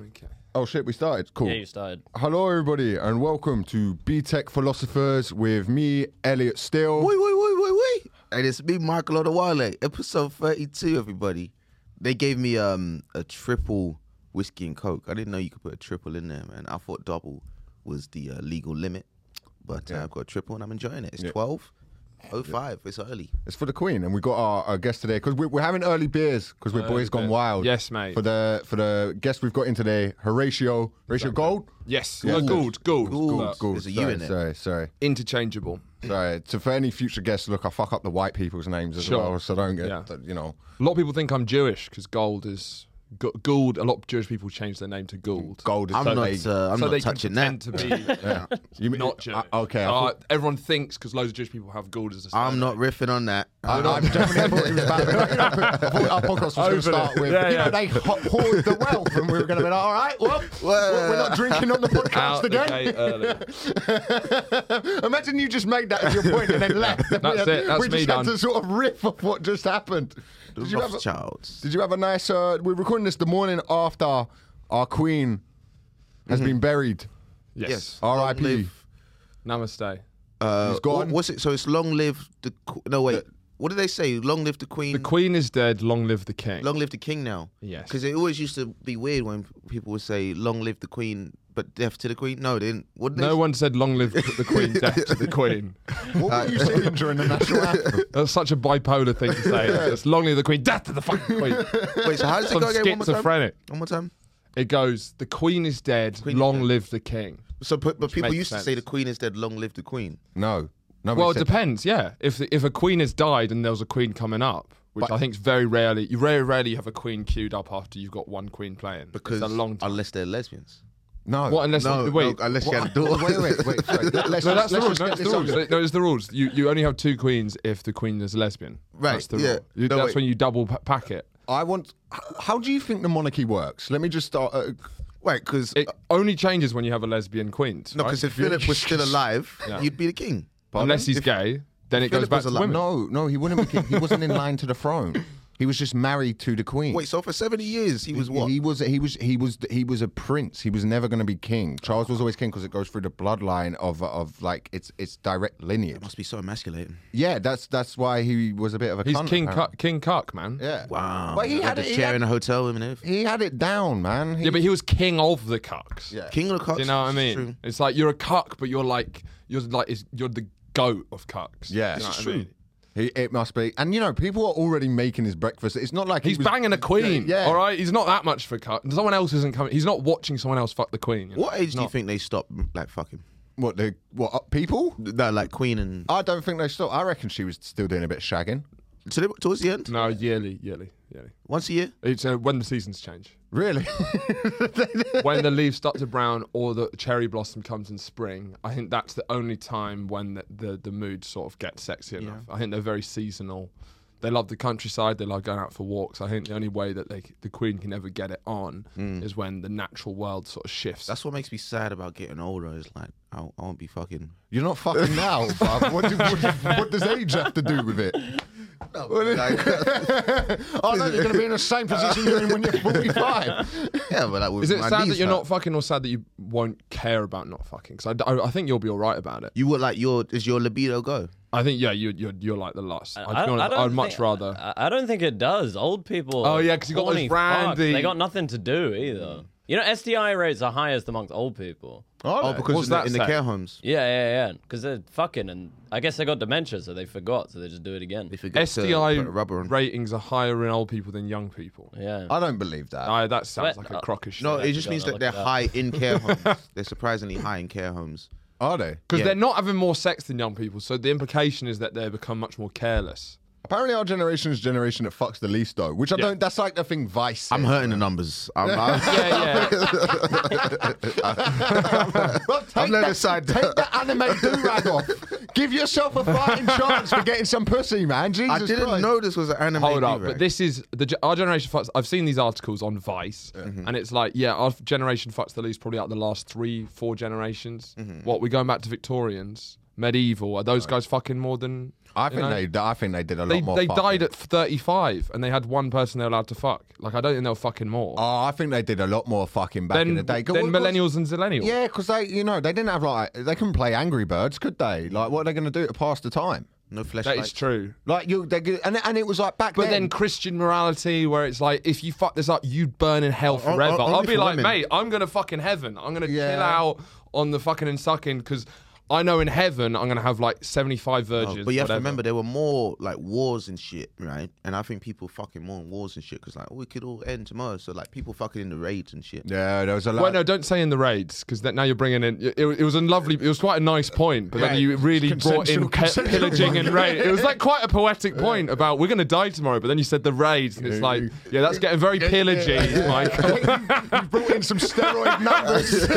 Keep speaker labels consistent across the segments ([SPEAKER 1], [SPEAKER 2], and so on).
[SPEAKER 1] Okay.
[SPEAKER 2] Oh shit, we started. Cool.
[SPEAKER 3] Yeah, you started.
[SPEAKER 2] Hello, everybody, and welcome to B Tech Philosophers with me, Elliot Steele.
[SPEAKER 1] Wait, wait, wait, wait, wait. And it's me, Michael Odewale, episode 32, everybody. They gave me um a triple whiskey and coke. I didn't know you could put a triple in there, man. I thought double was the uh, legal limit, but uh, I've got a triple and I'm enjoying it. It's 12, 05, it's early.
[SPEAKER 2] It's for the Queen, and we got our, our guest today because we're, we're having early beers because we're boys gone wild.
[SPEAKER 4] Yes, mate.
[SPEAKER 2] For the for the guest we've got in today, Horatio Horatio Gold.
[SPEAKER 4] Yes,
[SPEAKER 2] Yeah.
[SPEAKER 4] no, gold, gold,
[SPEAKER 1] Gold. There's a U
[SPEAKER 2] sorry,
[SPEAKER 1] in it.
[SPEAKER 2] Sorry, sorry,
[SPEAKER 4] Interchangeable.
[SPEAKER 2] sorry. So for any future guests, look, I fuck up the white people's names as
[SPEAKER 4] Sure.
[SPEAKER 2] well, so don't get
[SPEAKER 4] Yeah.
[SPEAKER 2] that, you know.
[SPEAKER 4] A lot of people think I'm Jewish because gold is G- gold. A lot of Jewish people change their name to gold.
[SPEAKER 2] Gold is
[SPEAKER 1] I'm
[SPEAKER 2] so
[SPEAKER 1] not,
[SPEAKER 2] vague.
[SPEAKER 1] uh, I'm
[SPEAKER 4] so
[SPEAKER 1] not
[SPEAKER 4] they
[SPEAKER 1] touching
[SPEAKER 4] can
[SPEAKER 1] that.
[SPEAKER 4] pretend to be
[SPEAKER 2] You mean-
[SPEAKER 4] not Jewish.
[SPEAKER 2] I- okay, I
[SPEAKER 4] Uh,
[SPEAKER 2] thought-
[SPEAKER 4] everyone thinks because loads of Jewish people have gold as a.
[SPEAKER 1] I'm
[SPEAKER 4] surname.
[SPEAKER 1] not riffing on that.
[SPEAKER 2] I, I'm definitely I thought it was about, you know, I thought our podcast was going to start with, you know, they ho- hoard the wealth, and we were going to be like, all right, well, we're we're not drinking on the podcast
[SPEAKER 4] uh, Out the
[SPEAKER 2] again.
[SPEAKER 4] gate early.
[SPEAKER 2] Imagine you just made that as your point and then left. and we
[SPEAKER 4] That's
[SPEAKER 2] had-
[SPEAKER 4] it, that's
[SPEAKER 2] we
[SPEAKER 4] me
[SPEAKER 2] just had
[SPEAKER 4] done.
[SPEAKER 2] to sort of riff of what just happened. Did you, have a,
[SPEAKER 1] Rothschilds.
[SPEAKER 2] did you have a nice? Uh, we're recording this the morning after our queen has been buried.
[SPEAKER 4] Yes.
[SPEAKER 1] Long
[SPEAKER 2] R.I.P.
[SPEAKER 1] live
[SPEAKER 4] Namaste.
[SPEAKER 1] Uh,
[SPEAKER 2] He's gone.
[SPEAKER 1] wha- What's it? So it's long live the. qu- No wait. what did they say? Long live the queen.
[SPEAKER 4] The Queen is dead. Long live the King.
[SPEAKER 1] Long live the king now.
[SPEAKER 4] Yes.
[SPEAKER 1] Because it always used to be weird when people would say "Long live the queen," but death to the queen. No, they didn't. What did
[SPEAKER 4] no
[SPEAKER 1] they
[SPEAKER 4] one said "Long live the Queen, death to the Queen."
[SPEAKER 2] What were you singing during the national anthem?
[SPEAKER 4] That's such a bipolar thing to say. It's "Long live the Queen, death to the fucking Queen."
[SPEAKER 1] say? Wait. So how does it
[SPEAKER 4] Some
[SPEAKER 1] go again? One more time.
[SPEAKER 4] schizophrenic.
[SPEAKER 1] One more time.
[SPEAKER 4] It goes, the queen is dead,
[SPEAKER 1] Queen is
[SPEAKER 4] long
[SPEAKER 1] dead.
[SPEAKER 4] live the king.
[SPEAKER 1] So, but, but people
[SPEAKER 4] makes
[SPEAKER 1] used to say the
[SPEAKER 4] sense.
[SPEAKER 1] queen is dead. Long live the queen.
[SPEAKER 2] No. Nobody
[SPEAKER 4] Well, it
[SPEAKER 2] said
[SPEAKER 4] depends, yeah. If if a queen has died and there was a queen coming up, which I think is very rarely, you very rarely have a queen queued up after you've got one queen playing.
[SPEAKER 1] Because
[SPEAKER 4] it's a long time.
[SPEAKER 1] unless they're lesbians.
[SPEAKER 2] No.
[SPEAKER 4] What, unless,
[SPEAKER 1] No,
[SPEAKER 4] wait,
[SPEAKER 1] no, unless you had a
[SPEAKER 2] Wait,
[SPEAKER 1] daughter.
[SPEAKER 2] wait, wait. wait sorry. Let's,
[SPEAKER 4] no,
[SPEAKER 2] let's
[SPEAKER 4] that's the rules.
[SPEAKER 2] just
[SPEAKER 4] No,
[SPEAKER 2] get
[SPEAKER 4] it's the
[SPEAKER 2] this over
[SPEAKER 4] rules.
[SPEAKER 2] with.
[SPEAKER 4] No, it's the rules. You, you only have two queens if the queen is a lesbian.
[SPEAKER 1] Right,
[SPEAKER 4] That's the
[SPEAKER 1] yeah.
[SPEAKER 4] rule. You-
[SPEAKER 1] No,
[SPEAKER 4] that's
[SPEAKER 1] wait.
[SPEAKER 4] when you double pa- pack it.
[SPEAKER 2] I want. h- How do you think the monarchy works? Let me just start. Uh,
[SPEAKER 1] Right. Because
[SPEAKER 4] It only changes when you have a lesbian queen.
[SPEAKER 1] no,
[SPEAKER 4] right?
[SPEAKER 1] because if Philip was still alive, you'd be the king.
[SPEAKER 4] Unless he's gay, then it goes
[SPEAKER 1] Philip
[SPEAKER 4] back
[SPEAKER 1] was
[SPEAKER 4] to
[SPEAKER 1] alive-
[SPEAKER 4] women.
[SPEAKER 2] no, no, he wouldn't. Be, king. he wasn't in line to the throne. He was just married to the queen.
[SPEAKER 1] Wait. So for seventy years, he was what?
[SPEAKER 2] He was he was he was he was a prince. He was never going to be king. Charles was always king because it goes through the bloodline of of like its its direct lineage.
[SPEAKER 1] Must be so emasculating.
[SPEAKER 2] Yeah, that's that's why he was a bit of a.
[SPEAKER 4] He's
[SPEAKER 2] cunt,
[SPEAKER 4] King
[SPEAKER 2] apparently.
[SPEAKER 4] Cuck, King Cuck, man.
[SPEAKER 2] Yeah.
[SPEAKER 1] Wow.
[SPEAKER 2] But he
[SPEAKER 1] Like
[SPEAKER 2] had
[SPEAKER 1] a
[SPEAKER 2] it- he
[SPEAKER 1] chair
[SPEAKER 2] had-
[SPEAKER 1] in a hotel room and everything.
[SPEAKER 2] He had it down, man. He,
[SPEAKER 4] Yeah, but he was king of the cucks.
[SPEAKER 2] Yeah.
[SPEAKER 1] King of the Cops.
[SPEAKER 4] Do you know what I
[SPEAKER 1] it's
[SPEAKER 4] mean?
[SPEAKER 1] true.
[SPEAKER 4] It's like you're a cuck, but you're like you're like is you're the goat of cucks.
[SPEAKER 2] Yeah.
[SPEAKER 4] Do you know
[SPEAKER 2] This
[SPEAKER 4] what I mean?
[SPEAKER 2] he, it must be. And you know, people are already making his breakfast. It's not like he
[SPEAKER 4] He's
[SPEAKER 2] was-
[SPEAKER 4] banging a queen.
[SPEAKER 2] Yeah.
[SPEAKER 4] All right. He's not that much for cuck. Someone else isn't coming. He's not watching someone else fuck the queen. you know?
[SPEAKER 1] What age do you think they stopped like fucking?
[SPEAKER 2] What the what uh, people?
[SPEAKER 1] No, like Queen and
[SPEAKER 2] I don't think they still. I reckon she was still doing a bit of shagging.
[SPEAKER 1] So they- towards the end,
[SPEAKER 4] No, yearly, yearly, yearly.
[SPEAKER 1] once a year.
[SPEAKER 4] It's uh, when the seasons change.
[SPEAKER 2] Really?
[SPEAKER 4] when the leaves start to brown or the cherry blossom comes in spring, I think that's the only time when the, the, the mood sort of gets sexy enough. I think they're very seasonal. They love the countryside. They love going out for walks. I think the only way that they, c- the Queen can ever get it on is when the natural world sort of shifts.
[SPEAKER 1] Mm. That's what makes me sad about getting older. Is like I, I won't be fucking.
[SPEAKER 2] You're not fucking now, bruv. What, do, what, do- what does age have to do with it?
[SPEAKER 1] Like,
[SPEAKER 2] Oh no, you're going to be in the same position you're in when you're 45.
[SPEAKER 1] yeah, but like with
[SPEAKER 4] is it
[SPEAKER 1] my
[SPEAKER 4] sad that
[SPEAKER 1] knees
[SPEAKER 4] you're
[SPEAKER 1] hurt.
[SPEAKER 4] not fucking or sad that you won't care about not fucking? Because I, I, I think you'll be all right about it.
[SPEAKER 1] You were like your is your libido go?
[SPEAKER 4] I think, yeah, you, you're, you're like the last. I'd,
[SPEAKER 3] I
[SPEAKER 4] be
[SPEAKER 3] don't- I
[SPEAKER 4] honest,
[SPEAKER 3] don't
[SPEAKER 4] I'd much
[SPEAKER 3] think- uh,
[SPEAKER 4] rather.
[SPEAKER 3] I, I don't think it does. Old people.
[SPEAKER 4] Oh,
[SPEAKER 3] are
[SPEAKER 4] yeah, 'cause you got those
[SPEAKER 3] horny fucks.
[SPEAKER 4] randy-
[SPEAKER 3] They got nothing to do either. You know, STI rates are highest amongst old people.
[SPEAKER 1] Oh, because
[SPEAKER 4] What's
[SPEAKER 1] in, the,
[SPEAKER 4] that
[SPEAKER 1] in the
[SPEAKER 4] say?
[SPEAKER 1] care homes
[SPEAKER 3] Yeah, yeah, yeah. Because they're fucking, and I guess they got dementia, so they forgot, so they just do it again.
[SPEAKER 1] they forget
[SPEAKER 4] STI
[SPEAKER 1] to put rubber on.
[SPEAKER 4] ratings are higher in old people than young people.
[SPEAKER 3] Yeah.
[SPEAKER 2] I don't believe that.
[SPEAKER 4] No, that sounds
[SPEAKER 3] But-
[SPEAKER 4] like a crock of shit.
[SPEAKER 1] No, it
[SPEAKER 3] actually
[SPEAKER 1] just
[SPEAKER 3] don't
[SPEAKER 1] means
[SPEAKER 3] know,
[SPEAKER 1] that
[SPEAKER 3] look
[SPEAKER 1] they're
[SPEAKER 3] it up.
[SPEAKER 1] high in care homes. they're surprisingly high in care homes.
[SPEAKER 2] Are they?
[SPEAKER 4] Because
[SPEAKER 1] Yeah.
[SPEAKER 4] they're not having more sex than young people, so the implication is that they become much more careless.
[SPEAKER 2] Apparently, our generation is the generation that fucks the least, though. Which I don't. That's like the thing Vice.
[SPEAKER 1] I'm hurting the numbers. I'm, I'm,
[SPEAKER 4] Yeah, yeah.
[SPEAKER 2] I've
[SPEAKER 1] let it slide.
[SPEAKER 2] Take the anime do rag off. Give yourself a fighting chance for getting some pussy, man. Jesus
[SPEAKER 1] I did not
[SPEAKER 2] Christ.
[SPEAKER 1] know this was an anime.
[SPEAKER 4] Hold up,
[SPEAKER 1] do-rag.
[SPEAKER 4] but this is the ge- our generation fucks. I've seen these articles on Vice, and it's like, yeah, our
[SPEAKER 2] Mm-hmm.
[SPEAKER 4] generation fucks the least probably out the last three, four generations. What we're going back to Victorians, medieval. Are those guys fucking more than?
[SPEAKER 2] I
[SPEAKER 4] you
[SPEAKER 2] think
[SPEAKER 4] know?
[SPEAKER 2] they, d- I think they did a lot
[SPEAKER 4] They,
[SPEAKER 2] more.
[SPEAKER 4] they
[SPEAKER 2] fucking.
[SPEAKER 4] died at 35 and they had one person they're allowed to fuck. Like, I don't think they were fucking more.
[SPEAKER 2] Oh, I think they did a lot more fucking back
[SPEAKER 4] then
[SPEAKER 2] in the day. 'Cause
[SPEAKER 4] then
[SPEAKER 2] what- what-
[SPEAKER 4] millennials and zillennials.
[SPEAKER 2] Yeah, because they, you know, they didn't have like they couldn't play Angry Birds, could they? Like, what are they going to do to pass the time?
[SPEAKER 1] No
[SPEAKER 4] That
[SPEAKER 1] flashlight.
[SPEAKER 4] is true.
[SPEAKER 2] Like you, they go- and and it was like back
[SPEAKER 4] But
[SPEAKER 2] then.
[SPEAKER 4] then Christian morality, where it's like, if you fuck this up, you burn in hell
[SPEAKER 1] o-
[SPEAKER 4] forever.
[SPEAKER 1] only
[SPEAKER 4] I'll be
[SPEAKER 1] for
[SPEAKER 4] like,
[SPEAKER 1] women.
[SPEAKER 4] mate, I'm gonna fucking heaven. I'm gonna
[SPEAKER 2] Yeah.
[SPEAKER 4] chill out on the fucking and sucking because I know in heaven I'm gonna have like 75 virgins.
[SPEAKER 1] but you have
[SPEAKER 4] whatever.
[SPEAKER 1] to remember there were more like wars and shit, right? And I think people fucking more in wars and shit because like, oh, it could all end tomorrow. So like people fucking in the raids and shit.
[SPEAKER 2] yeah, there was a lot.
[SPEAKER 4] Well, no, don't say in the raids because now you're bringing in. It, it was a lovely. It was quite a nice point, but then
[SPEAKER 2] Yeah.
[SPEAKER 4] you really
[SPEAKER 2] Consensual-
[SPEAKER 4] brought in pe-
[SPEAKER 2] consensual
[SPEAKER 4] pillaging
[SPEAKER 2] point.
[SPEAKER 4] and raid. It was like quite a poetic point about we're going to die tomorrow, but then you said the raids, and it's like, yeah, that's getting very pillaging, Michael.
[SPEAKER 2] You've brought in some steroid numbers.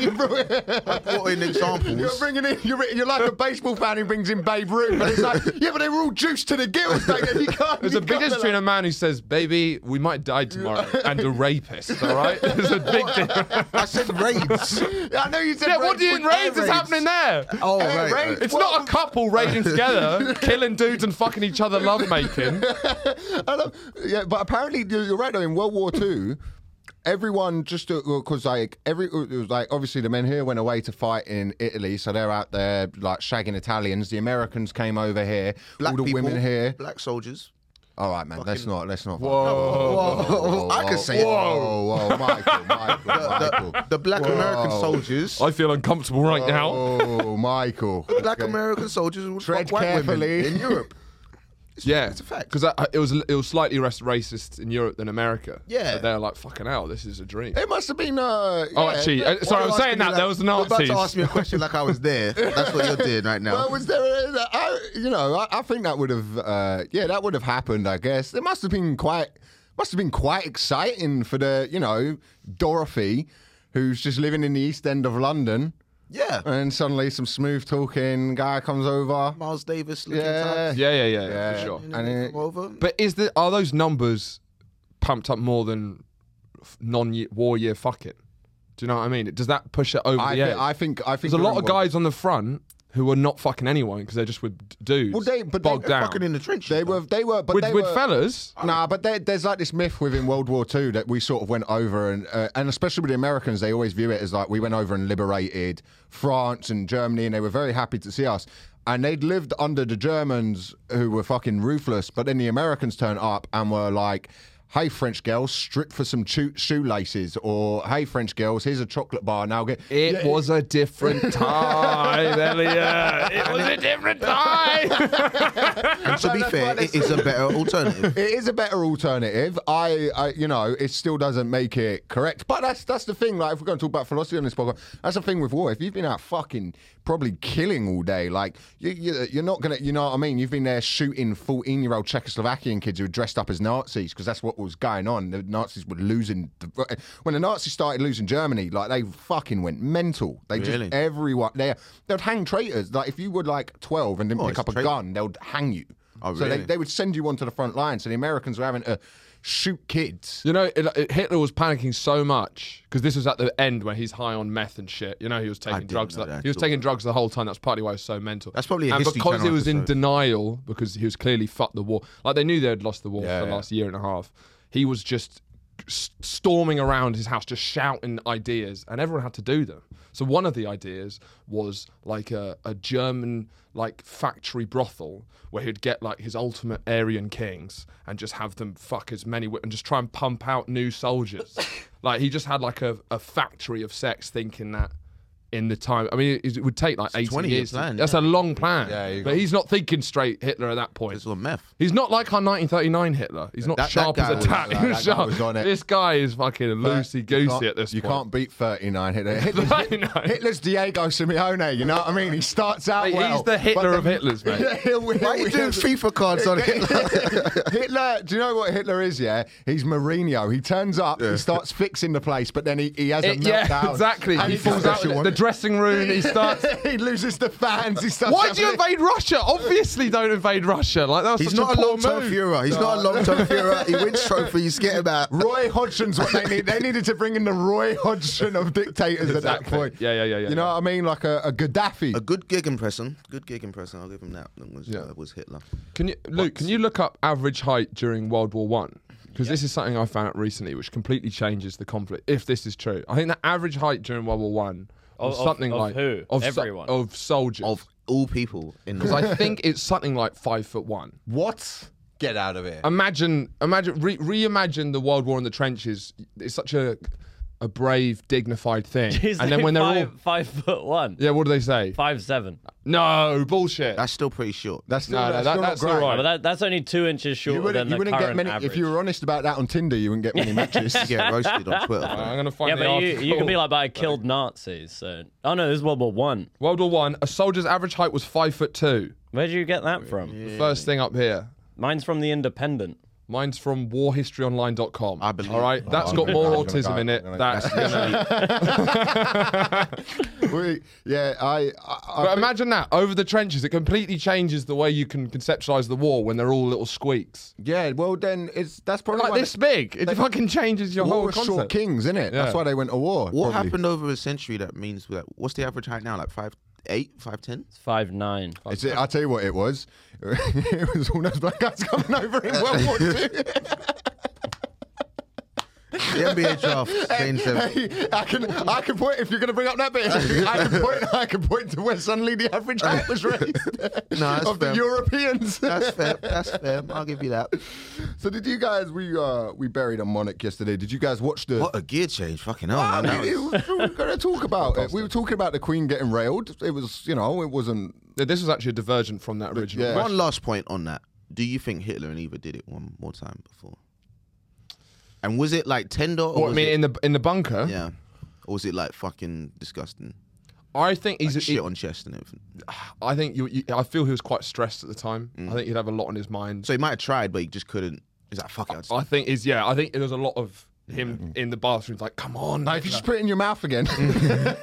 [SPEAKER 2] you
[SPEAKER 1] I brought in
[SPEAKER 2] are
[SPEAKER 1] examples.
[SPEAKER 2] bringing in. You're, you're like a baseball fan who brings in Babe Ruth, but it's like, yeah, but they were all juiced to the gills. They, you can't.
[SPEAKER 4] There's
[SPEAKER 2] you
[SPEAKER 4] a
[SPEAKER 2] can't-
[SPEAKER 4] big difference between a man who says, "Baby, we might die tomorrow," and a rapist. All right, there's a big difference.
[SPEAKER 1] I said raids.
[SPEAKER 2] I know you said.
[SPEAKER 4] Yeah, what do you in
[SPEAKER 2] but-
[SPEAKER 4] raids is happening there?
[SPEAKER 1] Oh,
[SPEAKER 2] Air
[SPEAKER 1] right.
[SPEAKER 2] raids.
[SPEAKER 1] right.
[SPEAKER 4] It's not a couple raiding together, killing dudes and fucking each other, lovemaking.
[SPEAKER 2] I don't- yeah, but apparently you're you're right though. In World War Two, everyone just because like every uh, it was like obviously the men here went away to fight in Italy, so they're out there like shagging Italians. The Americans came over here,
[SPEAKER 1] Black
[SPEAKER 2] all the
[SPEAKER 1] people,
[SPEAKER 2] women here.
[SPEAKER 1] Black soldiers.
[SPEAKER 2] All right, man, let's not let's not.
[SPEAKER 4] Whoa.
[SPEAKER 1] I could say it.
[SPEAKER 2] Whoa, whoa, Michael, Michael, Michael.
[SPEAKER 1] The, the black American soldiers.
[SPEAKER 4] I feel uncomfortable right now.
[SPEAKER 2] Oh, Michael.
[SPEAKER 1] Black
[SPEAKER 2] Oh, Okay.
[SPEAKER 1] American soldiers would
[SPEAKER 2] Tread
[SPEAKER 1] fuck white
[SPEAKER 2] carefully.
[SPEAKER 1] women in Europe.
[SPEAKER 4] Yeah,
[SPEAKER 1] it's a fact.
[SPEAKER 4] Because it was it was slightly less racist in Europe than America.
[SPEAKER 1] Yeah.
[SPEAKER 4] But they're like fucking hell. This is a dream.
[SPEAKER 2] It must have been. Uh,
[SPEAKER 4] Oh,
[SPEAKER 2] yeah.
[SPEAKER 4] actually, uh, sorry, I'm
[SPEAKER 1] You're
[SPEAKER 4] saying
[SPEAKER 1] asking
[SPEAKER 4] that
[SPEAKER 1] me
[SPEAKER 4] there
[SPEAKER 1] like-
[SPEAKER 4] was
[SPEAKER 1] you're
[SPEAKER 4] Nazis.
[SPEAKER 1] about to ask me a question like I was there. That's what you're doing right now.
[SPEAKER 2] Well, was there? A, I, you know, I, I think that would have, uh, yeah, that would have happened. I guess it must have been quite, must have been quite exciting for the, you know, Dorothy, who's just living in the East End of London,
[SPEAKER 1] yeah.
[SPEAKER 2] and suddenly some smooth talking guy comes over.
[SPEAKER 1] Miles Davis looking
[SPEAKER 2] Yeah.
[SPEAKER 1] types.
[SPEAKER 4] yeah, yeah, yeah, yeah,
[SPEAKER 2] Yeah.
[SPEAKER 4] for sure.
[SPEAKER 1] And
[SPEAKER 2] And
[SPEAKER 1] then
[SPEAKER 2] it-
[SPEAKER 1] come over.
[SPEAKER 4] But is the are those numbers pumped up more than non-war year fucking? Do you know what I mean? Does that push it over
[SPEAKER 2] I,
[SPEAKER 4] the
[SPEAKER 2] thi-
[SPEAKER 4] edge?
[SPEAKER 2] I think, I think
[SPEAKER 4] There's a lot of
[SPEAKER 2] everyone-
[SPEAKER 4] guys on the front who are not fucking anyone because they're just with d- dudes.
[SPEAKER 2] Well, they- but they
[SPEAKER 4] bogged
[SPEAKER 2] were
[SPEAKER 4] down
[SPEAKER 1] fucking in the trenches.
[SPEAKER 2] They were, they were, but
[SPEAKER 4] with
[SPEAKER 2] they
[SPEAKER 4] with
[SPEAKER 2] were,
[SPEAKER 4] fellas.
[SPEAKER 2] Nah, but there, there's like this myth within World War II that we sort of went over and uh, and especially with the Americans, they always view it as like we went over and liberated France and Germany, and they were very happy to see us. And they'd lived under the Germans who were fucking ruthless, but then the Americans turned up and were like. Hey French girls, strip for some shoe- shoelaces, or hey French girls, here's a chocolate bar. Now get
[SPEAKER 4] It was a different time, Elliot. It was a different time.
[SPEAKER 1] And to be fair, it is a better alternative.
[SPEAKER 2] It is a better alternative. I, I, you know, it still doesn't make it correct. But that's that's the thing. Like, if we're going to talk about philosophy on this podcast, that's the thing with war. If you've been out fucking probably killing all day, like you, you you're not gonna, you know what I mean? You've been there shooting fourteen year old Czechoslovakian kids who were dressed up as Nazis because that's what was going on. The Nazis were losing. The, when the Nazis started losing Germany, like they fucking went mental. They
[SPEAKER 1] Really?
[SPEAKER 2] just everyone they they'd hang traitors. Like if you were like twelve and didn't
[SPEAKER 1] Oh,
[SPEAKER 2] pick
[SPEAKER 1] it's
[SPEAKER 2] up a
[SPEAKER 1] trait-
[SPEAKER 2] gun, they'd hang you.
[SPEAKER 1] Oh,
[SPEAKER 2] So they,
[SPEAKER 1] really?
[SPEAKER 2] they would send you onto the front line. So the Americans were having to shoot kids.
[SPEAKER 4] You know, it, it- Hitler was panicking so much because this was at the end where he's high on meth and shit. You know, he was taking
[SPEAKER 1] didn't
[SPEAKER 4] drugs.
[SPEAKER 1] know
[SPEAKER 4] the-
[SPEAKER 1] that.
[SPEAKER 4] he was taking drugs the whole time. That's partly why he was so mental.
[SPEAKER 1] That's probably a
[SPEAKER 4] and
[SPEAKER 1] History
[SPEAKER 4] because
[SPEAKER 1] Channel
[SPEAKER 4] he was in
[SPEAKER 1] episode.
[SPEAKER 4] denial because he was clearly fucked the war. Like they knew they'd lost the war
[SPEAKER 2] Yeah,
[SPEAKER 4] for the
[SPEAKER 2] yeah.
[SPEAKER 4] last year and a half. He was just s- storming around his house, just shouting ideas, and everyone had to do them. So one of the ideas was like a, a German like factory brothel where he'd get like his ultimate Aryan kings and just have them fuck as many wi- and just try and pump out new soldiers. like he just had like a, a factory of sex, thinking that. In the time, I mean, it it would take like 80
[SPEAKER 1] 20 year
[SPEAKER 4] years. to-
[SPEAKER 1] plan,
[SPEAKER 4] that's
[SPEAKER 1] yeah.
[SPEAKER 4] a long plan.
[SPEAKER 2] Yeah, you
[SPEAKER 4] but he's not thinking straight Hitler at that point.
[SPEAKER 1] It's all meth.
[SPEAKER 4] He's not like our 1939 Hitler. He's not
[SPEAKER 1] That- that
[SPEAKER 4] sharp
[SPEAKER 1] guy
[SPEAKER 4] as a
[SPEAKER 1] was-
[SPEAKER 4] tack.
[SPEAKER 2] that
[SPEAKER 4] He was
[SPEAKER 2] guy
[SPEAKER 4] sharp.
[SPEAKER 2] was on it.
[SPEAKER 4] This guy is fucking loosey
[SPEAKER 2] You can't-
[SPEAKER 4] goosey at this
[SPEAKER 2] You
[SPEAKER 4] point.
[SPEAKER 2] can't beat 39 Hitler. Hitler's,
[SPEAKER 4] I know.
[SPEAKER 2] Hitler's Diego Simeone, you know what I mean? He starts out
[SPEAKER 4] Mate, he's
[SPEAKER 2] well.
[SPEAKER 4] the Hitler
[SPEAKER 2] but
[SPEAKER 4] of Hitlers, mate.
[SPEAKER 2] Yeah, he'll-
[SPEAKER 1] Why are you
[SPEAKER 2] he'll-
[SPEAKER 1] doing FIFA cards on it?
[SPEAKER 2] Hitler, do you know what Hitler is? Yeah, he's Mourinho. He turns up, he starts fixing the place, but then he, he has a
[SPEAKER 4] It-
[SPEAKER 2] meltdown.
[SPEAKER 4] yeah, exactly.
[SPEAKER 2] And
[SPEAKER 4] He falls out.
[SPEAKER 2] doesn't
[SPEAKER 4] of it.
[SPEAKER 2] want
[SPEAKER 4] The
[SPEAKER 2] it.
[SPEAKER 4] dressing room. He starts.
[SPEAKER 2] he loses the fans. He starts.
[SPEAKER 4] Why do you invade Russia? Obviously, don't invade Russia. Like that was
[SPEAKER 1] He's
[SPEAKER 4] such
[SPEAKER 1] not a,
[SPEAKER 4] a poor
[SPEAKER 1] long-term
[SPEAKER 4] move.
[SPEAKER 1] Fuhrer. He's not a long-term Fuhrer. He wins trophies. Get him out.
[SPEAKER 2] Roy Hodgson's what they need. They needed to bring in the Roy Hodgson of dictators at that
[SPEAKER 4] Exactly.
[SPEAKER 2] point.
[SPEAKER 4] Yeah, yeah, yeah, yeah,
[SPEAKER 2] You know
[SPEAKER 4] yeah.
[SPEAKER 2] what I mean? Like a, a Gaddafi.
[SPEAKER 1] A good gig impression. Good gig impression. I'll give him that. That was, uh, was Hitler.
[SPEAKER 4] Can you, Luke? Can you look up average height during World War One? Because this is something I found out recently, which completely changes the conflict. If this is true, I think the average height during World War One was
[SPEAKER 3] Of- of-
[SPEAKER 4] something
[SPEAKER 3] of
[SPEAKER 4] like
[SPEAKER 3] who?
[SPEAKER 4] so-
[SPEAKER 3] Everyone.
[SPEAKER 4] of soldiers.
[SPEAKER 1] Of all people in the
[SPEAKER 4] Because I think it's something like five foot one.
[SPEAKER 2] What? Get out of here.
[SPEAKER 4] Imagine, imagine, re- reimagine the World War in the trenches. It's such a a brave, dignified thing.
[SPEAKER 3] He's
[SPEAKER 4] and then when they're
[SPEAKER 3] five,
[SPEAKER 4] all
[SPEAKER 3] five foot one,
[SPEAKER 4] yeah, what do they say?
[SPEAKER 3] five seven.
[SPEAKER 4] No bullshit.
[SPEAKER 1] That's still pretty short.
[SPEAKER 2] That's still,
[SPEAKER 4] no, no,
[SPEAKER 2] that's
[SPEAKER 4] that-
[SPEAKER 2] still not
[SPEAKER 4] that's
[SPEAKER 2] great.
[SPEAKER 4] all
[SPEAKER 3] But
[SPEAKER 4] right.
[SPEAKER 3] that, that's only two inches
[SPEAKER 2] You
[SPEAKER 3] shorter
[SPEAKER 2] wouldn't,
[SPEAKER 3] than
[SPEAKER 2] you
[SPEAKER 3] the
[SPEAKER 2] wouldn't
[SPEAKER 3] current
[SPEAKER 2] get many.
[SPEAKER 3] average.
[SPEAKER 2] If you were honest about that on Tinder, you wouldn't get many matches.
[SPEAKER 1] You get roasted on Twitter.
[SPEAKER 4] Uh,
[SPEAKER 1] bro.
[SPEAKER 4] I'm gonna find
[SPEAKER 3] yeah,
[SPEAKER 4] the
[SPEAKER 3] but you,
[SPEAKER 4] article.
[SPEAKER 3] you can be like, but I killed Nazis. So, oh no, this is World War One.
[SPEAKER 4] World War One. A soldier's average height was five foot two.
[SPEAKER 3] Where do you get that from?
[SPEAKER 4] First thing up here.
[SPEAKER 3] Mine's from the Independent.
[SPEAKER 4] Mine's from warhistoryonline.com.
[SPEAKER 1] I believe-
[SPEAKER 4] All right, that's
[SPEAKER 2] I'm
[SPEAKER 4] got
[SPEAKER 2] gonna
[SPEAKER 4] more
[SPEAKER 2] go, I'm gonna
[SPEAKER 4] autism
[SPEAKER 2] go,
[SPEAKER 4] in it.
[SPEAKER 2] I'm gonna-
[SPEAKER 4] That's gonna.
[SPEAKER 2] we, yeah, I. I, I
[SPEAKER 4] But
[SPEAKER 2] think-
[SPEAKER 4] imagine that over the trenches, it completely changes the way you can conceptualize the war when they're all little squeaks.
[SPEAKER 2] yeah, well then it's that's probably
[SPEAKER 4] Like
[SPEAKER 2] why
[SPEAKER 4] this
[SPEAKER 2] they-
[SPEAKER 4] big, it fucking changes your
[SPEAKER 2] War
[SPEAKER 4] whole
[SPEAKER 2] was short
[SPEAKER 4] concept.
[SPEAKER 2] kings, isn't it? That's
[SPEAKER 4] Yeah.
[SPEAKER 2] why they went to war. probably.
[SPEAKER 1] What happened over a century that means that? What's the average height now? Like five, eight, five ten?
[SPEAKER 3] It's five nine. Uh,
[SPEAKER 2] It's, I'll tell you what it was. it was all those black guys coming over in World War II.
[SPEAKER 1] The NBA draft changed them.
[SPEAKER 2] Hey, I can, I can point. If you're going to bring up that bit, I can point. I can point to where suddenly the average height was raised
[SPEAKER 1] that's
[SPEAKER 2] of the
[SPEAKER 1] fair.
[SPEAKER 2] Europeans.
[SPEAKER 1] That's fair. That's fair. I'll give you that.
[SPEAKER 2] so, did you guys? We uh, we buried a monarch yesterday. Did you guys watch the?
[SPEAKER 1] What a gear change. Fucking hell.
[SPEAKER 2] I
[SPEAKER 1] man. That
[SPEAKER 2] mean,
[SPEAKER 1] was-
[SPEAKER 2] it was- we were going to talk about it. We were talking about the Queen getting railed. It was, you know, it wasn't.
[SPEAKER 4] Yeah, This was actually a divergent from that original.
[SPEAKER 2] yeah.
[SPEAKER 4] question.
[SPEAKER 1] One last point on that. Do you think Hitler and Eva did it one more time before? And was it like tender or
[SPEAKER 4] What, I
[SPEAKER 1] was
[SPEAKER 4] mean,
[SPEAKER 1] it,
[SPEAKER 4] in the in the bunker,
[SPEAKER 1] yeah, or was it like fucking disgusting?
[SPEAKER 4] I think he's.
[SPEAKER 1] Shit
[SPEAKER 4] he-
[SPEAKER 1] on chest and everything.
[SPEAKER 4] I think you, you. I feel he was quite stressed at the time. I think he'd have a lot on his mind.
[SPEAKER 1] So he might have tried, but he just couldn't. He's like, fuck it. I'll just-
[SPEAKER 4] I think is yeah. I think there's a lot of him in the bathrooms like, come on,
[SPEAKER 2] If you just put it in your mouth again,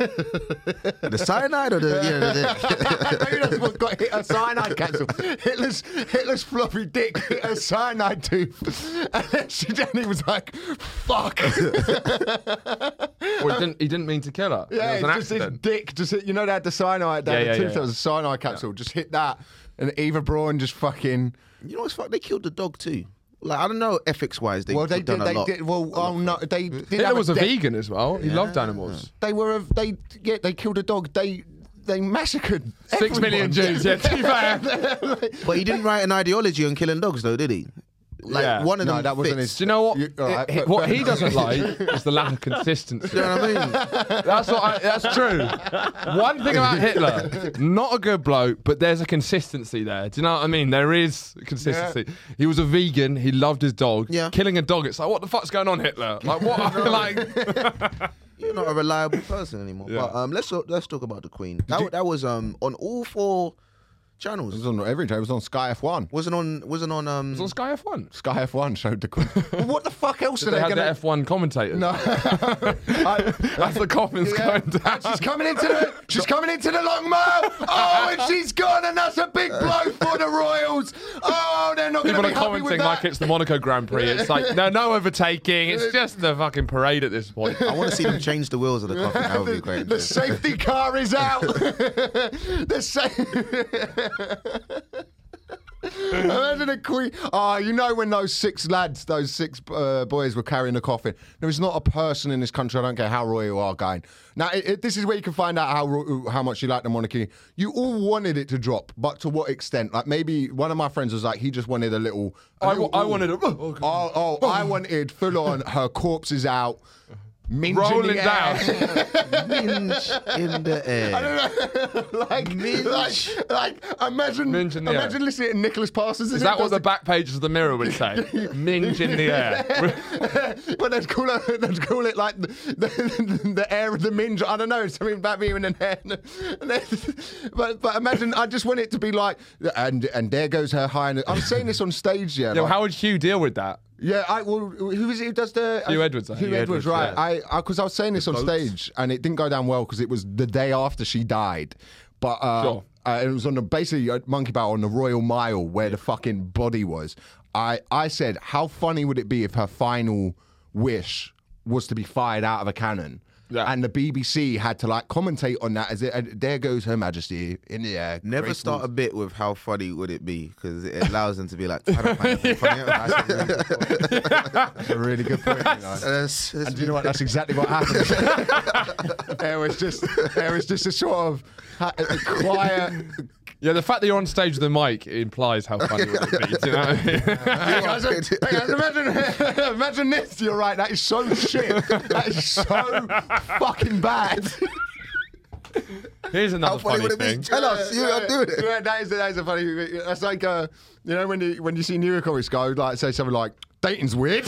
[SPEAKER 1] the cyanide or the yeah, the-
[SPEAKER 2] maybe that's what got hit a cyanide capsule. Hitler's Hitler's floppy dick hit a cyanide tooth, and then she then he was like, "Fuck."
[SPEAKER 4] Well, he didn't. He didn't mean to kill her.
[SPEAKER 2] Yeah,
[SPEAKER 4] it was an
[SPEAKER 2] it's just his
[SPEAKER 4] accident.
[SPEAKER 2] dick just hit. You know, they had the cyanide. They
[SPEAKER 4] Yeah,
[SPEAKER 2] had
[SPEAKER 4] yeah,
[SPEAKER 2] the tooth
[SPEAKER 4] yeah,
[SPEAKER 2] that was a cyanide capsule. Just hit that, and Eva Braun just fucking.
[SPEAKER 1] you know what's fuck? They killed the dog too. Like I don't know ethics wise. They
[SPEAKER 2] Well, they
[SPEAKER 1] done
[SPEAKER 2] did.
[SPEAKER 1] a
[SPEAKER 2] They
[SPEAKER 1] lot.
[SPEAKER 2] did. Well, oh no, they did.
[SPEAKER 4] Hitler
[SPEAKER 2] have
[SPEAKER 4] was a
[SPEAKER 2] death-
[SPEAKER 4] vegan as well. He loved animals.
[SPEAKER 2] They were. A, they yeah. They killed a dog. They they massacred
[SPEAKER 4] Six million Jews. Yeah, too bad.
[SPEAKER 2] Jews.
[SPEAKER 1] But he didn't write an ideology on killing dogs, though, did he? Like
[SPEAKER 4] Yeah.
[SPEAKER 1] one of
[SPEAKER 2] No,
[SPEAKER 1] them.
[SPEAKER 2] that wasn't
[SPEAKER 1] fits.
[SPEAKER 4] Do you know what?
[SPEAKER 2] You- all right,
[SPEAKER 4] It-
[SPEAKER 2] but-
[SPEAKER 4] what he doesn't like is the lack of consistency.
[SPEAKER 1] You know what I mean?
[SPEAKER 4] That's what. I, that's true. One thing about Hitler, not a good bloke, but there's a consistency there. Do you know what I mean? There is consistency. He was a vegan. He loved his dog.
[SPEAKER 1] Yeah.
[SPEAKER 4] Killing a dog. It's like what the fuck's going on, Hitler? Like what? like
[SPEAKER 1] You're not a reliable person anymore.
[SPEAKER 4] Yeah.
[SPEAKER 1] But um, let's talk, let's talk about the Queen. That,
[SPEAKER 2] you-
[SPEAKER 1] that was um on all four channels.
[SPEAKER 2] It was on every day. It was on Sky F1.
[SPEAKER 1] Wasn't on wasn't on um.
[SPEAKER 4] it's on Sky F1.
[SPEAKER 2] Sky F1 showed the Queen. what the fuck else are
[SPEAKER 4] They
[SPEAKER 2] they
[SPEAKER 4] had
[SPEAKER 2] going
[SPEAKER 4] the F1 commentators.
[SPEAKER 2] No. I-
[SPEAKER 4] That's the comments
[SPEAKER 2] Yeah.
[SPEAKER 4] going down.
[SPEAKER 2] She's coming into the she's coming into the long mile. Oh, and she's gone, and that's a big blow for the Royals. Oh, they're not going to be
[SPEAKER 4] People are
[SPEAKER 2] happy with
[SPEAKER 4] commenting
[SPEAKER 2] that.
[SPEAKER 4] like it's the Monaco Grand Prix. It's like no, no overtaking. It's just the fucking parade at this point.
[SPEAKER 1] I want to see them change the wheels of the coffin. That would be
[SPEAKER 2] the,
[SPEAKER 1] great.
[SPEAKER 2] the safety car is out. the sa- Imagine a queen. Oh, you know when those six lads, those six uh, boys were carrying the coffin. There is not a person in this country. I don't care how royal you are, going. Now, it, it- this is where you can find out how ro- how much you like the monarchy. You all wanted it to drop, but to what extent? Like maybe one of my friends was like, he just wanted a little. I
[SPEAKER 4] I wa- I wanted a-
[SPEAKER 2] Oh, oh, I wanted full on. Her corpse is out. minging
[SPEAKER 4] Rolling
[SPEAKER 2] the air.
[SPEAKER 4] down.
[SPEAKER 1] Minge in the air.
[SPEAKER 2] like,
[SPEAKER 1] Minge.
[SPEAKER 2] like, like, imagine,
[SPEAKER 4] Minge in the
[SPEAKER 2] imagine
[SPEAKER 4] air.
[SPEAKER 2] listening to Nicholas Parsons.
[SPEAKER 4] Is that what the back pages of the Mirror would say? Minge in the air.
[SPEAKER 2] but they'd call it, they'd call it like the, the, the air of the minge. I don't know something about me and an air. And then- but but imagine, I just want it to be like, and and there goes her highness. I'm saying this on stage, yeah.
[SPEAKER 4] Yeah,
[SPEAKER 2] like-
[SPEAKER 4] how would Hugh deal with that?
[SPEAKER 2] Yeah, I well, who is it who does the uh,
[SPEAKER 4] Hugh Edwards, I
[SPEAKER 2] Hugh,
[SPEAKER 4] think. Hugh
[SPEAKER 2] Edwards,
[SPEAKER 1] Edwards,
[SPEAKER 2] right?
[SPEAKER 1] yeah.
[SPEAKER 2] I because I, was saying this on stage and it didn't go down well because it was the day after she died, but uh,
[SPEAKER 4] Sure.
[SPEAKER 2] uh, it was on the basically uh, Monkey Battle on the Royal Mile where the fucking body was. I I said, how funny would it be if her final wish was to be fired out of a cannon?
[SPEAKER 4] Yeah.
[SPEAKER 2] And the BBC had to like commentate on that as it, and there goes Her Majesty in the air.
[SPEAKER 1] Never
[SPEAKER 2] graceful
[SPEAKER 1] start a bit with how funny would it be because it allows them to be like, I don't find it funny.
[SPEAKER 2] That's a really good point. you know.
[SPEAKER 1] That's- that's-
[SPEAKER 2] And do you know what? That's exactly what happened. there was just there was just a sort of ha- a quiet.
[SPEAKER 4] Yeah, the fact that you're on stage with a mic implies how funny it would be. Do you know what I mean?
[SPEAKER 2] Hey guys, hey guys, imagine, imagine this. You're right. That is so shit. That is so fucking bad.
[SPEAKER 4] Here's
[SPEAKER 1] How
[SPEAKER 4] another
[SPEAKER 1] funny
[SPEAKER 4] funny
[SPEAKER 1] would it be?
[SPEAKER 4] thing.
[SPEAKER 1] Tell us. You are doing it.
[SPEAKER 2] Yeah, that is that is a funny. That's like uh, you know when you when you see new comics go like say something like dating's weird.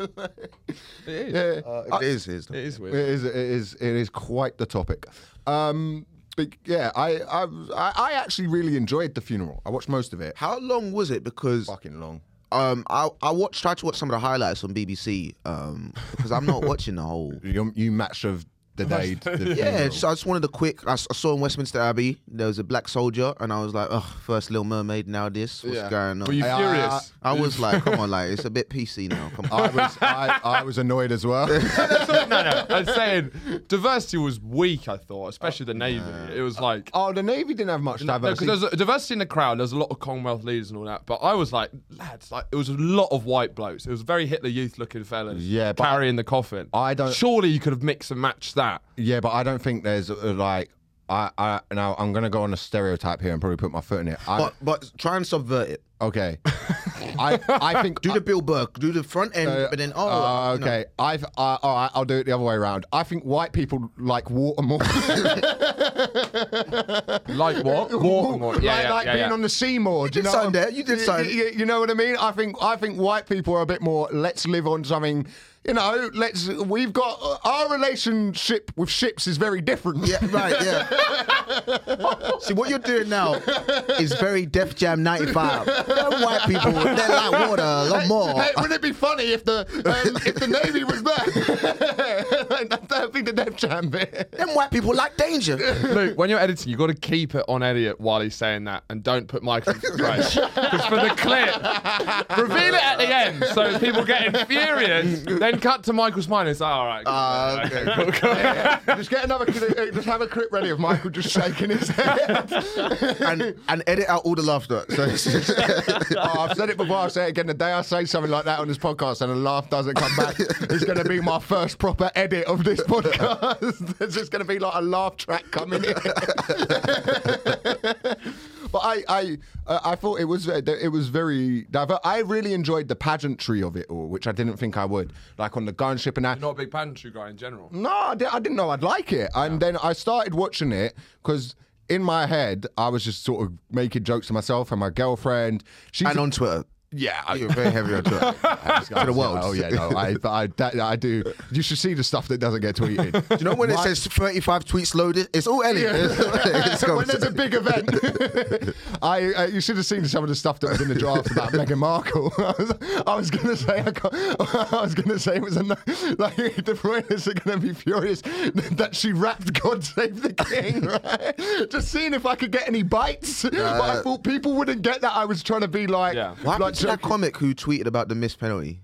[SPEAKER 4] It is.
[SPEAKER 2] yeah.
[SPEAKER 1] It is. It is.
[SPEAKER 4] It is
[SPEAKER 2] It
[SPEAKER 4] weird.
[SPEAKER 2] is. It is. It is quite the topic. Um, but yeah, I, I, I I actually really enjoyed the funeral. I watched most of it.
[SPEAKER 1] How long was it? Because
[SPEAKER 2] Fucking long.
[SPEAKER 1] um, I I watched tried to watch some of the highlights on BBC um because I'm not watching the whole.
[SPEAKER 2] You, you match of the day. to the
[SPEAKER 1] Yeah,
[SPEAKER 2] funeral.
[SPEAKER 1] so I just wanted a quick. I, s- I saw in Westminster Abbey there was a black soldier, and I was like, "Oh, first Little Mermaid, now this. What's going on?"
[SPEAKER 4] Were you
[SPEAKER 2] I-
[SPEAKER 4] furious?
[SPEAKER 1] I was like, "Come on, like it's a bit PC now. Come
[SPEAKER 2] I
[SPEAKER 1] on."
[SPEAKER 2] was I, I was annoyed as well.
[SPEAKER 4] no, no. I'm saying diversity was weak. I thought, especially the navy. It was like
[SPEAKER 2] oh, the Navy didn't have much
[SPEAKER 4] No, 'cause
[SPEAKER 2] diversity.
[SPEAKER 4] there's a diversity in the crowd. There's a lot of Commonwealth leaders and all that. But I was like, lads, like it was a lot of white blokes. It was very Hitler Youth looking fellas.
[SPEAKER 2] Yeah, but-
[SPEAKER 4] carrying the coffin.
[SPEAKER 2] I don't-
[SPEAKER 4] Surely you could have mixed and matched that.
[SPEAKER 2] yeah, but I don't think there's uh, like I I now I'm gonna go on a stereotype here and probably put my foot in it. I,
[SPEAKER 1] but but try and subvert it.
[SPEAKER 2] okay, I I think
[SPEAKER 1] Do the Bill Burke, do the front end,
[SPEAKER 2] Uh,
[SPEAKER 1] but then oh,
[SPEAKER 2] uh,
[SPEAKER 1] no.
[SPEAKER 2] okay. I've uh, all right. I'll do it the other way around. I think white people like water more.
[SPEAKER 4] Like what? Water more. Yeah,
[SPEAKER 2] like
[SPEAKER 4] yeah,
[SPEAKER 2] like
[SPEAKER 4] yeah,
[SPEAKER 2] being
[SPEAKER 4] yeah.
[SPEAKER 2] on the Seymour. do
[SPEAKER 1] did
[SPEAKER 2] you know what
[SPEAKER 1] something
[SPEAKER 2] I'm-
[SPEAKER 1] there, you did
[SPEAKER 2] y-
[SPEAKER 1] something.
[SPEAKER 2] y- You know what I mean? I think I think white people are a bit more. Let's live on something. You know, let's. We've got uh, our relationship with ships is very different.
[SPEAKER 1] Yeah, right, yeah. See, what you're doing now is very Def Jam 95. Them white people, they like water a lot more.
[SPEAKER 2] Hey, wouldn't it be funny if the um, if the navy was there? That'd be the Def Jam bit.
[SPEAKER 1] Them white people like danger.
[SPEAKER 4] Luke, when you're editing, you've got to keep it on Elliot while he's saying that and don't put Michael in the Because for the clip, reveal it at the end so people get infurious. then cut to Michael's mind. It's like, all right. cool,
[SPEAKER 2] Uh,
[SPEAKER 1] Ah,
[SPEAKER 4] okay, cool, cool.
[SPEAKER 2] Just get another. clip- Just have a clip ready of Michael just shaking his head.
[SPEAKER 1] And, and edit out all the laughter. So it's just-
[SPEAKER 2] Oh, I've said it before, I'll say it again. The day I say something like that on this podcast and a laugh doesn't come back, it's going to be my first proper edit of this podcast. There's just going to be like a laugh track coming in. but I, I, uh, I thought it was uh, it was very diver I really enjoyed the pageantry of it all, which I didn't think I would. Like on the gunship and that.
[SPEAKER 4] Not a big pantry guy in general.
[SPEAKER 2] No, I, di- I didn't know I'd like it. And then I started watching it because in my head, I was just sort of making jokes to myself and my girlfriend. She's
[SPEAKER 1] and on Twitter.
[SPEAKER 2] yeah,
[SPEAKER 1] You're very heavy on Twitter.
[SPEAKER 2] to
[SPEAKER 1] the world.
[SPEAKER 2] Oh yeah, no, I, I, that, I do. You should see the stuff that doesn't get tweeted. Do
[SPEAKER 1] You know when it says 35 tweets loaded? It's all Elliot. It's
[SPEAKER 2] when there's a big event, I uh, you should have seen some of the stuff that was in the draft about Meghan Markle. I was, I was gonna say I, can't, I was gonna say it was a no, like the Royalists are gonna be furious that she rapped "God Save the King." Right? Just seeing if I could get any bites, but I thought people wouldn't get that. I was trying to be like,
[SPEAKER 4] Yeah.
[SPEAKER 1] what happened
[SPEAKER 2] like
[SPEAKER 1] to that comic who tweeted about the missed penalty?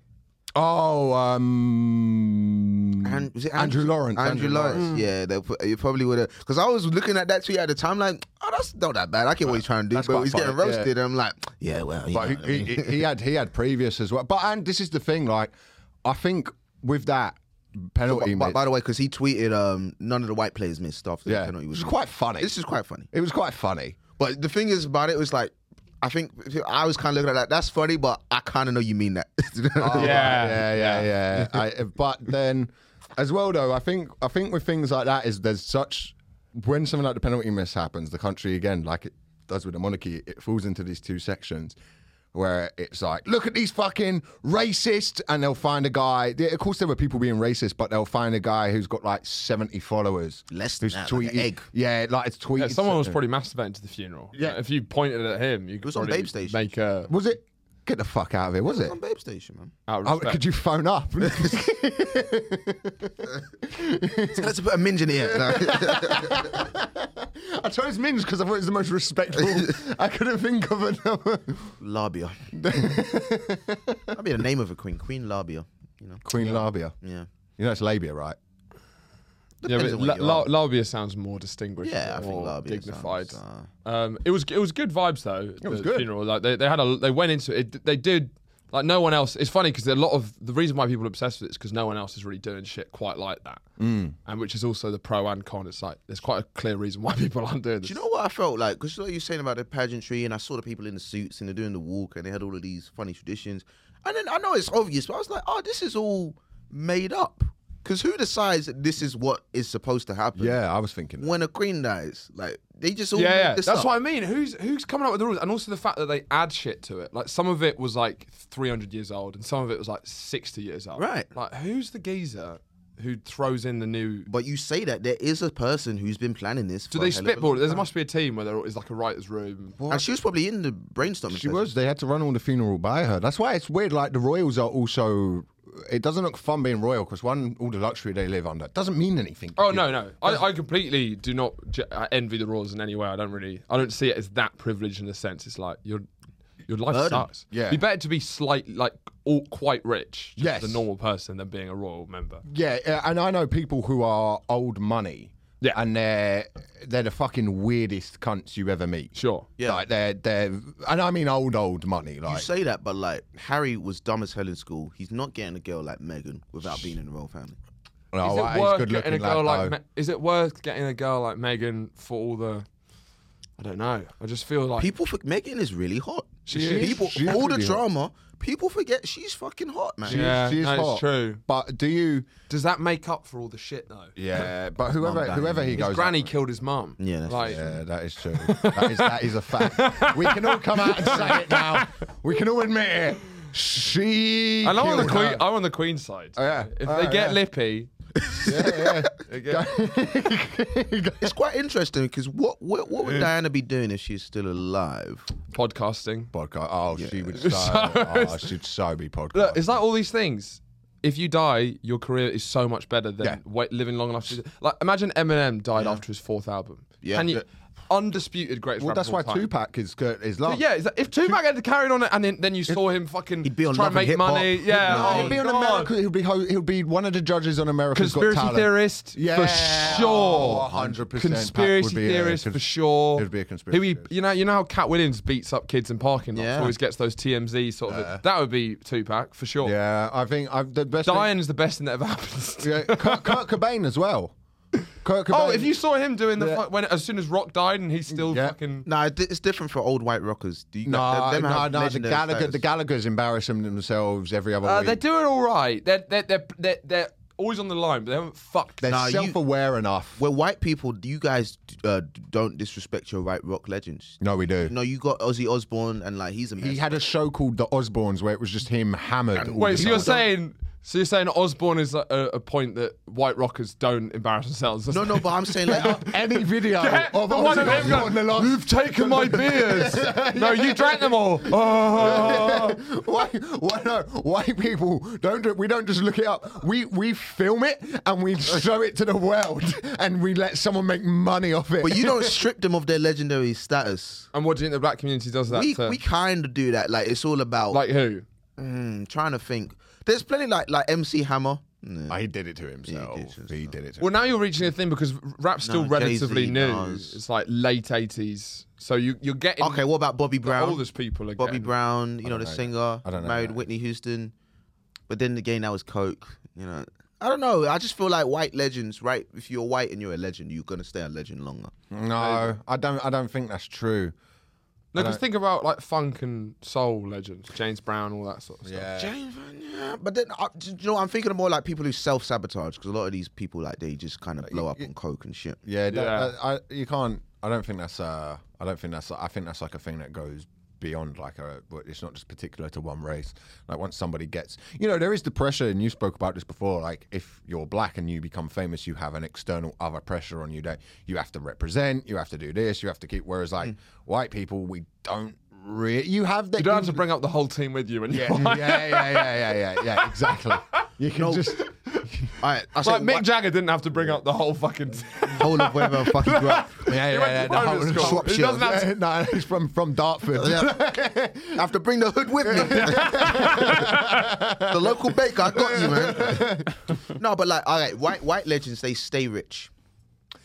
[SPEAKER 2] Oh, um,
[SPEAKER 1] And, was it
[SPEAKER 2] Andrew Lawrence,
[SPEAKER 1] Mm. Andrew,
[SPEAKER 2] Andrew
[SPEAKER 1] Lawrence. Yeah, they put, you probably would have. Because I was looking at that tweet at the time, like, oh, that's not that bad. I get what he's trying to do,
[SPEAKER 2] That's
[SPEAKER 1] but
[SPEAKER 2] quite
[SPEAKER 1] he's getting
[SPEAKER 2] funny, yeah.
[SPEAKER 1] roasted. And I'm like, yeah, well, you know
[SPEAKER 2] but
[SPEAKER 1] what I
[SPEAKER 2] he,
[SPEAKER 1] mean.
[SPEAKER 2] he, he had he had previous as well. But and this is the thing, like I think with that penalty,
[SPEAKER 1] But,
[SPEAKER 2] miss-
[SPEAKER 1] by the way, because he tweeted, um, none of the white players missed after the
[SPEAKER 2] yeah, it
[SPEAKER 1] penalty was
[SPEAKER 2] was
[SPEAKER 1] missed.
[SPEAKER 2] quite funny.
[SPEAKER 1] This is quite funny.
[SPEAKER 2] It was quite funny.
[SPEAKER 1] But the thing is about it was like, I think I was kind of looking at that. That's funny, but I kind of know you mean that.
[SPEAKER 2] Oh,
[SPEAKER 4] Yeah,
[SPEAKER 2] yeah, yeah, yeah. I, but then, as well though, I think I think with things like that is there's such when something like the penalty miss happens, the country again, like it does with the monarchy, it falls into these two sections. Where it's like, look at these fucking racist, and they'll find a guy. yeah, Of course, there were people being racist, but they'll find a guy who's got like seventy followers.
[SPEAKER 1] Less than
[SPEAKER 2] who's
[SPEAKER 1] that, like an egg.
[SPEAKER 2] Yeah, like it's tweeted.
[SPEAKER 4] Yeah, someone was
[SPEAKER 2] something.
[SPEAKER 4] probably masturbating to the funeral.
[SPEAKER 2] Yeah.
[SPEAKER 4] If you pointed at him, you could
[SPEAKER 1] was on
[SPEAKER 4] probably
[SPEAKER 1] Babe Station.
[SPEAKER 4] make a.
[SPEAKER 2] Was it? Get the fuck out of here, was it?
[SPEAKER 1] on Babe Station, man.
[SPEAKER 4] Out of
[SPEAKER 2] Oh,
[SPEAKER 4] respect.
[SPEAKER 2] could you phone up?
[SPEAKER 1] Let's put a minge in here. No.
[SPEAKER 2] I chose Minge because I thought it was the most respectful. I couldn't think of another.
[SPEAKER 1] Labia. That'd be the name of a queen. Queen Labia. You know.
[SPEAKER 2] Queen Labia.
[SPEAKER 1] Yeah.
[SPEAKER 2] You know it's labia, right?
[SPEAKER 4] Yeah,
[SPEAKER 1] Depends
[SPEAKER 4] but
[SPEAKER 1] on where
[SPEAKER 4] la-
[SPEAKER 1] you
[SPEAKER 4] la-
[SPEAKER 1] are.
[SPEAKER 4] labia sounds more distinguished.
[SPEAKER 1] Yeah, I think
[SPEAKER 4] or
[SPEAKER 1] Labia.
[SPEAKER 4] dignified.
[SPEAKER 1] sounds, uh,
[SPEAKER 4] Um, it was it was good vibes though. It
[SPEAKER 2] was good.
[SPEAKER 4] Funeral, like they, they had a they went into it. They did like no one else. It's funny because a lot of the reason why people are obsessed with it is because no one else is really doing shit quite like that. Mm. And which is also the pro and con. It's like there's quite a clear reason why people aren't doing this.
[SPEAKER 1] Do you know what I felt like? Because you know you were saying about the pageantry, and I saw the people in the suits and they're doing the walk, and they had all of these funny traditions. And then I know it's obvious, but I was like, oh, this is all made up. Because who decides that this is what is supposed to happen?
[SPEAKER 2] Yeah, I was thinking. that.
[SPEAKER 1] When a queen dies, like they just all
[SPEAKER 4] Yeah,
[SPEAKER 1] made
[SPEAKER 4] yeah.
[SPEAKER 1] this
[SPEAKER 4] that's
[SPEAKER 1] up.
[SPEAKER 4] what I mean. Who's who's coming up with the rules, and also the fact that they add shit to it. Like some of it was like 300 years old, and some of it was like 60 years old.
[SPEAKER 1] Right.
[SPEAKER 4] Like who's the geezer who throws in the new?
[SPEAKER 1] But you say that there is a person who's been planning this.
[SPEAKER 4] Do
[SPEAKER 1] for
[SPEAKER 4] they
[SPEAKER 1] a hell of a
[SPEAKER 4] spitball?
[SPEAKER 1] long
[SPEAKER 4] it? There
[SPEAKER 1] time.
[SPEAKER 4] must be a team where there is like a writer's room.
[SPEAKER 1] And she was probably in the brainstorming.
[SPEAKER 2] She
[SPEAKER 1] session.
[SPEAKER 2] was. They had to run all the funeral by her. That's why it's weird. Like the royals are also. It doesn't look fun being royal because one, all the luxury they live under doesn't mean anything. to
[SPEAKER 4] Oh
[SPEAKER 2] you.
[SPEAKER 4] no, no, I, I completely do not j- I envy the Royals in any way. I don't really, I don't see it as that privileged in a sense. It's like your your life
[SPEAKER 1] Burden.
[SPEAKER 4] sucks.
[SPEAKER 2] Yeah.
[SPEAKER 4] It'd be better to be slight, like all quite rich, just
[SPEAKER 2] Yes.
[SPEAKER 4] as a normal person than being a royal member.
[SPEAKER 2] Yeah, uh, and I know people who are old money.
[SPEAKER 4] Yeah.
[SPEAKER 2] and they're they're the fucking weirdest cunts you ever meet.
[SPEAKER 4] Sure.
[SPEAKER 1] Yeah.
[SPEAKER 2] like they're they're, and I mean old old money.
[SPEAKER 1] You
[SPEAKER 2] Like
[SPEAKER 1] say that, but like Harry was dumb as hell in school. He's not getting a girl like Meghan without being in the royal family.
[SPEAKER 2] oh,
[SPEAKER 4] is it
[SPEAKER 2] he's
[SPEAKER 4] worth
[SPEAKER 2] good
[SPEAKER 4] getting a
[SPEAKER 2] looking
[SPEAKER 4] girl
[SPEAKER 2] lad,
[SPEAKER 4] like?
[SPEAKER 2] though.
[SPEAKER 4] Me- is it worth getting a girl like Megan for all the? I don't know. I just feel like
[SPEAKER 1] People for Megan is really hot.
[SPEAKER 4] She is.
[SPEAKER 1] People,
[SPEAKER 2] She is
[SPEAKER 1] all the
[SPEAKER 2] really hot.
[SPEAKER 1] drama, people forget she's fucking hot, man.
[SPEAKER 2] She is-
[SPEAKER 4] Yeah,
[SPEAKER 2] she is
[SPEAKER 4] no, it's
[SPEAKER 2] hot.
[SPEAKER 4] true.
[SPEAKER 2] But do you?
[SPEAKER 4] Does that make up for all the shit though?
[SPEAKER 2] Yeah, but whoever
[SPEAKER 1] Mum,
[SPEAKER 2] whoever he
[SPEAKER 1] Daddy.
[SPEAKER 2] goes,
[SPEAKER 4] His granny killed his mum.
[SPEAKER 1] Yeah, that's
[SPEAKER 4] like
[SPEAKER 2] Yeah, that is true. That is, that is a fact. We can all come out and say it now. We can all admit it. She.
[SPEAKER 4] And I'm on the
[SPEAKER 2] killed
[SPEAKER 4] queen.
[SPEAKER 2] her.
[SPEAKER 4] I'm on the queen side.
[SPEAKER 2] Oh, yeah.
[SPEAKER 4] If
[SPEAKER 2] Oh,
[SPEAKER 4] they get
[SPEAKER 2] yeah.
[SPEAKER 4] lippy,
[SPEAKER 2] Yeah,
[SPEAKER 4] they get-
[SPEAKER 1] It's quite interesting because what, what what would Diana be doing if she's still alive?
[SPEAKER 4] podcasting.
[SPEAKER 2] Podcast. Oh, she would so. oh, she'd so be podcast.
[SPEAKER 4] Look, it's like all these things. If you die, your career is so much better than
[SPEAKER 2] Yeah.
[SPEAKER 4] wait, living long enough. To, like, imagine Eminem died after his fourth album.
[SPEAKER 1] Yeah.
[SPEAKER 4] and you, undisputed greatest.
[SPEAKER 2] well,
[SPEAKER 4] rapper
[SPEAKER 2] that's
[SPEAKER 4] of all
[SPEAKER 2] why
[SPEAKER 4] time.
[SPEAKER 2] Tupac is good. Is love.
[SPEAKER 4] But yeah, is that, if Tupac had carried on it, and then, then you saw him fucking
[SPEAKER 1] He'd be on
[SPEAKER 4] try
[SPEAKER 1] Love
[SPEAKER 4] and
[SPEAKER 1] and
[SPEAKER 4] make
[SPEAKER 1] Hip Hop.
[SPEAKER 4] money. Yeah,
[SPEAKER 2] No,
[SPEAKER 4] oh,
[SPEAKER 2] he'll be on
[SPEAKER 4] God.
[SPEAKER 2] America. He'll be ho- he'll be one of the judges on America's Got
[SPEAKER 4] Conspiracy
[SPEAKER 2] Talent.
[SPEAKER 4] theorist
[SPEAKER 2] Yeah,
[SPEAKER 4] for sure.
[SPEAKER 2] 100% Pac
[SPEAKER 4] Conspiracy
[SPEAKER 2] would be a
[SPEAKER 4] theorist
[SPEAKER 2] cons-
[SPEAKER 4] for sure.
[SPEAKER 2] it would be a conspiracy
[SPEAKER 4] Who he,
[SPEAKER 2] theorist.
[SPEAKER 4] you know, you know how Cat Williams beats up kids in parking lots.
[SPEAKER 1] Yeah.
[SPEAKER 4] Always gets those TMZ sort of. that would be Tupac for sure.
[SPEAKER 2] Yeah, I think I've the best.
[SPEAKER 4] Dying is the best thing that ever happens.
[SPEAKER 2] Yeah, Kurt, Kurt Cobain as well. Kurt Cobain.
[SPEAKER 4] Oh, if you saw him doing the
[SPEAKER 2] Yeah.
[SPEAKER 4] fu- when as soon as Rock died and he's still
[SPEAKER 2] Yeah.
[SPEAKER 4] fucking.
[SPEAKER 1] Nah, it- it's different for old white rockers. Do you,
[SPEAKER 2] No,
[SPEAKER 1] them
[SPEAKER 2] no,
[SPEAKER 1] have
[SPEAKER 2] no. The
[SPEAKER 1] legendary
[SPEAKER 2] Gallagher,
[SPEAKER 1] status.
[SPEAKER 2] the Gallagher's embarrass them themselves every other
[SPEAKER 4] Uh,
[SPEAKER 2] week.
[SPEAKER 4] they're doing all right. They're they're they're they're, they're always on the line, but they haven't fucked.
[SPEAKER 2] They're
[SPEAKER 1] Nah, you-
[SPEAKER 2] self-aware enough.
[SPEAKER 1] We're white people. Do you guys uh, don't disrespect your white rock legends?
[SPEAKER 2] No, we do.
[SPEAKER 1] No, you got Ozzy Osbourne, and like he's a
[SPEAKER 2] He
[SPEAKER 1] mess.
[SPEAKER 2] had a show called The Osbournes where it was just him hammered. all the
[SPEAKER 4] Wait, so you're
[SPEAKER 2] time.
[SPEAKER 4] saying so you're saying Osborne is a, a point that white rockers don't embarrass themselves?
[SPEAKER 1] no, no, but I'm saying like
[SPEAKER 2] any video
[SPEAKER 4] Yeah,
[SPEAKER 2] of
[SPEAKER 4] the one of
[SPEAKER 2] Ozzy
[SPEAKER 4] them
[SPEAKER 2] Osbourne the
[SPEAKER 4] going,
[SPEAKER 2] last
[SPEAKER 4] You've taken my beers. No, you drank them all. Oh.
[SPEAKER 2] why, why no? White people don't. Do, we don't just look it up. We we film it and we show it to the world, and we let someone make money off it.
[SPEAKER 1] But you don't strip them of their legendary status.
[SPEAKER 4] And what do you think the black community does that
[SPEAKER 1] We,
[SPEAKER 4] to?
[SPEAKER 1] we kind of do that. Like it's all about
[SPEAKER 4] like who?
[SPEAKER 1] mm, trying to think. There's plenty like like MC Hammer. Nah.
[SPEAKER 2] he did it to himself.
[SPEAKER 1] He did it to himself.
[SPEAKER 2] He did it. To
[SPEAKER 4] Well, now you're reaching a thing because rap's still
[SPEAKER 1] No,
[SPEAKER 4] relatively
[SPEAKER 1] Jay-Z,
[SPEAKER 4] new.
[SPEAKER 1] Nas.
[SPEAKER 4] It's like late 80s. So you, you're getting
[SPEAKER 1] Okay, what about Bobby
[SPEAKER 4] the
[SPEAKER 1] Brown?
[SPEAKER 4] oldest people again.
[SPEAKER 1] Bobby Brown, you know the singer,
[SPEAKER 2] I don't know
[SPEAKER 1] married
[SPEAKER 2] that.
[SPEAKER 1] Whitney Houston, but then again that was Coke. You know, I don't know. I just feel like white legends. Right, if you're white and you're a legend, you're gonna stay a legend longer.
[SPEAKER 2] no, I don't. I don't think that's true.
[SPEAKER 4] No, because think about like funk and soul legends, James Brown, all that sort of stuff.
[SPEAKER 1] James, yeah, but then uh, do you know, what? I'm thinking of more like people who self sabotage because a lot of these people like they just kind of blow up on Coke and shit.
[SPEAKER 2] Yeah, that,
[SPEAKER 4] Yeah.
[SPEAKER 2] that- I, you can't. I don't think that's. Uh, I don't think that's. I think that's like a thing that goes beyond. Like a, it's not just particular to one race. Like once somebody gets, you know, there is the pressure, and you spoke about this before. Like if you're black and you become famous, you have an external other pressure on you that you have to represent, you have to do this, you have to keep. Whereas like white people, we don't really. You have the.
[SPEAKER 4] Mm. You don't have to bring up the whole team with you. And
[SPEAKER 2] yeah, yeah, yeah, yeah, yeah, yeah, yeah, exactly. You can just.
[SPEAKER 1] All right, I
[SPEAKER 4] It's
[SPEAKER 1] say
[SPEAKER 4] like Mick
[SPEAKER 1] one-
[SPEAKER 4] Jagger didn't have to bring up the whole fucking team.
[SPEAKER 1] whole of wherever I fucking grew up.
[SPEAKER 2] Yeah, yeah,
[SPEAKER 4] went
[SPEAKER 2] yeah.
[SPEAKER 4] to
[SPEAKER 2] The whole
[SPEAKER 4] private school.
[SPEAKER 2] Swap
[SPEAKER 4] He
[SPEAKER 2] shield.
[SPEAKER 4] doesn't have
[SPEAKER 2] Yeah, No, he's from from Dartford.
[SPEAKER 1] Yeah. I have to bring the hood with me. the local baker, I got you, man. no, but like, all right, white white legends, they stay rich.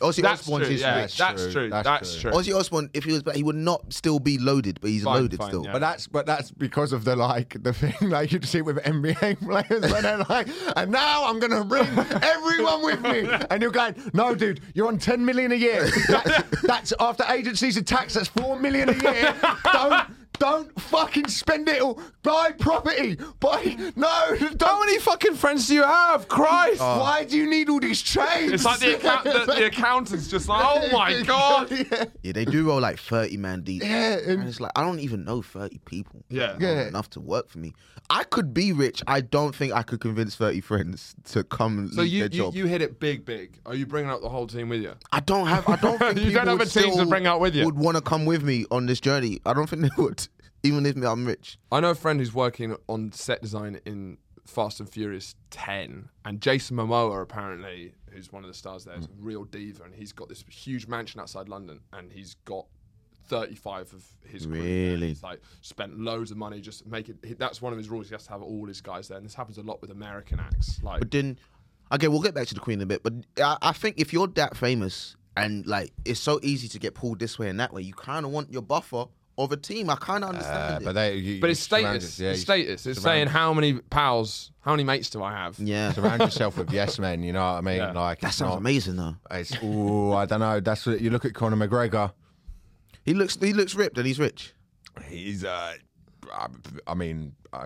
[SPEAKER 1] Ozzy
[SPEAKER 4] That's
[SPEAKER 1] Osbourne
[SPEAKER 4] true.
[SPEAKER 1] is
[SPEAKER 4] Yeah,
[SPEAKER 1] rich.
[SPEAKER 4] that's true.
[SPEAKER 2] That's
[SPEAKER 4] That's
[SPEAKER 2] true.
[SPEAKER 4] true.
[SPEAKER 1] Ozzy Osbourne, if he was, black, he would not still be loaded, but he's
[SPEAKER 4] Fine,
[SPEAKER 1] loaded
[SPEAKER 4] fine,
[SPEAKER 1] still.
[SPEAKER 4] yeah.
[SPEAKER 2] But that's but that's because of the like the thing like you see it with NBA players when they're like, and now I'm gonna bring everyone with me, and you're going, no, dude, you're on 10 million a year. That's, that's after agencies and tax. That's four million a year. Don't don't fucking spend it all. Buy property. Buy no.
[SPEAKER 4] How
[SPEAKER 2] Don't. Oh.
[SPEAKER 4] many fucking friends do you have? Christ!
[SPEAKER 2] Why do you need all these chains?
[SPEAKER 4] It's like the, account- the, the accountant's just like, oh my god.
[SPEAKER 2] Yeah.
[SPEAKER 1] Yeah, they do roll like 30 man deep.
[SPEAKER 2] Yeah, and-
[SPEAKER 1] and it's like, I don't even know 30 people.
[SPEAKER 4] Yeah.
[SPEAKER 1] Not
[SPEAKER 2] Yeah.
[SPEAKER 1] Enough to work for me. I could be rich. I don't think I could convince 30 friends to come and
[SPEAKER 4] So
[SPEAKER 1] leave
[SPEAKER 4] you,
[SPEAKER 1] their
[SPEAKER 4] you
[SPEAKER 1] job.
[SPEAKER 4] you hit it big, big. Are you bringing up the whole team with you?
[SPEAKER 1] I don't have. I don't think
[SPEAKER 4] You don't
[SPEAKER 1] people
[SPEAKER 4] have
[SPEAKER 1] would
[SPEAKER 4] a team to
[SPEAKER 1] still
[SPEAKER 4] bring out with you.
[SPEAKER 1] Would want to come with me on this journey. I don't think they would, even if I'm rich.
[SPEAKER 4] I know a friend who's working on set design in Fast and Furious 10, and Jason Momoa apparently, who's one of the stars there, is a real diva, and he's got this huge mansion outside London, and he's got 35 of his crew. there.
[SPEAKER 1] Really?
[SPEAKER 4] He's like spent loads of money just to make it. he- That's one of his rules. He has to have all his guys there, and this happens a lot with American acts. Like,
[SPEAKER 1] But then, okay, we'll get back to the Queen in a bit. But I, I think if you're that famous and like it's so easy to get pulled this way and that way, you kind of want your buffer of a team. I kind of understand
[SPEAKER 2] Uh,
[SPEAKER 1] it.
[SPEAKER 2] but they, you,
[SPEAKER 4] but
[SPEAKER 2] you
[SPEAKER 4] it's
[SPEAKER 2] surround
[SPEAKER 4] status.
[SPEAKER 2] it- yeah,
[SPEAKER 4] it's
[SPEAKER 2] you
[SPEAKER 4] status. It's
[SPEAKER 2] surround-
[SPEAKER 4] saying how many pals, how many mates do I have?
[SPEAKER 1] yeah,
[SPEAKER 2] surround yourself with yes men. You know what I mean?
[SPEAKER 4] Yeah.
[SPEAKER 2] Like
[SPEAKER 1] that
[SPEAKER 2] it's
[SPEAKER 1] sounds
[SPEAKER 2] not-
[SPEAKER 1] amazing though.
[SPEAKER 2] It's oh, I don't know. That's what you look at Conor McGregor.
[SPEAKER 1] He looks he looks ripped and he's rich.
[SPEAKER 2] He's uh, I, I mean, I,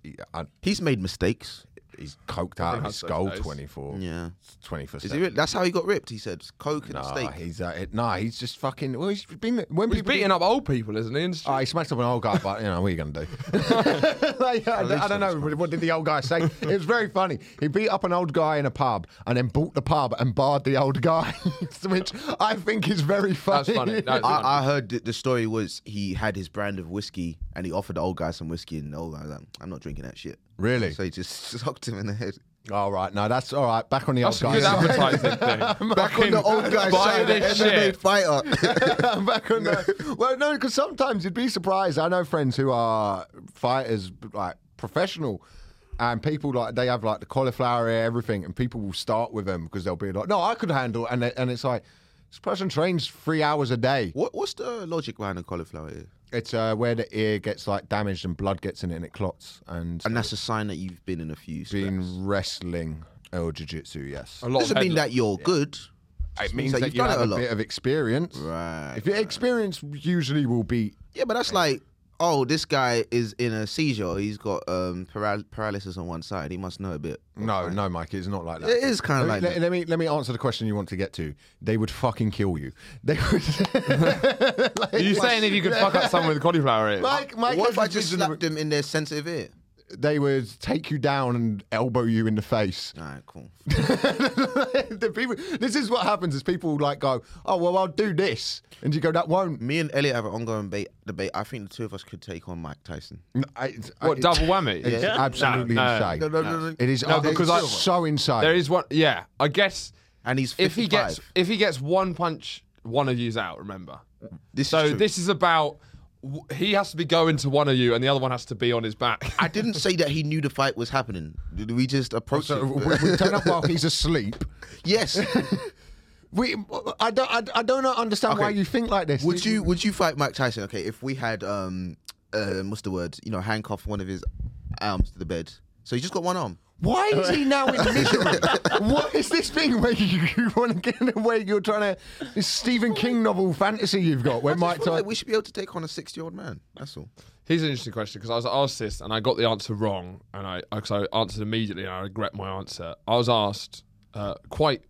[SPEAKER 2] he- I,
[SPEAKER 1] He's made mistakes.
[SPEAKER 2] he's coked out of his
[SPEAKER 4] has those
[SPEAKER 2] skull
[SPEAKER 4] days.
[SPEAKER 2] twenty four.
[SPEAKER 1] Yeah.
[SPEAKER 2] twenty four.
[SPEAKER 1] Is he? ri- That's how he got ripped. He said coke and a
[SPEAKER 2] Nah,
[SPEAKER 1] steak.
[SPEAKER 2] he's uh, it- nah, he's just fucking. Well, he's been when
[SPEAKER 4] He's
[SPEAKER 2] people.
[SPEAKER 4] beating up old people, isn't he? And it's
[SPEAKER 1] Uh,
[SPEAKER 2] Oh, he smacked up an old guy, but you know what are you gonna do? Like, I, don't- I don't know. What did the old guy say? It was very funny. He beat up an old guy in a pub and then bought the pub and barred the old guy, which I think is very funny.
[SPEAKER 4] That's funny. That's funny.
[SPEAKER 1] I, I heard that the story was he had his brand of whiskey and he offered the old guy some whiskey and the old guy was like, I'm not drinking that shit.
[SPEAKER 2] Really?
[SPEAKER 1] So he just sucked him in the head.
[SPEAKER 2] All right, no, that's all right. Back on the
[SPEAKER 4] That's a
[SPEAKER 2] old
[SPEAKER 4] good
[SPEAKER 2] guy.
[SPEAKER 4] advertising thing.
[SPEAKER 1] Back on the old guy
[SPEAKER 4] buy
[SPEAKER 1] side, the
[SPEAKER 4] this
[SPEAKER 1] MMA
[SPEAKER 4] shit.
[SPEAKER 1] fighter.
[SPEAKER 2] I'm back on the. Well, no, because sometimes you'd be surprised. I know friends who are fighters, like professional, and people like they have like the cauliflower ear, everything, and people will start with them because they'll be like, "No, I could handle," it," and they- and it's like. This person trains three hours a day.
[SPEAKER 1] what, what's the logic behind the cauliflower ear?
[SPEAKER 2] It's uh, where the ear gets like damaged and blood gets in it and it clots. And,
[SPEAKER 1] And that's a sign that you've been in a few.
[SPEAKER 2] been
[SPEAKER 1] Scraps.
[SPEAKER 2] wrestling or jiu-jitsu, yes.
[SPEAKER 4] A lot
[SPEAKER 1] Doesn't
[SPEAKER 4] of
[SPEAKER 1] mean
[SPEAKER 4] headlines.
[SPEAKER 1] that you're good.
[SPEAKER 2] It
[SPEAKER 1] means
[SPEAKER 2] means
[SPEAKER 1] that
[SPEAKER 2] that
[SPEAKER 1] you've
[SPEAKER 2] you
[SPEAKER 1] done
[SPEAKER 2] have
[SPEAKER 1] it a
[SPEAKER 2] a,
[SPEAKER 1] lot.
[SPEAKER 2] bit of experience.
[SPEAKER 1] Right.
[SPEAKER 2] If your experience usually will be
[SPEAKER 1] Yeah, but that's like, oh, this guy is in a seizure. He's got um, paral- paralysis on one side. He must know a bit.
[SPEAKER 2] No, no, Mike, it's not like that.
[SPEAKER 1] It is kinda
[SPEAKER 2] Let me-
[SPEAKER 1] like
[SPEAKER 2] let,
[SPEAKER 1] that.
[SPEAKER 2] let me let me answer the question you want to get to. They would fucking kill you. They would.
[SPEAKER 4] Are you saying if you could fuck up someone with cauliflower ear?
[SPEAKER 2] Mike, Mike,
[SPEAKER 1] What if I
[SPEAKER 2] has
[SPEAKER 1] just
[SPEAKER 2] been in the-
[SPEAKER 1] slapped him in their sensitive ear?
[SPEAKER 2] They would take you down and elbow you in the face.
[SPEAKER 1] All right, cool.
[SPEAKER 2] the people, this is what happens: is people like go, "Oh well, I'll do this," and you go, "That won't."
[SPEAKER 1] Me and Elliot have an ongoing ba- debate. I think the two of us could take on Mike Tyson.
[SPEAKER 2] I- it's-
[SPEAKER 4] What
[SPEAKER 2] it's-
[SPEAKER 4] double whammy?
[SPEAKER 2] It's absolutely
[SPEAKER 4] No, no.
[SPEAKER 2] insane.
[SPEAKER 1] No, no, no, no.
[SPEAKER 2] It is
[SPEAKER 4] No,
[SPEAKER 2] it's
[SPEAKER 4] because I-
[SPEAKER 2] so insane.
[SPEAKER 4] There is one. Yeah, I guess
[SPEAKER 1] And he's 55.
[SPEAKER 4] if he gets if he gets one punch, one of you's out. Remember.
[SPEAKER 1] This is
[SPEAKER 4] so
[SPEAKER 1] true.
[SPEAKER 4] this is about w- he has to be going to one of you, and the other one has to be on his back.
[SPEAKER 1] I didn't say that he knew the fight was happening. Did we just approach
[SPEAKER 2] So
[SPEAKER 1] him?
[SPEAKER 2] we, we turn up while he's asleep.
[SPEAKER 1] yes.
[SPEAKER 2] We, I don't, I, I don't understand why
[SPEAKER 1] Okay.
[SPEAKER 2] you think like this.
[SPEAKER 1] would you would you fight Mike Tyson? Okay, if we had um uh, what's the word? You know, handcuff one of his arms to the bed. So he just got one arm.
[SPEAKER 2] Why is he now in misery? what is this thing where you, you want to get away? You're trying to this Stephen King novel fantasy you've got where
[SPEAKER 1] I
[SPEAKER 2] Mike
[SPEAKER 1] feel like
[SPEAKER 2] Tyson.
[SPEAKER 1] we should be able to take on a sixty year old man. That's all.
[SPEAKER 4] Here's an interesting question because I was asked this and I got the answer wrong, and I because I answered immediately and I regret my answer. I was asked uh, quite.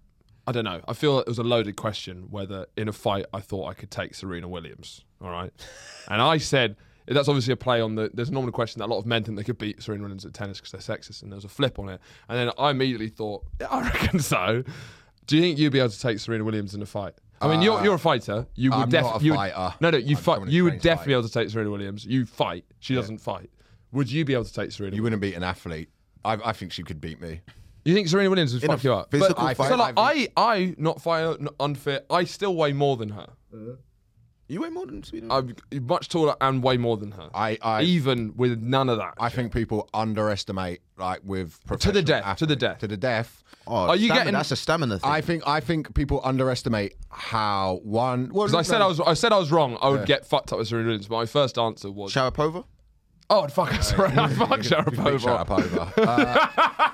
[SPEAKER 4] I don't know. I feel it was a loaded question whether in a fight I thought I could take Serena Williams. All right. and I said, that's obviously a play on the. There's a normal question that a lot of men think they could beat Serena Williams at tennis because they're sexist, and there was a flip on it. And then I immediately thought, yeah, I reckon so. Do you think you'd be able to take Serena Williams in a fight? I mean, you're, you're a fighter. You would
[SPEAKER 2] Uh, I'm not a
[SPEAKER 4] definitely.
[SPEAKER 2] fighter.
[SPEAKER 4] No, no, you
[SPEAKER 2] I'm
[SPEAKER 4] fight.
[SPEAKER 2] Dominic
[SPEAKER 4] You would
[SPEAKER 2] Crane's
[SPEAKER 4] definitely be able to take Serena Williams. You fight. She doesn't fight. Would you be able to take Serena?
[SPEAKER 2] You
[SPEAKER 4] You,
[SPEAKER 2] wouldn't beat an athlete. I, I think she could beat me.
[SPEAKER 4] you think Serena Williams would
[SPEAKER 1] In a
[SPEAKER 4] fuck you up?
[SPEAKER 1] physical
[SPEAKER 4] But-
[SPEAKER 1] fight,
[SPEAKER 4] So like,
[SPEAKER 2] I
[SPEAKER 4] I, I, not fire, not unfair. I still weigh more than her.
[SPEAKER 1] You weigh more than Sweden.
[SPEAKER 4] I'm much taller and way more than her.
[SPEAKER 2] I I,
[SPEAKER 4] Even with none of that.
[SPEAKER 2] I think people underestimate like with professional
[SPEAKER 4] death, to the
[SPEAKER 2] athletes-
[SPEAKER 4] death.
[SPEAKER 2] to the death.
[SPEAKER 1] oh,
[SPEAKER 4] are you
[SPEAKER 1] stamina,
[SPEAKER 4] getting-
[SPEAKER 1] That's a stamina thing.
[SPEAKER 2] I think I think people underestimate how one. Well,
[SPEAKER 4] Because I said I was, I said I was wrong. I would get fucked up with Serena Williams. But my first answer was,
[SPEAKER 1] Sharapova.
[SPEAKER 4] oh, I'd fuck Serena, I'd fuck
[SPEAKER 2] Big shout
[SPEAKER 4] Sharapova.
[SPEAKER 2] up over. Uh,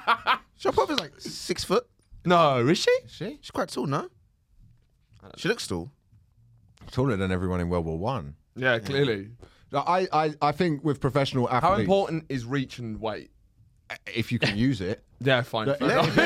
[SPEAKER 1] Sharapova's like six foot.
[SPEAKER 4] No, is she?
[SPEAKER 2] she
[SPEAKER 1] She's quite tall, no? She looks tall.
[SPEAKER 2] taller than everyone in World War One.
[SPEAKER 4] Yeah, clearly.
[SPEAKER 2] No, I, I I think with professional athletes,
[SPEAKER 4] How important is reach and weight?
[SPEAKER 2] if you can use it.
[SPEAKER 4] Yeah, fine. fair enough.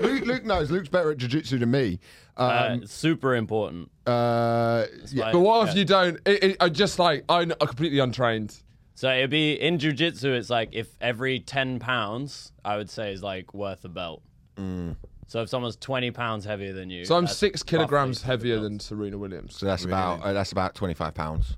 [SPEAKER 2] Luke, Luke knows. Luke's better at jiu-jitsu than me.
[SPEAKER 3] Uh,
[SPEAKER 2] Um,
[SPEAKER 3] it's super important.
[SPEAKER 2] uh, yeah.
[SPEAKER 4] But what if you don't? It, it, I just like I'm completely untrained.
[SPEAKER 3] So it'd be in jujitsu. It's like if every ten pounds, I would say, is like worth a belt. So if someone's twenty pounds heavier than you,
[SPEAKER 4] Mm. So I'm
[SPEAKER 3] that's
[SPEAKER 4] six kilograms
[SPEAKER 3] roughly
[SPEAKER 4] heavier
[SPEAKER 3] the
[SPEAKER 4] than Serena Williams.
[SPEAKER 2] So that's about uh, that's about twenty five pounds.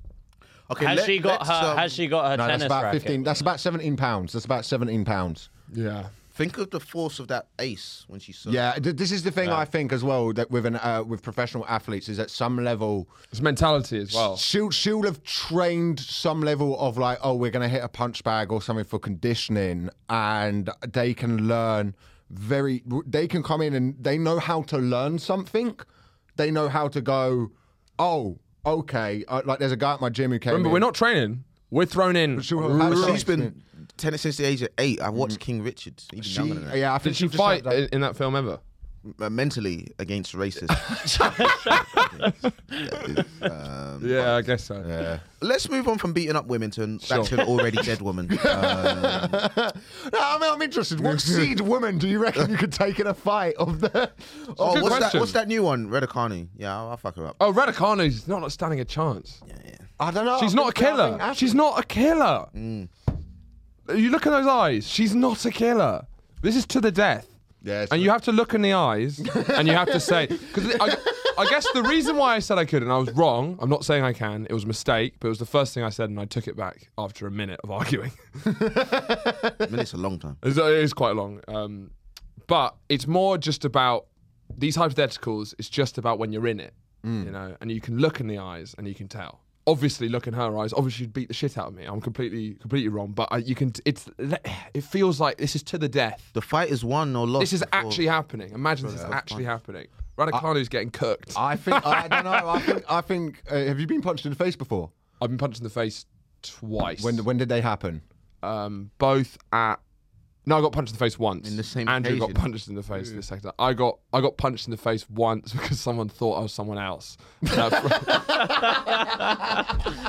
[SPEAKER 1] Okay,
[SPEAKER 3] Has
[SPEAKER 1] let-
[SPEAKER 3] she got
[SPEAKER 1] let's,
[SPEAKER 3] her?
[SPEAKER 1] um,
[SPEAKER 3] has she got her
[SPEAKER 2] No,
[SPEAKER 3] tennis
[SPEAKER 2] that's about
[SPEAKER 3] racket?
[SPEAKER 2] fifteen. That's about seventeen pounds. That's about seventeen pounds.
[SPEAKER 4] Yeah.
[SPEAKER 1] Think of the force of that ace when she saw.
[SPEAKER 2] Yeah, th- this is the thing I think as well that with an uh, with professional athletes is at some level
[SPEAKER 4] It's mentality as well.
[SPEAKER 2] she'll she'll have trained some level of like oh we're gonna hit a punch bag or something for conditioning, and they can learn very. They can come in and they know how to learn something. They know how to go. Oh, okay. Uh, like there's a guy at my gym who came.
[SPEAKER 4] Remember,
[SPEAKER 2] in-
[SPEAKER 4] we're not training. We're thrown in.
[SPEAKER 2] She'll have-
[SPEAKER 1] But
[SPEAKER 2] how-
[SPEAKER 1] she's been tennis since the age of eight. I watched King Richard. Even
[SPEAKER 2] She,
[SPEAKER 1] younger than that.
[SPEAKER 2] yeah, I think
[SPEAKER 4] Did Mm-hmm.
[SPEAKER 2] she'll
[SPEAKER 4] she
[SPEAKER 2] just have
[SPEAKER 4] fight
[SPEAKER 2] that-
[SPEAKER 4] in, in that film ever?
[SPEAKER 1] Uh, mentally against racism. um,
[SPEAKER 4] Yeah, I guess so.
[SPEAKER 1] Let's move on from beating up women to an, back to an already dead woman. Um,
[SPEAKER 2] No, I mean, I'm interested. What seed woman do you reckon you could take in a fight of the?
[SPEAKER 1] oh,
[SPEAKER 4] good
[SPEAKER 1] what's that?
[SPEAKER 4] question.
[SPEAKER 1] What's that new one? Redakani. Yeah, I'll, I'll fuck her up.
[SPEAKER 4] Oh, Radicano's not standing a chance.
[SPEAKER 1] Yeah, yeah.
[SPEAKER 2] I don't know.
[SPEAKER 4] She's not a killer. She's not a killer. You look at those eyes. She's not a killer. This is to the death.
[SPEAKER 2] Yeah, it's
[SPEAKER 4] and you have to look in the eyes and you have to say because I, I guess the reason why I said I could and I was wrong. I'm not saying I can. It was a mistake, but it was the first thing I said, and I took it back after a minute of arguing.
[SPEAKER 1] I mean, it's a long time.
[SPEAKER 4] It's- it is quite long, um, but it's more just about these hypotheticals. It's just about when you're in it, you know, and you can look in the eyes and you can tell. Obviously, look in her eyes. Obviously, she'd beat the shit out of me. I'm completely, completely wrong. But I, you can. It's. It feels like this is to the death.
[SPEAKER 1] The fight is won or lost.
[SPEAKER 4] This is
[SPEAKER 1] before-
[SPEAKER 4] actually happening. Imagine this is actually happening. Radicano's getting cooked. I,
[SPEAKER 2] I think I don't know. I think I think. Uh, have you been punched in the face before?
[SPEAKER 4] have been punched in the face twice.
[SPEAKER 2] When when did they happen?
[SPEAKER 4] um, both at no, I got punched in the face once.
[SPEAKER 1] In the same
[SPEAKER 4] Andrew got
[SPEAKER 1] occasion.
[SPEAKER 4] punched in the face the second time. I got I got punched in the face once because someone thought I was someone else. it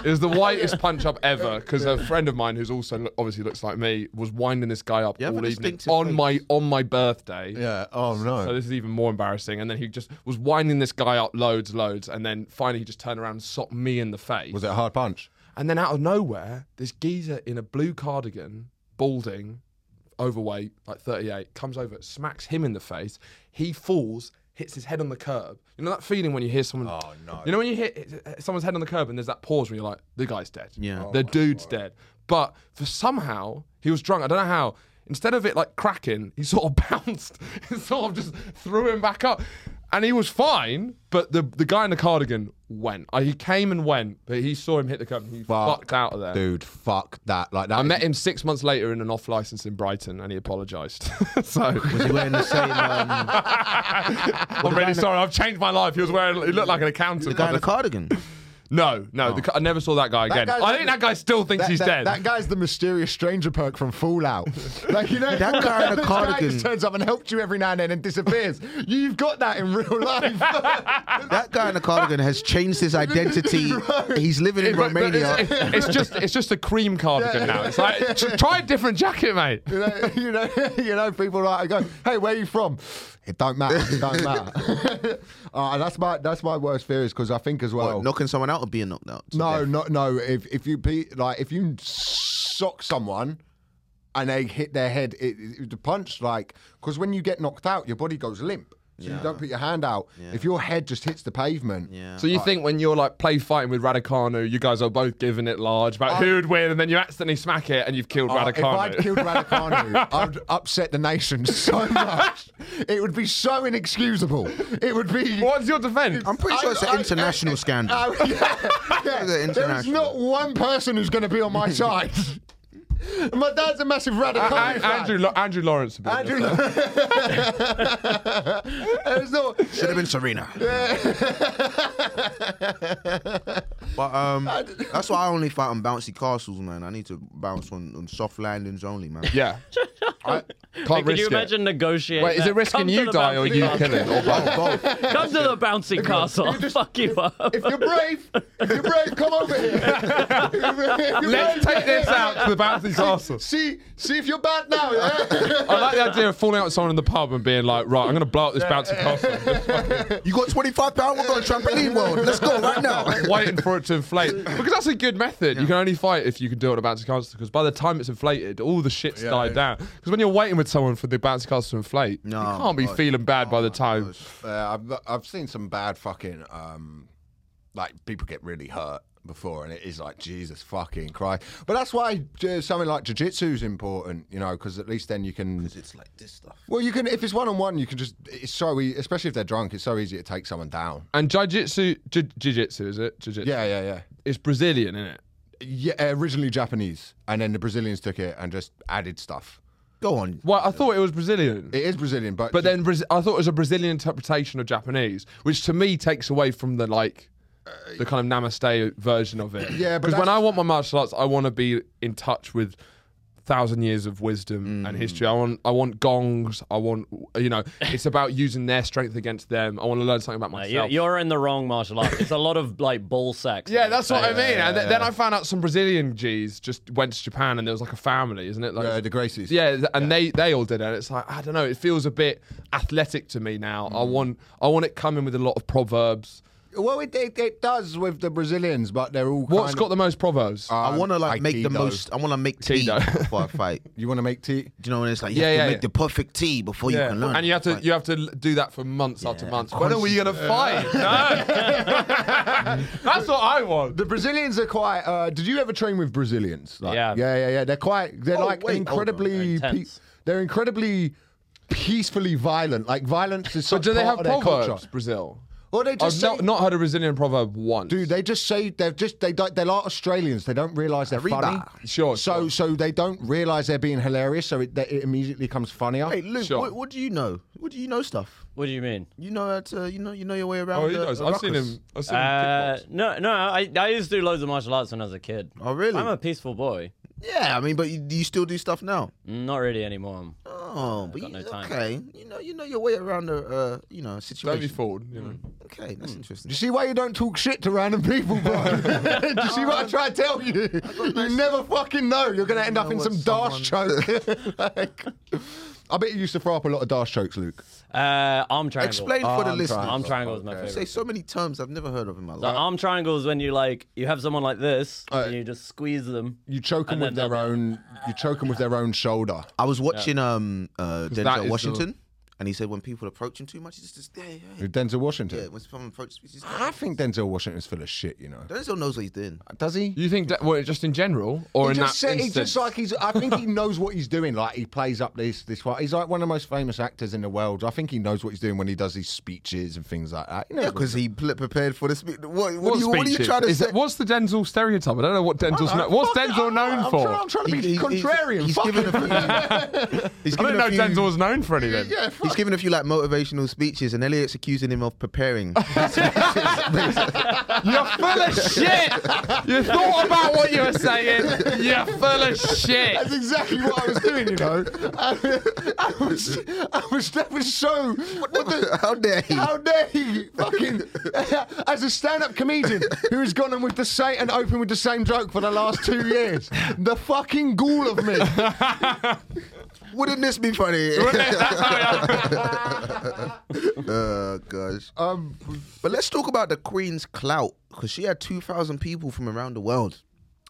[SPEAKER 4] was the whitest punch up ever because a friend of mine who's also lo- obviously looks like me was winding this guy up
[SPEAKER 1] You have a
[SPEAKER 4] all evening
[SPEAKER 1] distinctive
[SPEAKER 4] on
[SPEAKER 1] face.
[SPEAKER 4] my on my birthday.
[SPEAKER 2] Yeah. Oh
[SPEAKER 4] So
[SPEAKER 2] no.
[SPEAKER 4] this is even more embarrassing. And then he just was winding this guy up loads, loads, and then finally he just turned around and socked me in the face.
[SPEAKER 2] Was it a hard punch?
[SPEAKER 4] And then out of nowhere, this geezer in a blue cardigan, balding, overweight, like 38, comes over, smacks him in the face. He falls, hits his head on the curb. You know that feeling when you hear someone.
[SPEAKER 2] Oh, no.
[SPEAKER 4] You know when you hit uh, someone's head on the curb and there's that pause where you're like, the guy's dead.
[SPEAKER 1] Yeah. Oh
[SPEAKER 4] the dude's dead. But for somehow he was drunk. I don't know how. Instead of it like cracking, he sort of bounced, and sort of just threw him back up, and he was fine. But the the guy in the cardigan went. Uh, he came and went, but he saw him hit the curb. And he
[SPEAKER 2] Fuck,
[SPEAKER 4] fucked out of there.
[SPEAKER 2] Dude, fuck that. Like that.
[SPEAKER 4] I met him six months later in an off license in Brighton, and he apologised. so
[SPEAKER 1] Was he wearing the same? Um,
[SPEAKER 4] I'm really sorry. I've changed my life. He was wearing. He looked like an accountant.
[SPEAKER 1] the guy in the Oh. cardigan.
[SPEAKER 4] No, no, the guy- I never saw that guy again.
[SPEAKER 2] guy's-
[SPEAKER 4] I think that guy still thinks
[SPEAKER 2] That,
[SPEAKER 4] he's
[SPEAKER 2] that-
[SPEAKER 4] dead.
[SPEAKER 2] that guy's the mysterious stranger perk from Fallout. Like you know,
[SPEAKER 1] That guy in the
[SPEAKER 2] this guy
[SPEAKER 1] cardigan.
[SPEAKER 2] just turns up and helps you every now and then and disappears. You've got that in real life.
[SPEAKER 1] That guy in the cardigan has changed his identity. He's living in
[SPEAKER 4] But- but
[SPEAKER 1] Romania.
[SPEAKER 4] It's, it's just it's just a cream cardigan now. It's like t- try a different jacket, mate.
[SPEAKER 2] you know, you know, you know, people like go, "Hey, where you from?" It don't matter. It don't matter. uh, that's my that's my worst fear is because I think as well.
[SPEAKER 1] What, knocking someone out or being knocked out. to
[SPEAKER 2] No,
[SPEAKER 1] death?
[SPEAKER 2] no, no. If if you beat like if you sock someone and they hit their head, it, it, the punch like because when you get knocked out, your body goes limp. so you don't put your hand out. If your head just hits the pavement,
[SPEAKER 1] Yeah.
[SPEAKER 4] So you think when you're like play fighting with Radicano, you guys are both giving it large about who'd win, and then you accidentally smack it and you've killed
[SPEAKER 2] Uh, if
[SPEAKER 4] Radicano.
[SPEAKER 2] I'd killed Radicano, I'd upset the nation so much. It would be so inexcusable. It would be.
[SPEAKER 4] What's your defense?
[SPEAKER 1] I'm pretty sure it's an international scandal.
[SPEAKER 2] Oh, yeah, yeah.
[SPEAKER 1] The
[SPEAKER 2] There is
[SPEAKER 1] international.
[SPEAKER 2] not one person who's going to be on my side. my dad's a massive
[SPEAKER 4] A-
[SPEAKER 2] radical.
[SPEAKER 4] A- Andrew, Lo- Andrew Lawrence. would be in
[SPEAKER 2] Andrew.
[SPEAKER 4] this.
[SPEAKER 2] There's not.
[SPEAKER 1] Should have been Serena. but um, that's why I only fight on bouncy castles, man. I need to bounce on, on soft landings only, man.
[SPEAKER 4] Yeah. I can't
[SPEAKER 3] Hey, could
[SPEAKER 4] risk
[SPEAKER 3] you
[SPEAKER 4] it.
[SPEAKER 3] imagine negotiating?
[SPEAKER 4] Wait, is
[SPEAKER 3] that?
[SPEAKER 4] it risking
[SPEAKER 3] Come to
[SPEAKER 4] you
[SPEAKER 3] the
[SPEAKER 4] die or
[SPEAKER 3] bouncy
[SPEAKER 4] you
[SPEAKER 3] castle.
[SPEAKER 4] killing? Or both?
[SPEAKER 1] Both.
[SPEAKER 3] Come to the bouncy castle. I'll fuck you up.
[SPEAKER 2] If you're brave, if you're brave, come over here. If you're- if you're
[SPEAKER 4] Let's
[SPEAKER 2] brave,
[SPEAKER 4] take this out to the bouncy castle.
[SPEAKER 2] See, see if you're bad now. Yeah?
[SPEAKER 4] I like the idea of falling out with someone in the pub and being like, right, I'm going to blow up this bouncy castle.
[SPEAKER 1] You got 25 pounds? We're going trampoline world. Let's go right now.
[SPEAKER 4] waiting for it to inflate. Because that's a good method. You can only fight if you can do it on a bouncy castle. Because by the time it's inflated, all the shit's died down. Because when you're waiting with someone for the bouncy castle to inflate,
[SPEAKER 1] No,
[SPEAKER 4] you can't be
[SPEAKER 1] gosh.
[SPEAKER 4] feeling bad by the time.
[SPEAKER 2] Uh, I've, I've seen some bad fucking, um, like, people get really hurt before, and it is like, Jesus fucking Christ. But that's why uh, something like jiu-jitsu is important, you know, because at least then you can...
[SPEAKER 1] It's like this stuff.
[SPEAKER 2] Well, you can, if it's one-on-one, you can just, it's so easy, especially if they're drunk, it's so easy to take someone down.
[SPEAKER 4] And jiu-jitsu, jiu- jiu-jitsu, is it? Jiu-jitsu.
[SPEAKER 2] Yeah, yeah, yeah.
[SPEAKER 4] It's Brazilian, isn't it?
[SPEAKER 2] Yeah, originally Japanese, and then the Brazilians took it and just added stuff.
[SPEAKER 1] Go on.
[SPEAKER 4] Well, I thought it was Brazilian.
[SPEAKER 2] It is Brazilian, but
[SPEAKER 4] but then Braz- I thought it was a Brazilian interpretation of Japanese, which to me takes away from the like the kind of namaste version of it.
[SPEAKER 2] Yeah, but
[SPEAKER 4] because when
[SPEAKER 2] that's-
[SPEAKER 4] I want my martial arts, I want to be in touch with thousand years of wisdom
[SPEAKER 2] Mm.
[SPEAKER 4] and history. I want I want gongs. I want you know, it's about using their strength against them. I want to learn something about
[SPEAKER 3] Uh,
[SPEAKER 4] myself.
[SPEAKER 3] you- You're in the wrong martial arts. It's a lot of like ball sex. uh,
[SPEAKER 4] yeah, that's what I mean. and th- then I found out some Brazilian G's just went to Japan, and there was like a family, isn't it? Like
[SPEAKER 2] uh, the Gracies.
[SPEAKER 4] yeah, th- and they they all did it. And it's like I don't know. It feels a bit athletic to me now. I want I want it coming with a lot of proverbs.
[SPEAKER 2] Well, it, it, it does with the Brazilians, but they're all.
[SPEAKER 4] What's
[SPEAKER 2] kind
[SPEAKER 4] got
[SPEAKER 2] of-
[SPEAKER 4] the most proverbs?
[SPEAKER 1] I want to like make the
[SPEAKER 2] Aikido.
[SPEAKER 1] most. I want to make tea
[SPEAKER 4] Aikido.
[SPEAKER 1] before I fight.
[SPEAKER 2] You want to make tea?
[SPEAKER 1] Do you know when it's like? You
[SPEAKER 4] Yeah,
[SPEAKER 1] have to
[SPEAKER 4] yeah,
[SPEAKER 1] make
[SPEAKER 4] yeah.
[SPEAKER 1] the perfect tea before you can learn.
[SPEAKER 4] and you have to
[SPEAKER 1] Like,
[SPEAKER 4] you have to l- do that for months after months. When are we gonna fight? No. that's what I want.
[SPEAKER 2] The Brazilians are quite. Uh, did you ever train with Brazilians? Like-
[SPEAKER 3] Yeah.
[SPEAKER 2] yeah, yeah, yeah. They're quite. They're
[SPEAKER 1] Oh,
[SPEAKER 2] like
[SPEAKER 1] wait, hold on.
[SPEAKER 2] incredibly.
[SPEAKER 3] They're
[SPEAKER 2] pe-
[SPEAKER 3] intense.
[SPEAKER 2] they're incredibly peacefully violent. Like violence is.
[SPEAKER 4] So
[SPEAKER 2] Such
[SPEAKER 4] do they
[SPEAKER 2] part
[SPEAKER 4] have
[SPEAKER 2] of their
[SPEAKER 4] proverbs,
[SPEAKER 2] culture.
[SPEAKER 4] Brazil?
[SPEAKER 2] Or they just
[SPEAKER 4] I've
[SPEAKER 2] say,
[SPEAKER 4] not, not heard a Brazilian proverb once.
[SPEAKER 2] Dude, they just say they're just they don't they're like Australians. They don't realise they're
[SPEAKER 1] Arriba.
[SPEAKER 2] funny.
[SPEAKER 4] Sure,
[SPEAKER 2] So so they don't realise they're being hilarious. So it, it immediately comes funnier.
[SPEAKER 1] Hey Luke,
[SPEAKER 4] Sure.
[SPEAKER 1] what, what do you know? What do you know stuff?
[SPEAKER 3] What do you mean?
[SPEAKER 1] You know how to, you know you know your way around.
[SPEAKER 4] Oh, he
[SPEAKER 1] the-
[SPEAKER 4] knows.
[SPEAKER 1] the
[SPEAKER 4] I've seen
[SPEAKER 1] ruckus.
[SPEAKER 4] him. I've seen him.
[SPEAKER 3] Uh,
[SPEAKER 4] kickbox.
[SPEAKER 3] no, no. I, I used to do loads of martial arts when I was a kid.
[SPEAKER 1] Oh, really?
[SPEAKER 3] I'm a peaceful boy.
[SPEAKER 1] Yeah, I mean, but you, do you still do stuff now?
[SPEAKER 3] Not really anymore. I'm-
[SPEAKER 1] Oh, but
[SPEAKER 3] Mm. got
[SPEAKER 1] you,
[SPEAKER 3] no time.
[SPEAKER 1] okay. You know, you know your way around a uh, you know
[SPEAKER 4] Don't be
[SPEAKER 1] situation.
[SPEAKER 4] fooled. You know.
[SPEAKER 1] okay, that's interesting.
[SPEAKER 2] You see why you don't talk shit to random people, bro? Do you see what I try to tell you? You never fucking know. You're gonna end up in
[SPEAKER 1] know
[SPEAKER 2] some dash choke. Like, I bet you used to throw up a lot of dash chokes, Luke.
[SPEAKER 3] Uh, arm triangle.
[SPEAKER 1] Explain for the
[SPEAKER 2] Arm
[SPEAKER 1] listeners.
[SPEAKER 2] triangle.
[SPEAKER 3] Arm triangle is my
[SPEAKER 1] You
[SPEAKER 3] favorite.
[SPEAKER 1] say so many terms I've never heard of in my
[SPEAKER 3] The
[SPEAKER 1] life.
[SPEAKER 3] arm triangle is when you like you have someone like this and you just squeeze them.
[SPEAKER 2] You choke them
[SPEAKER 3] And
[SPEAKER 2] with
[SPEAKER 3] then
[SPEAKER 2] their own. You choke them with their own shoulder.
[SPEAKER 1] I was watching um uh,
[SPEAKER 4] that is
[SPEAKER 1] Denzel
[SPEAKER 4] the-
[SPEAKER 1] Washington, and he said when people approach him too much, he's just yeah, yeah,
[SPEAKER 2] Denzel Washington.
[SPEAKER 1] yeah. When someone approaches, he's just,
[SPEAKER 2] I think Denzel Washington's full of shit. You know,
[SPEAKER 1] Denzel knows what he's doing.
[SPEAKER 2] does he?
[SPEAKER 4] You think that? Well, just in general, or
[SPEAKER 2] He
[SPEAKER 4] in
[SPEAKER 2] just
[SPEAKER 4] that
[SPEAKER 2] said, he's
[SPEAKER 4] instance?
[SPEAKER 2] just like he's. I think he knows what he's doing. Like he plays up this this one. He's like one of the most famous actors in the world. I think he knows what he's doing when he does these speeches and things like that. You know,
[SPEAKER 1] Yeah, because he pl- prepared for the speech. What, what,
[SPEAKER 4] What,
[SPEAKER 1] are you, what are you
[SPEAKER 4] speeches?
[SPEAKER 1] trying to
[SPEAKER 4] Is
[SPEAKER 1] say?
[SPEAKER 4] it- what's the Denzel stereotype? I don't know what Denzel's known. What's
[SPEAKER 2] Fuck it,
[SPEAKER 4] Denzel
[SPEAKER 2] I'm-
[SPEAKER 4] known
[SPEAKER 2] I'm
[SPEAKER 4] for?
[SPEAKER 2] trying- I'm trying to be
[SPEAKER 1] He- he-
[SPEAKER 2] contrarian.
[SPEAKER 1] He's, he's
[SPEAKER 2] fuck
[SPEAKER 1] given a
[SPEAKER 2] it.
[SPEAKER 1] few. he's
[SPEAKER 4] I
[SPEAKER 1] given
[SPEAKER 4] don't
[SPEAKER 1] a
[SPEAKER 4] know
[SPEAKER 1] few,
[SPEAKER 4] Denzel's known for anything.
[SPEAKER 2] Yeah, fuck
[SPEAKER 1] He's given a few like motivational speeches, and Elliot's accusing him of preparing.
[SPEAKER 4] You're full of shit. You thought about what you were saying. You're full of shit.
[SPEAKER 2] That's exactly what I was doing, you know. I, I was, I was, that was so. What the,
[SPEAKER 1] How dare he?
[SPEAKER 2] how dare he fucking. As a stand up comedian who has gone on with the same and open with the same joke for the last two years, the fucking ghoul of me.
[SPEAKER 1] Wouldn't this be funny? oh gosh.
[SPEAKER 2] Um,
[SPEAKER 1] But let's talk about the Queen's clout because she had two thousand people from around the world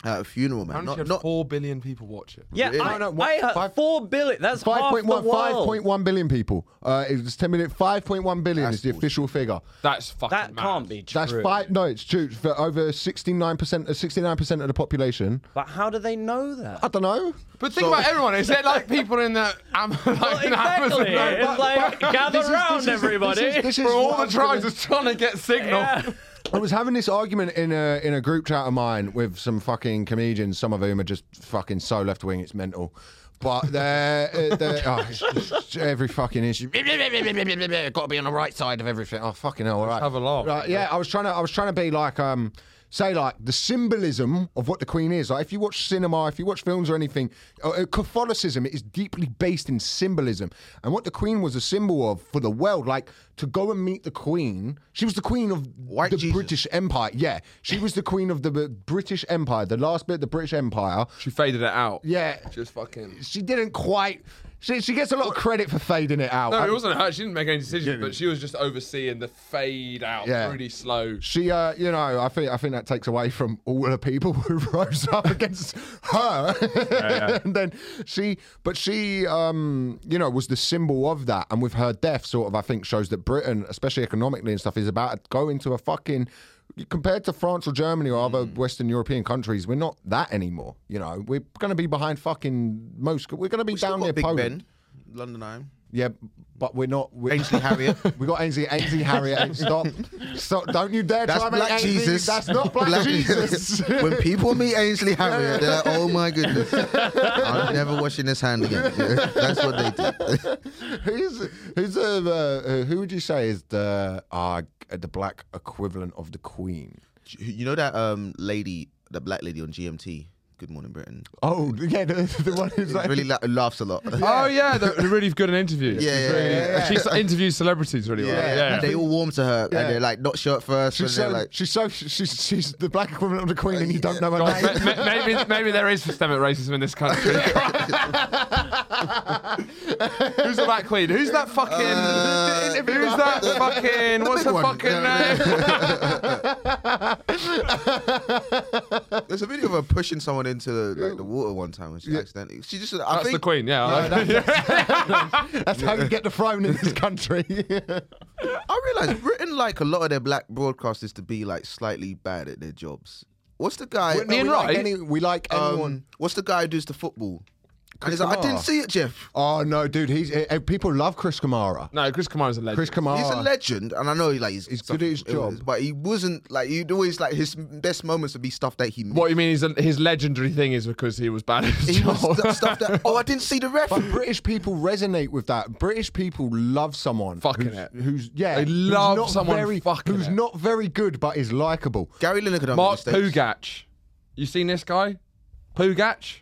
[SPEAKER 1] At a funeral, man.
[SPEAKER 4] Apparently she
[SPEAKER 1] Not,
[SPEAKER 4] had
[SPEAKER 1] not
[SPEAKER 4] four billion people watch it.
[SPEAKER 3] Yeah,
[SPEAKER 1] Really?
[SPEAKER 3] I,
[SPEAKER 1] No,
[SPEAKER 2] no, what-
[SPEAKER 3] I heard
[SPEAKER 2] five-
[SPEAKER 3] four billion. That's half the
[SPEAKER 2] 5.1
[SPEAKER 3] world.
[SPEAKER 2] 5.1 billion people. Uh, it was 10 minute. 5.1 billion is the official figure.
[SPEAKER 4] That's fucking
[SPEAKER 3] That
[SPEAKER 4] mad.
[SPEAKER 3] can't be true.
[SPEAKER 2] That's five. No, it's true. For over 69%, uh, 69% of the population.
[SPEAKER 3] But how do they know that?
[SPEAKER 2] I don't know.
[SPEAKER 4] But think about everyone. Is there like people in the Am- like
[SPEAKER 3] Well,
[SPEAKER 4] in Amazon?
[SPEAKER 3] exactly.
[SPEAKER 4] No,
[SPEAKER 3] It's like gather round, everybody.
[SPEAKER 2] This is
[SPEAKER 4] for all
[SPEAKER 2] what
[SPEAKER 4] the
[SPEAKER 2] I'm gonna-
[SPEAKER 4] tribes is trying to get signal.
[SPEAKER 3] Yeah.
[SPEAKER 2] I was having this argument in a in a group chat of mine with some fucking comedians, some of whom are just fucking so left wing, it's mental. But they're, uh, they're oh, it's just every fucking issue. Got to be on the right side of everything. Oh fucking hell! All right,
[SPEAKER 4] have a laugh.
[SPEAKER 2] Right, yeah, I was trying to I was trying to be like um say like the symbolism of what the Queen is. Like if you watch cinema, if you watch films or anything, uh, uh, Catholicism is deeply based in symbolism, and what the Queen was a symbol of for the world. Like to go and meet the Queen, she was the Queen of
[SPEAKER 1] White
[SPEAKER 2] the
[SPEAKER 1] Jesus.
[SPEAKER 2] British Empire. Yeah, she was the Queen of the B- British Empire, the last bit of the British Empire.
[SPEAKER 4] She faded it out.
[SPEAKER 2] Yeah,
[SPEAKER 4] Just fucking.
[SPEAKER 2] she didn't quite. She, she gets a lot of credit for fading it out.
[SPEAKER 4] No, it
[SPEAKER 2] I-
[SPEAKER 4] wasn't her. She didn't make any decisions, but she was just overseeing the fade out
[SPEAKER 2] Yeah.
[SPEAKER 4] pretty slow.
[SPEAKER 2] She, uh, you know, I think I think that takes away from all of the people who rose up against her, and then she, but she, um, you know, was the symbol of that, and with her death, sort of, I think shows that Britain, especially economically and stuff, is about to go into a fucking. Compared to France or Germany or
[SPEAKER 1] Mm.
[SPEAKER 2] other Western European countries, we're not that anymore. You know, we're going to be behind fucking most. We're going to be
[SPEAKER 1] We've still
[SPEAKER 2] down
[SPEAKER 1] got
[SPEAKER 2] near
[SPEAKER 1] Big
[SPEAKER 2] Poland.
[SPEAKER 1] Ben, London Eye.
[SPEAKER 2] Yeah, but we're not. We're,
[SPEAKER 1] Ainsley Harriott.
[SPEAKER 2] We got Ainsley, Ainsley Harriet. Stop, stop! Don't you dare
[SPEAKER 1] That's
[SPEAKER 2] try
[SPEAKER 1] Black
[SPEAKER 2] and make Ainsley-
[SPEAKER 1] Jesus.
[SPEAKER 2] That's not Black, Jesus.
[SPEAKER 1] when people meet Ainsley Harriott, they're like, "Oh my goodness, I'm never washing this hand again." That's what they did.
[SPEAKER 2] who's who's the uh, who would you say is the uh, the black equivalent of the Queen?
[SPEAKER 1] You know that um lady, that black lady on GMT, Good Morning Britain,
[SPEAKER 2] Oh yeah, the, the one who's like
[SPEAKER 1] really la- laughs a lot.
[SPEAKER 4] Oh yeah, they're they're really good in interviews.
[SPEAKER 1] Yeah,
[SPEAKER 4] She's
[SPEAKER 1] yeah,
[SPEAKER 4] really,
[SPEAKER 1] yeah, yeah.
[SPEAKER 4] She s- interviews celebrities really well.
[SPEAKER 1] Yeah,
[SPEAKER 4] Yeah,
[SPEAKER 1] and they all warm to her,
[SPEAKER 2] Yeah.
[SPEAKER 1] and they're like not sure at first,
[SPEAKER 2] she's
[SPEAKER 1] and
[SPEAKER 2] so,
[SPEAKER 1] they're like,
[SPEAKER 2] she's so she's she's the black equivalent of the Queen, and you don't know her
[SPEAKER 4] God,
[SPEAKER 2] name.
[SPEAKER 4] ma- ma- maybe maybe there is systemic racism in this country. Who's the black queen? Who's that fucking? who's that fucking? What's
[SPEAKER 1] Uh, big
[SPEAKER 4] the
[SPEAKER 1] one.
[SPEAKER 4] fucking
[SPEAKER 1] Yeah.
[SPEAKER 4] name?
[SPEAKER 1] There's a video of her pushing someone into the, like, the water one time, and she accidentally. She just. I
[SPEAKER 4] That's
[SPEAKER 1] think
[SPEAKER 4] the queen. Yeah.
[SPEAKER 2] That's how you get the throne in this country.
[SPEAKER 1] I realize Britain like a lot of their black broadcasters to be like slightly bad at their jobs. What's the guy?
[SPEAKER 2] No, we
[SPEAKER 4] Wright.
[SPEAKER 2] like any, we like
[SPEAKER 1] um,
[SPEAKER 2] anyone.
[SPEAKER 1] what's the guy who does the football? And he's like, I
[SPEAKER 2] Kamara.
[SPEAKER 1] didn't see it, Jeff.
[SPEAKER 2] Oh no, dude, he's eh, eh, people love Chris Kamara.
[SPEAKER 4] no, Chris Kamara's a legend.
[SPEAKER 2] Chris Kamara.
[SPEAKER 1] He's a legend, and I know he like he's,
[SPEAKER 2] He's good at his
[SPEAKER 1] suffered illness,
[SPEAKER 2] job.
[SPEAKER 1] but he wasn't like he'd always like his best moments would be stuff that he.
[SPEAKER 4] What you mean? His his legendary thing is because he was bad at his
[SPEAKER 1] He
[SPEAKER 4] job.
[SPEAKER 1] was stu- stuff that oh I didn't see the ref.
[SPEAKER 2] But British people resonate with that. British people love someone
[SPEAKER 4] Fucking
[SPEAKER 2] who's,
[SPEAKER 4] it.
[SPEAKER 2] who's yeah,
[SPEAKER 4] They
[SPEAKER 2] who's
[SPEAKER 4] love
[SPEAKER 2] not
[SPEAKER 4] someone
[SPEAKER 2] very,
[SPEAKER 4] fucking
[SPEAKER 2] who's
[SPEAKER 4] it.
[SPEAKER 2] not very good but is likable.
[SPEAKER 1] Gary Lineker done
[SPEAKER 4] Mark
[SPEAKER 1] mistakes.
[SPEAKER 4] Pugach. You seen this guy? Pugach?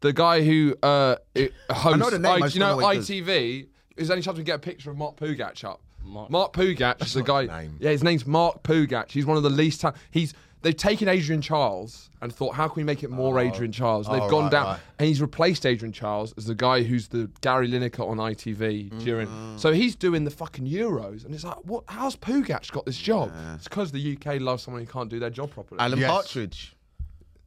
[SPEAKER 4] The guy who uh, it hosts,
[SPEAKER 1] know the name, I just
[SPEAKER 4] you
[SPEAKER 1] don't know
[SPEAKER 4] know,
[SPEAKER 1] what he does.
[SPEAKER 4] ITV. Is only chance we can get a picture of Mark Pugach up.
[SPEAKER 3] Mark-
[SPEAKER 4] Mark, Pugach is the guy.
[SPEAKER 2] his name.
[SPEAKER 4] Yeah, his name's Mark Pugach. He's one of the least. Ta- he's they've taken Adrian Charles and thought, how can we make it more Adrian Charles? And they've
[SPEAKER 2] Oh,
[SPEAKER 4] gone
[SPEAKER 2] right,
[SPEAKER 4] down,
[SPEAKER 2] right.
[SPEAKER 4] and he's replaced Adrian Charles as the guy who's the Gary Lineker on ITV
[SPEAKER 2] Mm.
[SPEAKER 4] during. So he's doing the fucking Euros, and it's like, what? How's Pugach got this job? It's because the UK loves someone who can't do their job properly.
[SPEAKER 1] Alan
[SPEAKER 2] Yes.
[SPEAKER 1] Partridge.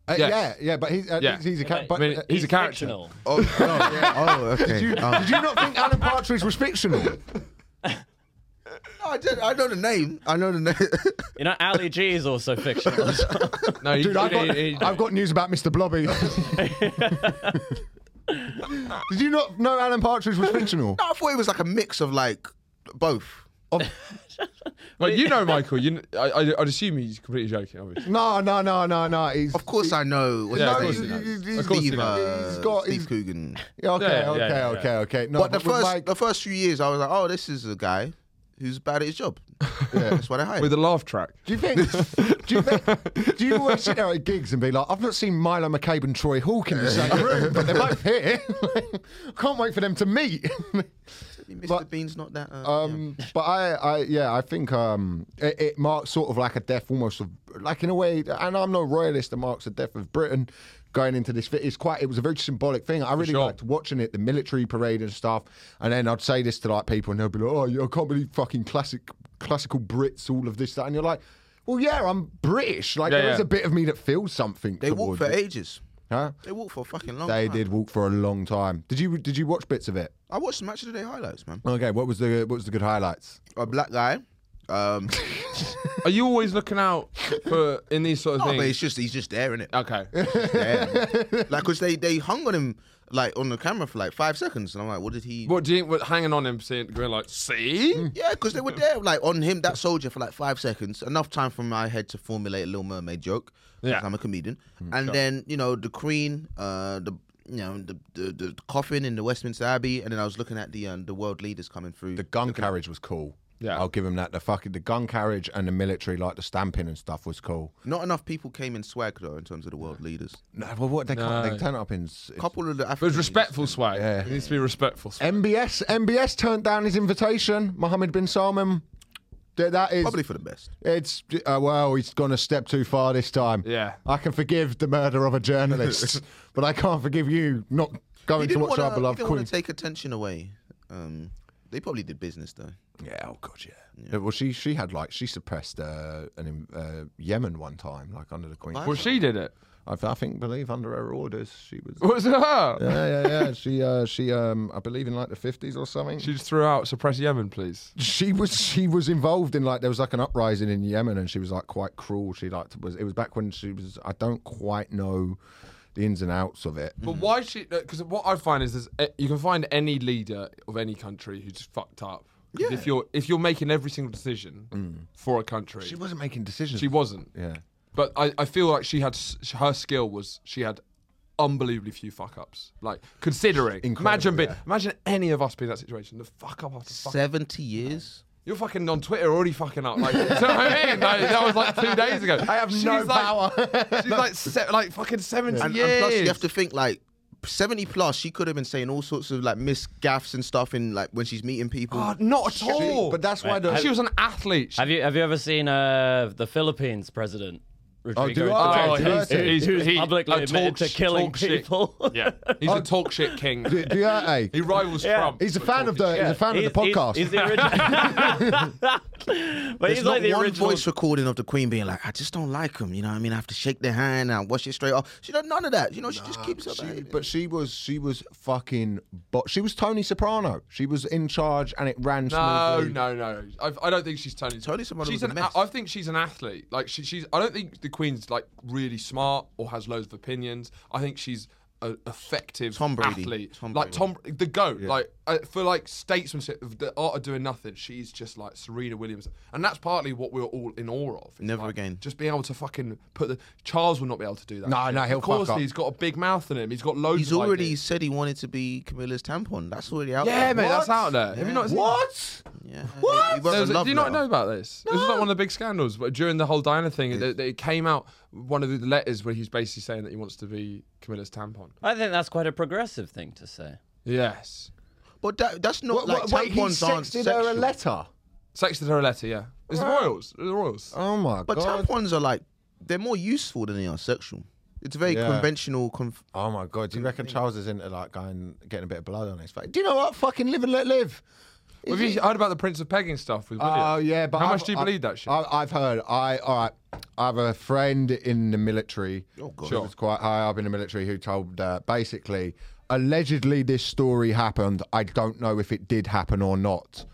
[SPEAKER 2] Uh,
[SPEAKER 4] Yes.
[SPEAKER 2] Yeah, yeah, but he's uh,
[SPEAKER 4] Yeah.
[SPEAKER 2] he's, he's a cat.
[SPEAKER 4] I
[SPEAKER 2] But
[SPEAKER 4] mean,
[SPEAKER 2] uh,
[SPEAKER 4] he's, a character.
[SPEAKER 3] fictional.
[SPEAKER 1] Oh, oh, yeah. oh okay. Oh.
[SPEAKER 2] did you not think Alan Partridge was fictional?
[SPEAKER 1] No, I, did, I know the name. I know the name.
[SPEAKER 3] You know, Ali G is also fictional.
[SPEAKER 4] No, he,
[SPEAKER 2] Dude, I've got,
[SPEAKER 4] he- he-
[SPEAKER 2] I've got news about Mr. Blobby. did you not know Alan Partridge was fictional?
[SPEAKER 1] I thought it was like a mix of like both.
[SPEAKER 4] well, you know, Michael. You, kn- I, I, would assume he's completely joking, obviously.
[SPEAKER 2] No, no, no, no, no. He's
[SPEAKER 1] Of course, I know. What's
[SPEAKER 4] Yeah,
[SPEAKER 1] his
[SPEAKER 4] of course
[SPEAKER 1] name?
[SPEAKER 4] he knows.
[SPEAKER 2] He's- he's-
[SPEAKER 1] Of course
[SPEAKER 4] he
[SPEAKER 1] Steve, uh,
[SPEAKER 2] He's got-
[SPEAKER 1] Steve
[SPEAKER 2] he's-
[SPEAKER 1] Coogan.
[SPEAKER 2] okay,
[SPEAKER 4] Yeah, yeah,
[SPEAKER 2] okay,
[SPEAKER 4] yeah.
[SPEAKER 2] okay, okay. No,
[SPEAKER 1] but the
[SPEAKER 2] with
[SPEAKER 1] first,
[SPEAKER 2] Mike-
[SPEAKER 1] the first few years, I was like, oh, this is a guy who's bad at his job. That's why they hired.
[SPEAKER 4] With a laugh track.
[SPEAKER 2] Do you think? do you think? Do you always sit there at gigs and be like, I've not seen Milo McCabe and Troy Hawk in the same room, but they're both here. Can't wait for them to meet.
[SPEAKER 1] Mr.
[SPEAKER 2] but-
[SPEAKER 1] Bean's not that. Uh,
[SPEAKER 2] um, But I, I, yeah, I think um, it, it marks sort of like a death, almost of, like in a way. And I'm no royalist. It marks the death of Britain going into this. It's quite. It was a very symbolic thing. I really
[SPEAKER 4] sure.
[SPEAKER 2] liked watching it, the military parade and stuff. And then I'd say this to like people, and they'll be like, "Oh, I can't believe fucking classic, classical Brits, all of this that." And you're like. well, yeah, I'm British. Like
[SPEAKER 4] Yeah,
[SPEAKER 2] there is
[SPEAKER 4] yeah.
[SPEAKER 2] a bit of me that feels something.
[SPEAKER 1] They walked
[SPEAKER 2] towards
[SPEAKER 1] for
[SPEAKER 2] it.
[SPEAKER 1] ages.
[SPEAKER 2] Huh?
[SPEAKER 1] They walked for a fucking long
[SPEAKER 2] They
[SPEAKER 1] time.
[SPEAKER 2] did walk for a long time. Did you did you watch bits of it?
[SPEAKER 1] I watched the match of the day highlights, man.
[SPEAKER 2] Okay, what was the what was the good highlights?
[SPEAKER 1] A black guy. Um,
[SPEAKER 4] Are you always looking out for in these sort of
[SPEAKER 1] oh, but it's
[SPEAKER 4] things?
[SPEAKER 1] just he's just there in it.
[SPEAKER 4] Okay.
[SPEAKER 1] Like, cause they they hung on him like on the camera for like five seconds, and I'm like, what did he?
[SPEAKER 4] What do you what, hanging on him, seeing going like, see?
[SPEAKER 2] Mm.
[SPEAKER 1] Yeah, because they were there, like on him, that soldier for like five seconds. Enough time for my head to formulate a Little Mermaid joke. 'cause
[SPEAKER 4] Yeah.
[SPEAKER 1] I'm a comedian. And then you know the Queen, uh, the you know the, the the coffin in the Westminster Abbey, and then I was looking at the um, the world leaders coming through.
[SPEAKER 2] The gun carriage was cool.
[SPEAKER 4] Yeah.
[SPEAKER 2] I'll give him that. The fucking the gun carriage and the military, like the stamping and stuff, was cool.
[SPEAKER 1] Not enough people came in swag though, in terms of the world leaders.
[SPEAKER 2] No, well, what they can't,
[SPEAKER 4] No.
[SPEAKER 2] they turn up in. s-
[SPEAKER 1] A couple of the
[SPEAKER 4] But
[SPEAKER 1] African
[SPEAKER 4] it's respectful swag.
[SPEAKER 2] Yeah.
[SPEAKER 4] It needs to be respectful swag.
[SPEAKER 2] MBS MBS turned down his invitation. Mohammed bin Salman. Th- That is
[SPEAKER 1] probably for the best.
[SPEAKER 2] It's uh, well, he's gone a step too far this time.
[SPEAKER 4] Yeah.
[SPEAKER 2] I can forgive the murder of a journalist, but I can't forgive you not
[SPEAKER 1] He
[SPEAKER 2] going to
[SPEAKER 1] didn't
[SPEAKER 2] watch
[SPEAKER 1] want
[SPEAKER 2] our beloved
[SPEAKER 1] to
[SPEAKER 2] queen.
[SPEAKER 1] take attention away. Um, they probably did business though.
[SPEAKER 2] Yeah, oh god, yeah. Yeah, Well, she she had like she suppressed uh, an in- uh, Yemen one time, like under the queen.
[SPEAKER 1] Wow.
[SPEAKER 4] Well, she did it.
[SPEAKER 2] I, I think believe under her orders she was.
[SPEAKER 4] Was it her?
[SPEAKER 2] yeah, yeah, yeah. She uh, she um, I believe in like the fifties or something.
[SPEAKER 4] She just threw out suppress Yemen, please.
[SPEAKER 2] she was she was involved in like there was like an uprising in Yemen and she was like quite cruel. She like was it was back when she was I don't quite know the ins and outs of it.
[SPEAKER 4] But why she? Because what I find is, there's eh, you can find any leader of any country who's fucked up. 'Cause If you're if you're making every single decision for a country,
[SPEAKER 2] She wasn't making decisions.
[SPEAKER 4] she wasn't.
[SPEAKER 2] Yeah.
[SPEAKER 4] But I, I feel like she had s- her skill was she had unbelievably few fuck ups. Like considering,
[SPEAKER 2] Incredible,
[SPEAKER 4] imagine being,
[SPEAKER 2] yeah.
[SPEAKER 4] imagine any of us being in that situation. The fuck up after fuck.
[SPEAKER 1] Seventy years.
[SPEAKER 4] You're fucking on Twitter already fucking up. Like, do you know what I mean? Like, that was like two days ago. I have
[SPEAKER 2] no
[SPEAKER 4] She's like se- like fucking seventy
[SPEAKER 1] And,
[SPEAKER 4] years.
[SPEAKER 1] and plus, you have to think like. 70 plus, she could have been saying all sorts of like misgaffs and stuff in like when she's meeting people.
[SPEAKER 4] God, Oh, not at all.
[SPEAKER 2] but that's why
[SPEAKER 4] Right.
[SPEAKER 2] the-
[SPEAKER 4] she was an athlete.
[SPEAKER 3] Have you have you ever seen uh, the Philippines president? Rodrigo
[SPEAKER 2] do I?
[SPEAKER 4] Oh,
[SPEAKER 3] Duterte,
[SPEAKER 2] he's-
[SPEAKER 3] who-
[SPEAKER 2] he's-
[SPEAKER 3] who's
[SPEAKER 4] he-
[SPEAKER 3] publicly
[SPEAKER 4] a talk
[SPEAKER 3] admitted to
[SPEAKER 4] sh-
[SPEAKER 3] killing
[SPEAKER 4] talk shit.
[SPEAKER 3] people.
[SPEAKER 4] Yeah, he's a talk shit king.
[SPEAKER 2] Duarte.
[SPEAKER 4] He rivals
[SPEAKER 3] Yeah.
[SPEAKER 4] Trump.
[SPEAKER 2] He's a
[SPEAKER 4] for
[SPEAKER 2] fan of
[SPEAKER 4] talking
[SPEAKER 2] the he's a fan of the podcast.
[SPEAKER 3] He's, the original. but he's
[SPEAKER 1] There's
[SPEAKER 3] like
[SPEAKER 1] not
[SPEAKER 3] the
[SPEAKER 1] one
[SPEAKER 3] original.
[SPEAKER 1] voice recording of the Queen being like, I just don't like him. You know what I mean? I have to shake their hand and wash it straight off. She does none of that. You know, she just keeps her
[SPEAKER 2] She,
[SPEAKER 1] behavior.
[SPEAKER 2] but she was she was fucking but she was Tony Soprano. She was in charge and it ran
[SPEAKER 4] No,
[SPEAKER 2] smoothly.
[SPEAKER 4] no, no. I've, I don't think she's Tony.
[SPEAKER 1] Tony Soprano
[SPEAKER 4] She's
[SPEAKER 1] was a
[SPEAKER 4] an.
[SPEAKER 1] mess.
[SPEAKER 4] I think she's an athlete. Like she, she's. I don't think the Queen's like really smart or has loads of opinions. I think she's a effective
[SPEAKER 1] Tom Brady.
[SPEAKER 4] athlete.
[SPEAKER 1] Tom
[SPEAKER 4] like
[SPEAKER 1] Brady.
[SPEAKER 4] Tom, the goat. Like uh, for like statesmanship, the art of doing nothing. She's just like Serena Williams, and that's partly what we're all in awe of. It's
[SPEAKER 1] Never
[SPEAKER 4] like,
[SPEAKER 1] again.
[SPEAKER 4] Just being able to fucking put the Charles will not be able to do that.
[SPEAKER 2] No, no, he'll
[SPEAKER 4] Of course,
[SPEAKER 2] fuck up.
[SPEAKER 4] he's got a big mouth in him. He's got loads.
[SPEAKER 1] He's
[SPEAKER 4] of
[SPEAKER 1] already
[SPEAKER 4] ideas.
[SPEAKER 1] said he wanted to be Camilla's tampon. That's already out
[SPEAKER 4] Yeah,
[SPEAKER 1] there.
[SPEAKER 4] mate, that's out there. Have you not seen
[SPEAKER 2] What?
[SPEAKER 1] Yeah. What?
[SPEAKER 4] There was a- do you not know about this? This is not one of the big scandals. But during the whole Diana thing, it, it came out one of the letters where he's basically saying that he wants to be Camilla's tampon.
[SPEAKER 3] I think that's quite a progressive thing to say.
[SPEAKER 4] Yes,
[SPEAKER 1] But that, that's
[SPEAKER 2] What,
[SPEAKER 1] not like
[SPEAKER 2] what, wait, he
[SPEAKER 1] tampons aren't
[SPEAKER 2] sexted her a
[SPEAKER 1] sexual.
[SPEAKER 2] letter.
[SPEAKER 4] sexted her a letter. Yeah, it's the royals. The royals.
[SPEAKER 2] Oh my
[SPEAKER 1] But
[SPEAKER 2] god.
[SPEAKER 1] tampons are like they're more useful than they are sexual. It's very
[SPEAKER 2] Yeah.
[SPEAKER 1] conventional. Conf-
[SPEAKER 2] Oh my god, do you reckon Charles is into like going getting a bit of blood on his face? Do you know what? Fucking live and let live.
[SPEAKER 4] Have you heard about the Prince of Pegging stuff with William?
[SPEAKER 2] Oh yeah, but
[SPEAKER 4] how
[SPEAKER 2] I've-
[SPEAKER 4] much do you
[SPEAKER 2] I've-
[SPEAKER 4] believe that shit?
[SPEAKER 2] I, I've heard. I all right. I have a friend in the military. Oh
[SPEAKER 1] God.
[SPEAKER 2] who
[SPEAKER 1] Sure.
[SPEAKER 2] was quite high up in the military who told uh, basically, allegedly this story happened. I don't know if it did happen or not.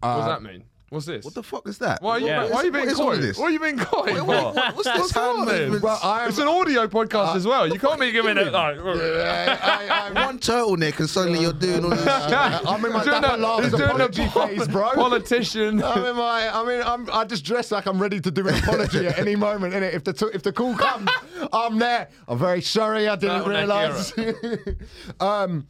[SPEAKER 4] what does that mean? What's this?
[SPEAKER 1] what the fuck is that?
[SPEAKER 4] why are you,
[SPEAKER 3] Yeah.
[SPEAKER 4] why are you being
[SPEAKER 1] What is all
[SPEAKER 4] coy?
[SPEAKER 1] this?
[SPEAKER 4] Why are you being coy? for?
[SPEAKER 1] what- what's this hand
[SPEAKER 4] all this?
[SPEAKER 1] movement?
[SPEAKER 2] Well, I
[SPEAKER 4] it's
[SPEAKER 2] am-
[SPEAKER 4] an audio podcast as well. You can't be giving it. Like,
[SPEAKER 2] I, I,
[SPEAKER 1] One turtleneck and suddenly you're doing all this. shit.
[SPEAKER 2] I'm in my
[SPEAKER 4] Doing
[SPEAKER 2] dapper
[SPEAKER 4] a-
[SPEAKER 2] last
[SPEAKER 4] he's doing a
[SPEAKER 2] apology
[SPEAKER 4] pol-
[SPEAKER 2] phase, bro.
[SPEAKER 4] politician.
[SPEAKER 2] I'm in my. I mean, I'm. I just dress like I'm ready to do an apology at any moment. innit? if the t- if the call comes, I'm there. I'm very sorry. I didn't realise.
[SPEAKER 4] Turtleneck
[SPEAKER 2] um,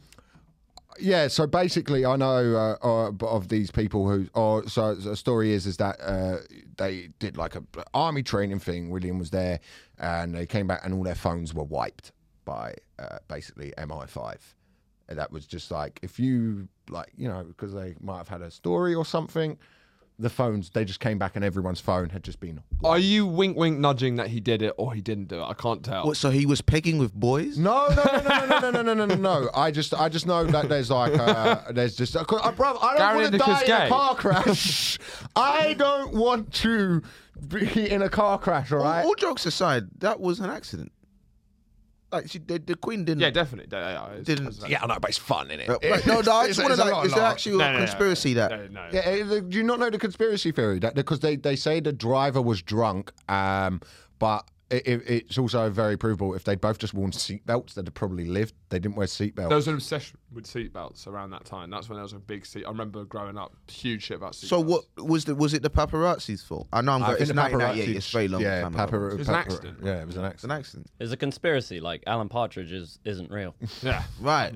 [SPEAKER 2] yeah. So basically, I know uh, uh, b- of these people who. Or so the story is is that uh, they did like a b- army training thing. William was there, and they came back, and all their phones were wiped by uh, basically MI5 that was just like if you like you know because they might have had a story or something the phones, they just came back and everyone's phone had just been.
[SPEAKER 4] Are you wink wink nudging that he did it or he didn't do it? I can't tell.
[SPEAKER 1] What, so he was pegging with boys?
[SPEAKER 2] No, no, no, no, no, no, no, no, no, no. I just, I just know that there's like, uh, there's just, uh, I, bro, I don't
[SPEAKER 4] Gary
[SPEAKER 2] want to
[SPEAKER 4] Lineker's
[SPEAKER 2] die in
[SPEAKER 4] gay.
[SPEAKER 2] a car crash. I don't want to be in a car crash. All
[SPEAKER 1] All,
[SPEAKER 2] right.
[SPEAKER 1] all jokes aside, that was an accident. Like she, the, the queen didn't.
[SPEAKER 4] Yeah, definitely. Yeah, yeah, it's-
[SPEAKER 1] Didn't.
[SPEAKER 2] Yeah, I know, but it's fun, innit?
[SPEAKER 1] Uh, like, no, no, I
[SPEAKER 2] It's-
[SPEAKER 1] just want
[SPEAKER 2] it's a
[SPEAKER 1] to
[SPEAKER 2] lot
[SPEAKER 1] like,
[SPEAKER 2] of
[SPEAKER 1] is there
[SPEAKER 2] laugh.
[SPEAKER 1] actually
[SPEAKER 4] No, no,
[SPEAKER 1] a
[SPEAKER 4] no,
[SPEAKER 1] conspiracy that?
[SPEAKER 4] no, no.
[SPEAKER 2] Yeah, eh, the- do you not know the conspiracy theory that because they, they say the driver was drunk, um, but it, it, it's also very provable if they'd both just worn seatbelts, they'd have probably lived. They didn't wear seatbelts.
[SPEAKER 4] There was an obsession with seatbelts around that time. That's when there was a big seat. I remember growing up, huge shit about seatbelts.
[SPEAKER 1] So what was the was it the paparazzi's fault? I know I'm.
[SPEAKER 2] I
[SPEAKER 1] Going,
[SPEAKER 2] think
[SPEAKER 1] it's
[SPEAKER 2] the
[SPEAKER 1] 1998.
[SPEAKER 2] paparazzi-
[SPEAKER 1] It's very long
[SPEAKER 2] yeah,
[SPEAKER 1] time ago.
[SPEAKER 2] papar-
[SPEAKER 4] It was an
[SPEAKER 2] papar-
[SPEAKER 4] accident.
[SPEAKER 2] Yeah, it was an
[SPEAKER 1] It's an
[SPEAKER 2] accident.
[SPEAKER 1] accident,
[SPEAKER 3] There's a conspiracy. Like Alan Partridge is isn't real.
[SPEAKER 4] Yeah.
[SPEAKER 1] right?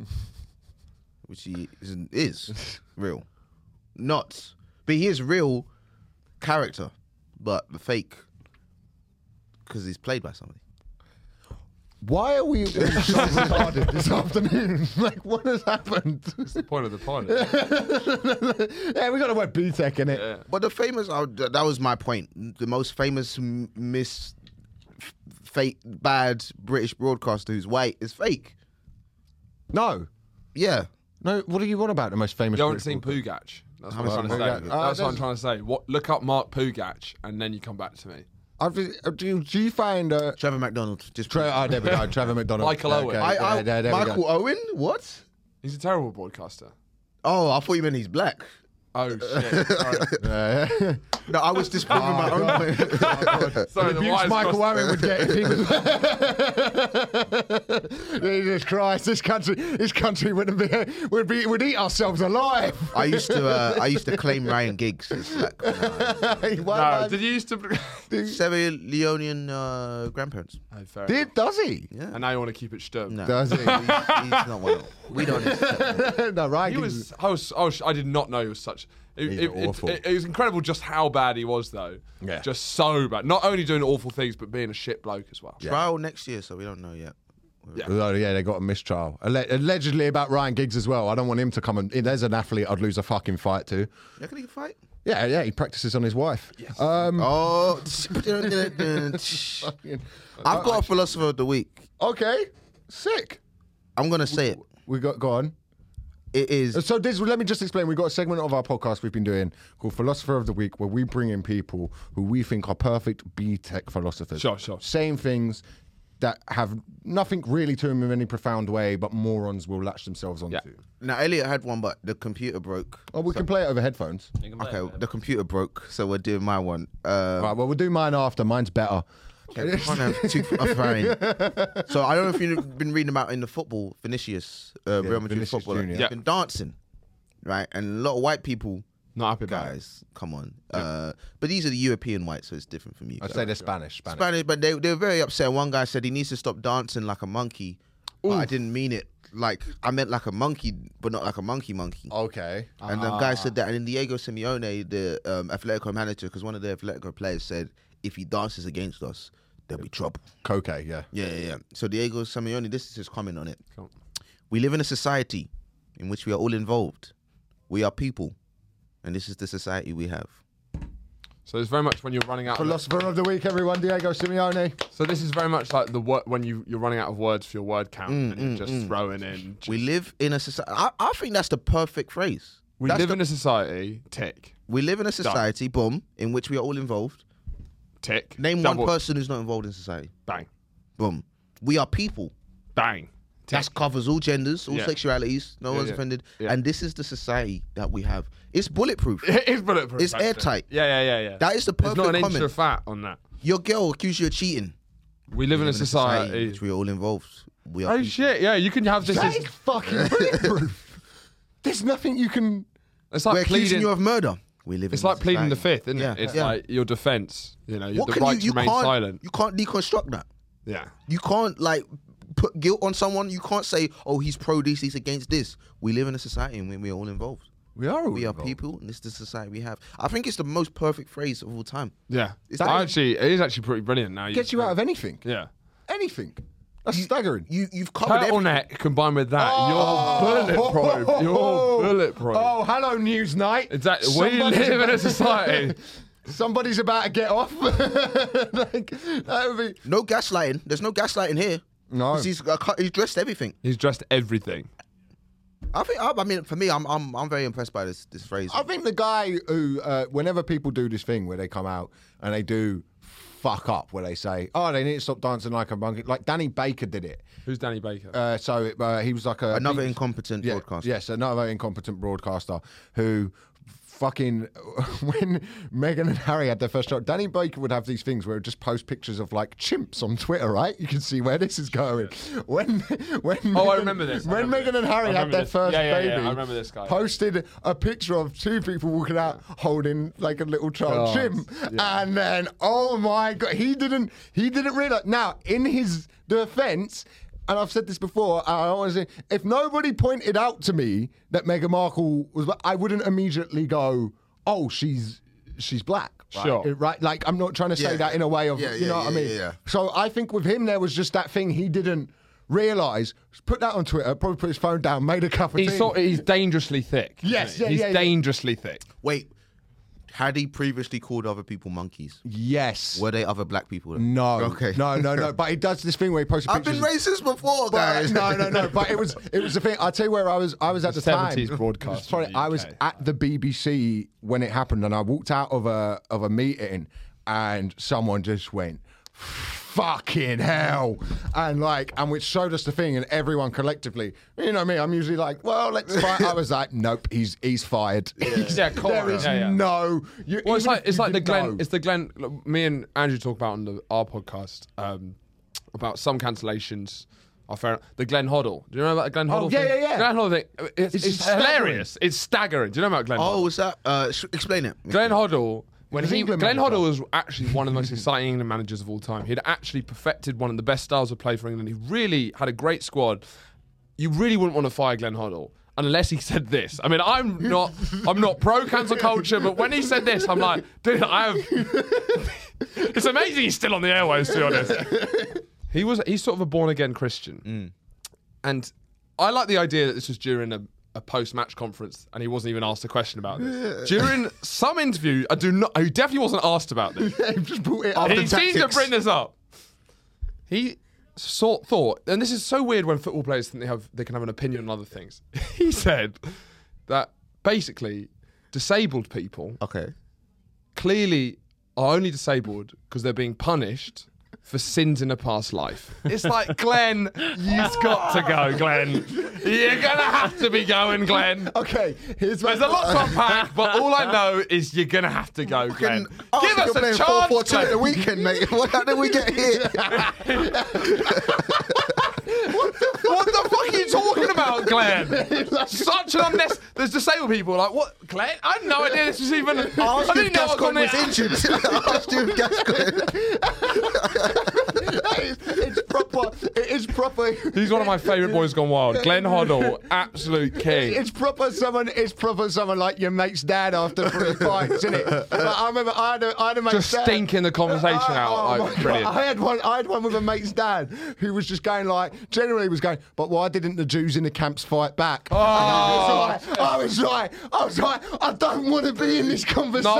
[SPEAKER 1] Which he isn't, is real, not. But he is real character, but the fake because he's played by somebody.
[SPEAKER 2] Why are we all so retarded this afternoon? like, what has happened?
[SPEAKER 4] the point of the pilot.
[SPEAKER 2] yeah, we got to wear B Tech in it.
[SPEAKER 4] Yeah.
[SPEAKER 1] But the famous, uh, th- that was my point. The most famous m- miss, f- fake, bad British broadcaster who's white is fake.
[SPEAKER 2] No,
[SPEAKER 1] Yeah.
[SPEAKER 2] no. What are you on about? The most famous.
[SPEAKER 4] You haven't
[SPEAKER 2] British
[SPEAKER 4] seen
[SPEAKER 2] broadcaster?
[SPEAKER 4] Pugach. That's what I'm
[SPEAKER 1] haven't
[SPEAKER 4] trying to
[SPEAKER 2] seen
[SPEAKER 4] say.
[SPEAKER 2] Pugac. Uh,
[SPEAKER 4] That's what I'm
[SPEAKER 2] there's-
[SPEAKER 4] trying to say. What? Look up Mark Pugach and then you come back to me.
[SPEAKER 2] I've, uh, do, do you find uh,
[SPEAKER 1] Trevor McDonald. Just
[SPEAKER 2] Tra- oh, there we go, Trevor McDonald,
[SPEAKER 4] Michael Owen.
[SPEAKER 1] I,
[SPEAKER 2] yeah,
[SPEAKER 1] I,
[SPEAKER 2] there- there we go.
[SPEAKER 1] Michael Owen? What?
[SPEAKER 4] He's a terrible broadcaster.
[SPEAKER 1] Oh, I thought you meant he's black.
[SPEAKER 4] Oh shit! Sorry,
[SPEAKER 2] Yeah.
[SPEAKER 1] No, I was disproving
[SPEAKER 2] Ah,
[SPEAKER 1] my own point.
[SPEAKER 4] Sorry the
[SPEAKER 2] abuse
[SPEAKER 4] wires
[SPEAKER 2] Michael
[SPEAKER 4] crossed-
[SPEAKER 2] Owen would get if he was. Jesus Christ! This country, this country wouldn't be, would be, would eat ourselves alive.
[SPEAKER 1] I used to, uh, I used to claim Ryan Giggs as black. Uh,
[SPEAKER 2] Hey, why am I-
[SPEAKER 4] No, did you used to?
[SPEAKER 1] Sierra Leonean uh, grandparents.
[SPEAKER 4] Oh, fair enough.
[SPEAKER 2] Did does he?
[SPEAKER 1] Yeah.
[SPEAKER 4] And now you want to keep it stern.
[SPEAKER 1] No,
[SPEAKER 2] Does he?
[SPEAKER 1] he's, he's not one. of- We don't. Accept him.
[SPEAKER 2] no, right?
[SPEAKER 4] He was. I was. I, was, I did not know he was such. It,
[SPEAKER 2] He's
[SPEAKER 4] it, it-
[SPEAKER 2] awful.
[SPEAKER 4] it- it was incredible just how bad he was, though.
[SPEAKER 2] Yeah.
[SPEAKER 4] Just so bad. Not only doing awful things, but being a shit bloke as well.
[SPEAKER 1] Trial next year, so we don't know yet.
[SPEAKER 2] Oh, yeah, they got a mistrial. Alle- allegedly about Ryan Giggs as well. I don't want him to come and. There's an athlete I'd lose a fucking fight to.
[SPEAKER 1] Yeah, can he fight?
[SPEAKER 2] Yeah, yeah, he practices on his wife. Um,
[SPEAKER 1] Oh, I've got a philosopher of the week.
[SPEAKER 2] okay, sick.
[SPEAKER 1] I'm gonna say it.
[SPEAKER 2] We got go on.
[SPEAKER 1] It is
[SPEAKER 2] So this, let me just explain. We've got a segment of our podcast we've been doing called Philosopher of the Week, where we bring in people who we think are perfect B Tech philosophers.
[SPEAKER 4] Sure, sure.
[SPEAKER 2] Same things that have nothing really to them in any profound way, but morons will latch themselves onto.
[SPEAKER 4] Yeah.
[SPEAKER 1] now. Elliot had one, but the computer broke.
[SPEAKER 2] Oh, we can play it over headphones.
[SPEAKER 3] You can play
[SPEAKER 1] Okay,
[SPEAKER 3] it.
[SPEAKER 1] the computer broke, so we're doing my one. Uh,
[SPEAKER 2] Right, well, we'll do mine after. Mine's better.
[SPEAKER 1] okay, I can't have two- a phone. So I don't know if you've been reading about in the football, Vinicius, uh, Real Madrid
[SPEAKER 2] Vinicius
[SPEAKER 1] footballer.
[SPEAKER 2] Junior.
[SPEAKER 1] He's
[SPEAKER 4] Yeah.
[SPEAKER 1] been dancing, right? And a lot of white people,
[SPEAKER 4] Not happy about it.
[SPEAKER 1] guys, come on. Uh, but these are the European whites, so it's different from you.
[SPEAKER 2] I'd
[SPEAKER 1] guys.
[SPEAKER 2] say they're Spanish. Spanish.
[SPEAKER 1] Spanish, but they, they were very upset. One guy said he needs to stop dancing like a monkey. But I didn't mean it. Like I meant like a monkey, but not like a monkey monkey.
[SPEAKER 4] Oh,
[SPEAKER 2] Okay.
[SPEAKER 1] And the guy
[SPEAKER 4] ah.
[SPEAKER 1] said that. And then Diego Simeone, the um, Atletico manager, because one of the Atletico players said, if he dances against us, there'll be trouble.
[SPEAKER 2] Cocaine, yeah.
[SPEAKER 1] Yeah, yeah, yeah. So Diego Simeone, this is his comment on it.
[SPEAKER 4] Cool.
[SPEAKER 1] We live in a society in which we are all involved. We are people, and this is the society we have.
[SPEAKER 4] So it's very much when you're running out. Of,
[SPEAKER 2] Philosopher of the Week, everyone. Diego Simeone.
[SPEAKER 4] so this is very much like the word when you you're running out of words for your word count and you're just throwing in.
[SPEAKER 1] Mm, We live in a society. I, I think that's the perfect phrase.
[SPEAKER 4] We
[SPEAKER 1] That's
[SPEAKER 4] live in a society. Tick,
[SPEAKER 1] We live in a society, boom, in which we are all involved.
[SPEAKER 4] tick.
[SPEAKER 1] Name
[SPEAKER 4] double-
[SPEAKER 1] one person who's not involved in society.
[SPEAKER 4] Bang,
[SPEAKER 1] Boom. We are people.
[SPEAKER 4] bang.
[SPEAKER 1] That covers all genders, all
[SPEAKER 4] Yeah.
[SPEAKER 1] sexualities. No one's
[SPEAKER 4] yeah.
[SPEAKER 1] offended.
[SPEAKER 4] Yeah.
[SPEAKER 1] And this is the society that we have. It's bulletproof.
[SPEAKER 4] It is bulletproof.
[SPEAKER 1] It's
[SPEAKER 4] actually.
[SPEAKER 1] airtight.
[SPEAKER 4] Yeah, yeah, yeah, yeah.
[SPEAKER 1] That is the
[SPEAKER 4] There's
[SPEAKER 1] perfect
[SPEAKER 4] not an
[SPEAKER 1] comment.
[SPEAKER 4] inch of fat on that.
[SPEAKER 1] Your girl accused you of cheating.
[SPEAKER 4] We live in a
[SPEAKER 1] In a society in
[SPEAKER 4] society.
[SPEAKER 1] which we're all involved. We are
[SPEAKER 4] Oh
[SPEAKER 1] people.
[SPEAKER 4] shit! Yeah, you can have this.
[SPEAKER 2] That
[SPEAKER 4] As,
[SPEAKER 2] is fucking bulletproof. There's nothing you can.
[SPEAKER 4] it's
[SPEAKER 1] We're
[SPEAKER 4] like
[SPEAKER 1] accusing
[SPEAKER 4] pleading.
[SPEAKER 1] you of murder. We live
[SPEAKER 4] It's
[SPEAKER 1] in a
[SPEAKER 4] like pleading the
[SPEAKER 1] society.
[SPEAKER 4] fifth, isn't
[SPEAKER 1] Yeah,
[SPEAKER 4] it? It's
[SPEAKER 1] yeah.
[SPEAKER 4] like your defense. You know, you
[SPEAKER 1] What
[SPEAKER 4] the
[SPEAKER 1] can
[SPEAKER 4] right
[SPEAKER 1] you, you
[SPEAKER 4] to remain
[SPEAKER 1] can't,
[SPEAKER 4] silent.
[SPEAKER 1] You can't deconstruct that.
[SPEAKER 4] yeah.
[SPEAKER 1] You can't like put guilt on someone. You can't say, "Oh, he's pro this, he's against this." We live in a society in which we're all involved.
[SPEAKER 2] We are all
[SPEAKER 1] We are
[SPEAKER 2] involved.
[SPEAKER 1] people, and this is the society we have. I think it's the most perfect phrase of all time.
[SPEAKER 4] Yeah.
[SPEAKER 1] Is
[SPEAKER 4] I
[SPEAKER 1] that-
[SPEAKER 4] actually, it is actually pretty brilliant now.
[SPEAKER 2] Gets you out of anything.
[SPEAKER 4] Yeah.
[SPEAKER 2] Anything. That's staggering.
[SPEAKER 1] You you've covered every-
[SPEAKER 4] Turtleneck combined with that, you're bulletproof. You're bulletproof.
[SPEAKER 2] Oh, hello, Newsnight.
[SPEAKER 4] Exactly. We
[SPEAKER 2] Somebody's
[SPEAKER 4] live in a
[SPEAKER 2] about-
[SPEAKER 4] society.
[SPEAKER 2] Somebody's about to get off. like, that would be.
[SPEAKER 1] No gaslighting. There's no gaslighting here.
[SPEAKER 2] No.
[SPEAKER 1] 'Cause He's, uh, cu- he's dressed everything.
[SPEAKER 4] He's dressed everything.
[SPEAKER 1] I think. I, I mean, for me, I'm, I'm I'm very impressed by this this phrase.
[SPEAKER 2] I think the guy who, uh, whenever people do this thing where they come out and they do fuck up, where they say, "Oh, they need to stop dancing like a monkey," like Danny Baker did it.
[SPEAKER 4] Who's Danny Baker?
[SPEAKER 2] Uh, so it, uh, he was like a
[SPEAKER 1] Another incompetent
[SPEAKER 2] yeah,
[SPEAKER 1] broadcaster.
[SPEAKER 2] Yes, another incompetent broadcaster who fucking when Meghan and Harry had their first child, Danny Baker would have these things where he'd just post pictures of like chimps on Twitter, right? You can see where this is going. When when
[SPEAKER 4] Oh, I
[SPEAKER 2] Meghan-
[SPEAKER 4] remember this. I
[SPEAKER 2] When
[SPEAKER 4] remember
[SPEAKER 2] Meghan
[SPEAKER 4] this.
[SPEAKER 2] and
[SPEAKER 4] I
[SPEAKER 2] Harry had
[SPEAKER 4] remember
[SPEAKER 2] their
[SPEAKER 4] this.
[SPEAKER 2] first
[SPEAKER 4] Yeah, yeah, yeah,
[SPEAKER 2] baby,
[SPEAKER 4] I remember this guy.
[SPEAKER 2] Posted a picture of two people walking out holding like a little child
[SPEAKER 4] God.
[SPEAKER 2] chimp, and then oh my god, he didn't he didn't realize. Now in his defense, and I've said this before, I don't want to say if nobody pointed out to me that Meghan Markle was, black, I wouldn't immediately go, oh, she's she's black. Right?
[SPEAKER 4] Sure.
[SPEAKER 2] It- Right. Like I'm not trying to say
[SPEAKER 1] Yeah.
[SPEAKER 2] that in a way of
[SPEAKER 1] Yeah,
[SPEAKER 2] you
[SPEAKER 1] yeah,
[SPEAKER 2] know what I
[SPEAKER 1] yeah,
[SPEAKER 2] mean.
[SPEAKER 1] yeah, yeah.
[SPEAKER 2] So I think with him there was just that thing he didn't. Realize, put that on Twitter. Probably put his phone down, made a cup of
[SPEAKER 4] he's
[SPEAKER 2] tea.
[SPEAKER 4] sort of, he's dangerously thick.
[SPEAKER 2] Yes,
[SPEAKER 4] isn't he?
[SPEAKER 2] yeah,
[SPEAKER 4] he's
[SPEAKER 2] yeah, yeah.
[SPEAKER 4] dangerously thick.
[SPEAKER 1] Wait, had he previously called other people monkeys?
[SPEAKER 2] Yes.
[SPEAKER 1] Were they other black people? though?
[SPEAKER 2] No.
[SPEAKER 1] Okay.
[SPEAKER 2] No, no, no. But he does this thing where he posts
[SPEAKER 1] I've been
[SPEAKER 2] pictures.
[SPEAKER 1] racist before,
[SPEAKER 2] but,
[SPEAKER 1] guys.
[SPEAKER 2] no, no, no. But it was it was the thing. I'll tell you where I was I was at the, time.
[SPEAKER 4] 70s broadcast
[SPEAKER 2] Sorry,
[SPEAKER 4] in the
[SPEAKER 2] I was
[SPEAKER 4] UK.
[SPEAKER 2] at the BBC when it happened and I walked out of a of a meeting and someone just went fucking hell and like and which showed us the thing and everyone collectively you know me i'm usually like well let's fight i was like nope he's he's fired
[SPEAKER 4] Yeah, come
[SPEAKER 2] there
[SPEAKER 4] on.
[SPEAKER 2] is
[SPEAKER 4] Yeah, yeah.
[SPEAKER 2] no you,
[SPEAKER 4] Well, it's
[SPEAKER 2] even
[SPEAKER 4] like
[SPEAKER 2] if
[SPEAKER 4] it's
[SPEAKER 2] you
[SPEAKER 4] like the
[SPEAKER 2] didn't
[SPEAKER 4] Glen.
[SPEAKER 2] know.
[SPEAKER 4] It's the Glen. Look, me and Andrew talk about on the, our podcast um, about some cancellations. Are fair, the Glen Hoddle. Do you know about the Glen Hoddle?
[SPEAKER 2] Oh, yeah,
[SPEAKER 4] thing?
[SPEAKER 2] yeah, yeah.
[SPEAKER 4] Glen Hoddle thing. It's, it's,
[SPEAKER 2] staggering.
[SPEAKER 4] hilarious. It's staggering. Do you know about Glen?
[SPEAKER 1] Oh,
[SPEAKER 4] Hoddle?
[SPEAKER 1] was that? Uh, sh- explain it.
[SPEAKER 4] Glenn Hoddle. When
[SPEAKER 2] was
[SPEAKER 4] he,
[SPEAKER 2] England
[SPEAKER 4] Glenn
[SPEAKER 2] manager.
[SPEAKER 4] Hoddle was actually one of the most exciting England managers of all time. He'd actually perfected one of the best styles of play for England. He really had a great squad. You really wouldn't want to fire Glenn Hoddle unless he said this. I mean, I'm not, I'm not pro cancel culture, but when he said this, I'm like, dude, I have. it's amazing he's still on the airways. To be honest, he was. He's sort of a born again Christian.
[SPEAKER 2] Mm.
[SPEAKER 4] And I like the idea that this was during a, a post-match conference and he wasn't even asked a question about this. During some interview, I do not he definitely wasn't asked about this.
[SPEAKER 2] They've just brought it up.
[SPEAKER 4] he seemed to bring this up. He sort thought, and this is so weird when football players think they have they can have an opinion on other things. He said that basically disabled people
[SPEAKER 1] Okay.
[SPEAKER 4] clearly are only disabled because they're being punished for sins in a past life. It's like, Glenn, you've got to go, Glenn. You're going to have to be going, Glenn.
[SPEAKER 2] Okay, here's my
[SPEAKER 4] There's a lot to unpack, but all I know is you're going to have to go, Glenn. Give us a
[SPEAKER 1] Four, four,
[SPEAKER 4] chance,
[SPEAKER 1] two at the
[SPEAKER 4] Glenn.
[SPEAKER 1] weekend, mate. What, how did we get here?
[SPEAKER 4] What the fuck are you talking about, Glenn? Such an unnecessary... There's disabled people like, what, Glenn? I had no idea this was even... I
[SPEAKER 1] Ask if
[SPEAKER 4] didn't know I was on
[SPEAKER 1] Gascon was
[SPEAKER 4] the-
[SPEAKER 1] injured. Ask if Gascon.
[SPEAKER 2] it's, it's proper. It is proper.
[SPEAKER 4] He's one of my favourite boys gone wild. Glenn Hoddle, absolute king.
[SPEAKER 2] It's proper someone. It's proper someone like your mate's dad after three fights, isn't it? Like, I remember I had a, I had a mate's
[SPEAKER 4] just
[SPEAKER 2] dad.
[SPEAKER 4] stinking the conversation
[SPEAKER 2] I-
[SPEAKER 4] out.
[SPEAKER 2] oh
[SPEAKER 4] like,
[SPEAKER 2] my God.
[SPEAKER 4] brilliant.
[SPEAKER 2] I had one. I had one with a mate's dad who was just going like, generally was going, but why didn't the Jews in the camps fight back? And I was like, I was like, I was like, I don't want to be in this conversation.
[SPEAKER 4] Oh. no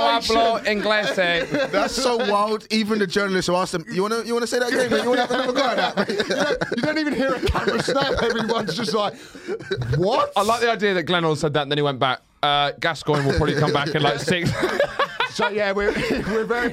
[SPEAKER 4] hablo inglés. eh?
[SPEAKER 1] That's so wild. Even the journalists who asked him, "You wanna, you wanna say that again? Mate? You wanna have another go at that?" mate?"
[SPEAKER 2] you, don't, you don't even hear a camera snap. Everyone's just like, what?
[SPEAKER 4] I like the idea that Glenn Hoddle said that, and then he went back. Uh, Gascoigne will probably come back in like six.
[SPEAKER 2] So yeah, we're we're very.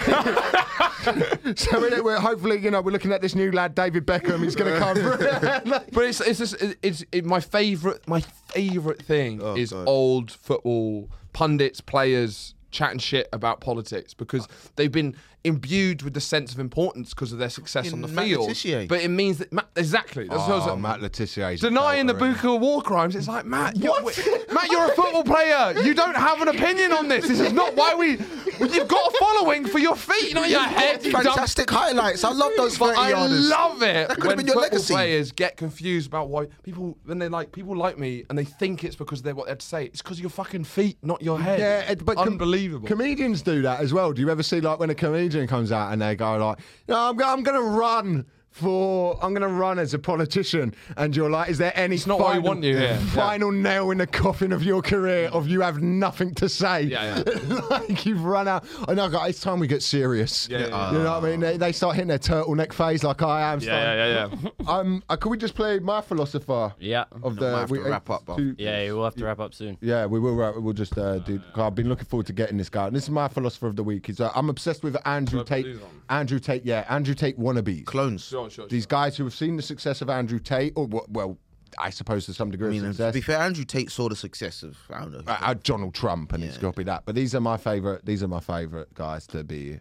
[SPEAKER 2] so we're, we're hopefully you know we're looking at this new lad David Beckham. He's going to come. through.
[SPEAKER 4] but it's it's just, it's it, my favorite my favorite thing
[SPEAKER 2] Oh,
[SPEAKER 4] is
[SPEAKER 1] God.
[SPEAKER 4] old football pundits players chatting shit about politics because they've been imbued with the sense of importance because of their success on the
[SPEAKER 1] Matt
[SPEAKER 4] field.
[SPEAKER 1] Letizia.
[SPEAKER 4] But it means that Matt, exactly that's what I
[SPEAKER 2] Oh,
[SPEAKER 4] was like,
[SPEAKER 2] Letizia.
[SPEAKER 4] denying the Buka war crimes. It's like Matt, you're, Matt, you're a football player. You don't have an opinion on this. This is not why we. You've got a following for your feet, not your head. You dumb-
[SPEAKER 1] Fantastic highlights. I love those
[SPEAKER 4] But
[SPEAKER 1] thirty
[SPEAKER 4] I
[SPEAKER 1] yarders.
[SPEAKER 4] love it
[SPEAKER 1] could've
[SPEAKER 4] when
[SPEAKER 1] been your
[SPEAKER 4] football
[SPEAKER 1] legacy.
[SPEAKER 4] players get confused about why people when they like people like me and they think it's because they're what they have to say. It's because of your fucking feet, not your head.
[SPEAKER 2] Yeah, it- but com-
[SPEAKER 4] unbelievable.
[SPEAKER 2] comedians do that as well. Do you ever see like when a comedian comes out and they go like, "No, I'm, go- I'm going to run." for I'm gonna run as a politician, and you're like, is there any?
[SPEAKER 4] It's not why we want you here.
[SPEAKER 2] Final nail in the coffin of your career of you have nothing to say.
[SPEAKER 4] Yeah,
[SPEAKER 2] like you've run out. I know, guys, it's time we get serious.
[SPEAKER 4] Yeah, yeah, yeah.
[SPEAKER 2] You know what I mean? They, they start hitting their turtleneck phase like I am.
[SPEAKER 4] Yeah, yeah, yeah, yeah.
[SPEAKER 2] Um, uh, could we just play my philosopher
[SPEAKER 3] Yeah.
[SPEAKER 2] of
[SPEAKER 1] might
[SPEAKER 2] the?
[SPEAKER 1] have to wrap up, bro.
[SPEAKER 2] two-
[SPEAKER 3] Yeah, we'll have to wrap up soon.
[SPEAKER 2] yeah, we will. wrap- We'll just uh, do. 'cause I've been looking forward to getting this guy. And this is my philosopher of the week. Is uh, I'm obsessed with Andrew
[SPEAKER 4] Should I put
[SPEAKER 2] Tate.
[SPEAKER 4] these on?
[SPEAKER 2] Andrew Tate. Yeah, Andrew Tate wannabes.
[SPEAKER 1] Clones.
[SPEAKER 4] Sure, sure,
[SPEAKER 2] These guys who have seen the success of Andrew Tate, or wh- well, I suppose to some degree
[SPEAKER 1] I mean,
[SPEAKER 2] of
[SPEAKER 1] to
[SPEAKER 2] success.
[SPEAKER 1] be fair, Andrew Tate saw the success of I don't know.
[SPEAKER 2] uh, uh, Donald Trump, and it's got to be that. But these are my favorite. These are my favorite guys to be.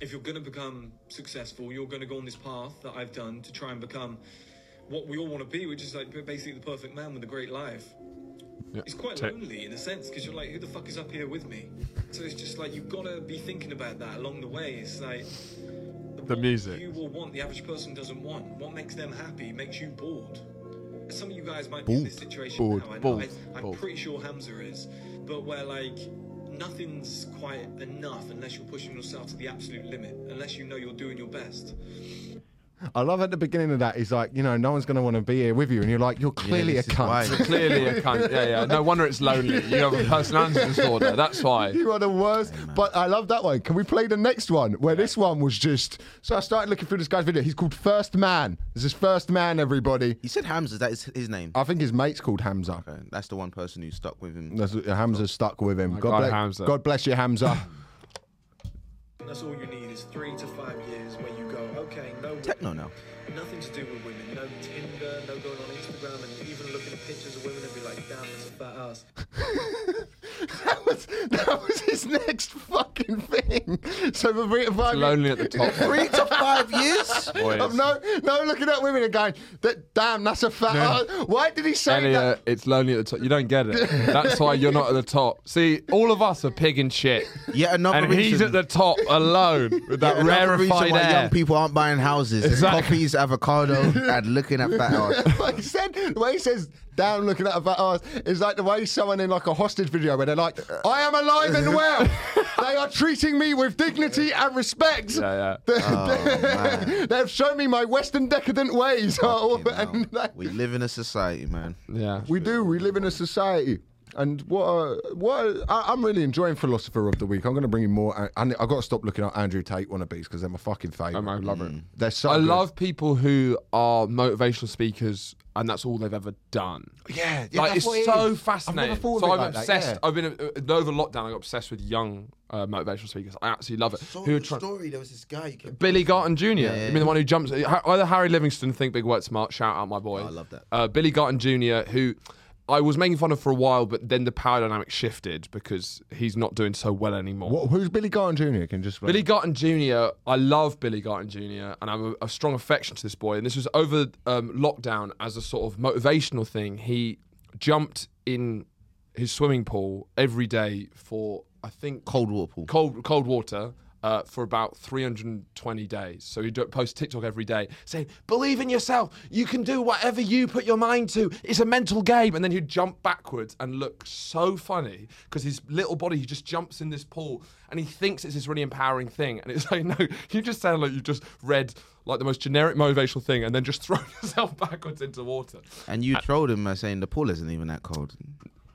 [SPEAKER 5] if you're going to become successful, you're going to go on this path that I've done to try and become what we all want to be, which is like basically the perfect man with a great life. It's quite lonely in a sense because you're like, who the fuck is up here with me? So it's just like you've got to be thinking about that along the way. It's like
[SPEAKER 4] The
[SPEAKER 5] what
[SPEAKER 4] music.
[SPEAKER 5] you will want, the average person doesn't want. What makes them happy makes you bored. Some of you guys might be in this situation
[SPEAKER 2] Bored.
[SPEAKER 5] now. I know.
[SPEAKER 2] Bored.
[SPEAKER 5] I, I'm
[SPEAKER 2] Bored.
[SPEAKER 5] pretty sure Hamza is, but where like nothing's quite enough unless you're pushing yourself to the absolute limit, unless you know you're doing your best.
[SPEAKER 2] I love at the beginning of that. He's like, you know, no one's going to want to be here with you, and you're like, you're clearly a
[SPEAKER 1] this is
[SPEAKER 2] cunt.
[SPEAKER 1] why.
[SPEAKER 4] Clearly a cunt. Yeah, yeah. No wonder it's lonely. You have a personality disorder. That's why.
[SPEAKER 2] You are the worst. But I love that one. Can we play the next one? Where this one was just. So I started looking through this guy's video. He's called First Man. This is First Man, everybody.
[SPEAKER 1] He said Hamza. That is his name.
[SPEAKER 2] I think his mate's called Hamza.
[SPEAKER 1] Okay, That's the one person who stuck with him.
[SPEAKER 2] That's, uh, Hamza stuck with him. God,
[SPEAKER 4] God,
[SPEAKER 2] bless,
[SPEAKER 4] Hamza.
[SPEAKER 2] God bless you, Hamza.
[SPEAKER 5] That's all you need is three to five years where you go, okay, no
[SPEAKER 1] Techno now.
[SPEAKER 5] nothing to do with women, no Tinder, no going on Instagram, and even looking at pictures of women and be like, damn, that's a fat ass.
[SPEAKER 2] that, was, that was his next fucking thing. So for three to five
[SPEAKER 4] Lonely at the top.
[SPEAKER 1] Three to five years.
[SPEAKER 4] Boys.
[SPEAKER 2] Of no, no, looking at women and going, that, damn, that's a fat. ass." Why did he say that?
[SPEAKER 4] Elliot, it's lonely at the top. You don't get it. That's why you're not at the top. See, all of us are pig and shit.
[SPEAKER 1] Yet another
[SPEAKER 4] and
[SPEAKER 1] reason.
[SPEAKER 4] he's at the top alone with that
[SPEAKER 1] Another reason
[SPEAKER 4] rarefied
[SPEAKER 1] why
[SPEAKER 4] air.
[SPEAKER 1] young people aren't buying houses. It's Coffees, avocado, and looking at fat ass.
[SPEAKER 2] Like he said, the way he says down looking at a fat ass is like the way someone in like a hostage video where they're like, I am alive and well. they are treating me with dignity and respect.
[SPEAKER 4] Yeah, yeah.
[SPEAKER 2] They've shown me my Western decadent ways. Oh,
[SPEAKER 1] You know,
[SPEAKER 2] and like-
[SPEAKER 1] we live in a society, man.
[SPEAKER 4] Yeah.
[SPEAKER 2] we do. We live in a society. And what? A, what? A, I, I'm really enjoying Philosopher of the Week. I'm going to bring you more. uh, I, I got to stop looking at Andrew Tate wannabes because they're my fucking favorite.
[SPEAKER 4] I love it.
[SPEAKER 2] They're so.
[SPEAKER 4] Mm. I
[SPEAKER 2] good.
[SPEAKER 4] love people who are motivational speakers and that's all they've ever done.
[SPEAKER 2] Yeah, yeah,
[SPEAKER 4] like
[SPEAKER 2] that's
[SPEAKER 4] it's
[SPEAKER 2] what it
[SPEAKER 4] so
[SPEAKER 2] is.
[SPEAKER 4] fascinating.
[SPEAKER 2] I've never thought of
[SPEAKER 4] so
[SPEAKER 2] it
[SPEAKER 4] I'm
[SPEAKER 2] like that,
[SPEAKER 4] obsessed.
[SPEAKER 2] yeah.
[SPEAKER 4] I've been uh, over lockdown. I got obsessed with young uh, motivational speakers. I absolutely love it. Who are trying?
[SPEAKER 1] story? There was this guy. You kept...
[SPEAKER 4] Billy Garton Jr. I mean, the one who jumps. Ha- Either Harry Livingston, think big, work smart. Shout out my boy.
[SPEAKER 1] Oh, I love that.
[SPEAKER 4] Uh, Billy Garton Jr. Who I was making fun of for a while, but then the power dynamic shifted because he's not doing so well anymore.
[SPEAKER 2] What, who's Billy Garden Jr.? Can you just
[SPEAKER 4] Billy Garton Jr. I love Billy Garton Jr. and I have a, a strong affection to this boy. And this was over um, lockdown as a sort of motivational thing. He jumped in his swimming pool every day for I think
[SPEAKER 1] Cold water pool.
[SPEAKER 4] cold cold water uh, for about 320 days. So he'd post TikTok every day saying, "Believe in yourself. You can do whatever you put your mind to. It's a mental game." And then he'd jump backwards and look so funny because his little body he just jumps in this pool and he thinks it's this really empowering thing. And it's like, no, you just sound like you just read like the most generic motivational thing and then just thrown yourself backwards into water.
[SPEAKER 1] And you trolled him by saying the pool isn't even that cold.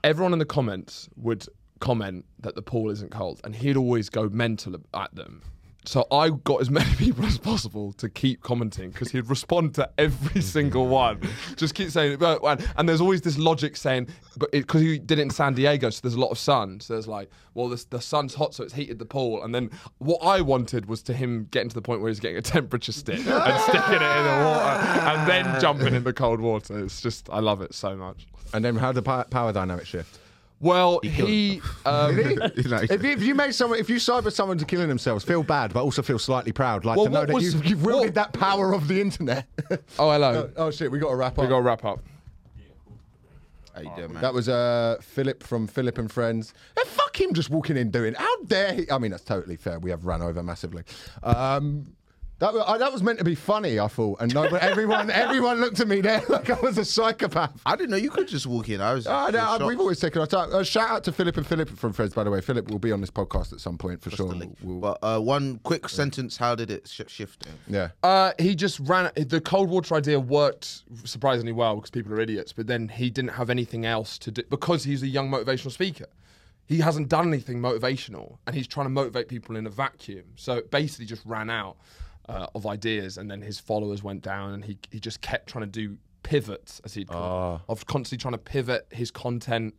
[SPEAKER 4] everyone in the comments would comment that the pool isn't cold, and he'd always go mental ab- at them. So I got as many people as possible to keep commenting because he'd respond to every single one. Just keep saying it. but- And, and there's always this logic saying, but because he did it in San Diego, so there's a lot of sun. So there's like, well, this, the sun's hot, so it's heated the pool. And then what I wanted was to him getting to the point where he's getting a temperature stick and sticking it in the water and then jumping in the cold water. It's just, I love it so much.
[SPEAKER 2] And then how did the power dynamic shift?
[SPEAKER 4] Well, he. um,
[SPEAKER 1] Like-
[SPEAKER 2] if, you, if you made someone, if you cyber someone to killing themselves, feel bad, but also feel slightly proud, like
[SPEAKER 4] Well,
[SPEAKER 2] to know
[SPEAKER 4] what
[SPEAKER 2] that
[SPEAKER 4] was-
[SPEAKER 2] you've, you've wielded
[SPEAKER 4] what-
[SPEAKER 2] that power of the internet.
[SPEAKER 4] oh, hello.
[SPEAKER 2] oh, oh shit, we got to wrap
[SPEAKER 4] we
[SPEAKER 2] up.
[SPEAKER 4] got to wrap up.
[SPEAKER 1] How you doing, man?
[SPEAKER 2] that was uh, Philip from Philip and Friends. Eh, fuck him, just walking in doing. How dare he? I mean, that's totally fair. We have run over massively. Um, That, wa- I, that was meant to be funny, I thought, and no, but everyone, everyone looked at me there like I was a psychopath.
[SPEAKER 1] I didn't know you could just walk in. I was.
[SPEAKER 2] Ah, no,
[SPEAKER 1] shocked.
[SPEAKER 2] we've always taken our time. Uh, shout out to Philip and Philip from Friends, by the way. Philip will be on this podcast at some point for sure. We'll- we'll-
[SPEAKER 1] But uh, one quick sentence. How did it sh- shift?
[SPEAKER 2] yeah.
[SPEAKER 4] Uh, he just ran. The cold water idea worked surprisingly well because people are idiots. But then he didn't have anything else to do because he's a young motivational speaker. He hasn't done anything motivational, and he's trying to motivate people in a vacuum. So it basically just ran out uh, of ideas, and then his followers went down, and he he just kept trying to do pivots, as he'd call
[SPEAKER 2] Ah.
[SPEAKER 4] it, of constantly trying to pivot his content,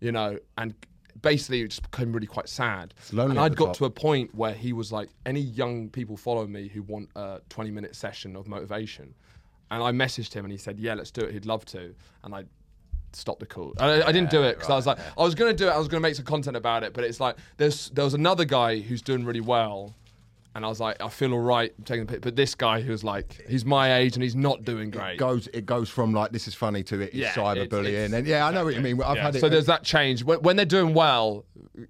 [SPEAKER 4] you know, and basically it just became really quite sad.
[SPEAKER 2] lonely
[SPEAKER 4] and
[SPEAKER 2] at
[SPEAKER 4] I'd
[SPEAKER 2] the
[SPEAKER 4] got
[SPEAKER 2] top.
[SPEAKER 4] to a point where he was like, any young people follow me who want a 20 minute session of motivation. And I messaged him and he said, yeah, let's do it. He'd love to. And I stopped the call. I, I didn't do it because I was like, I was going to do it. I was going to make some content about it. But it's like, there's there was another guy who's doing really well. And I was like, I feel all right taking the pic. But this guy who's like, he's my age and he's not doing great.
[SPEAKER 2] It goes, it goes from like this is funny to it is
[SPEAKER 4] Yeah, it's-
[SPEAKER 2] cyberbullying,
[SPEAKER 4] it's-
[SPEAKER 2] and yeah, I know what you mean. I've
[SPEAKER 4] Yeah,
[SPEAKER 2] had it.
[SPEAKER 4] so there's that change. When, when they're doing well,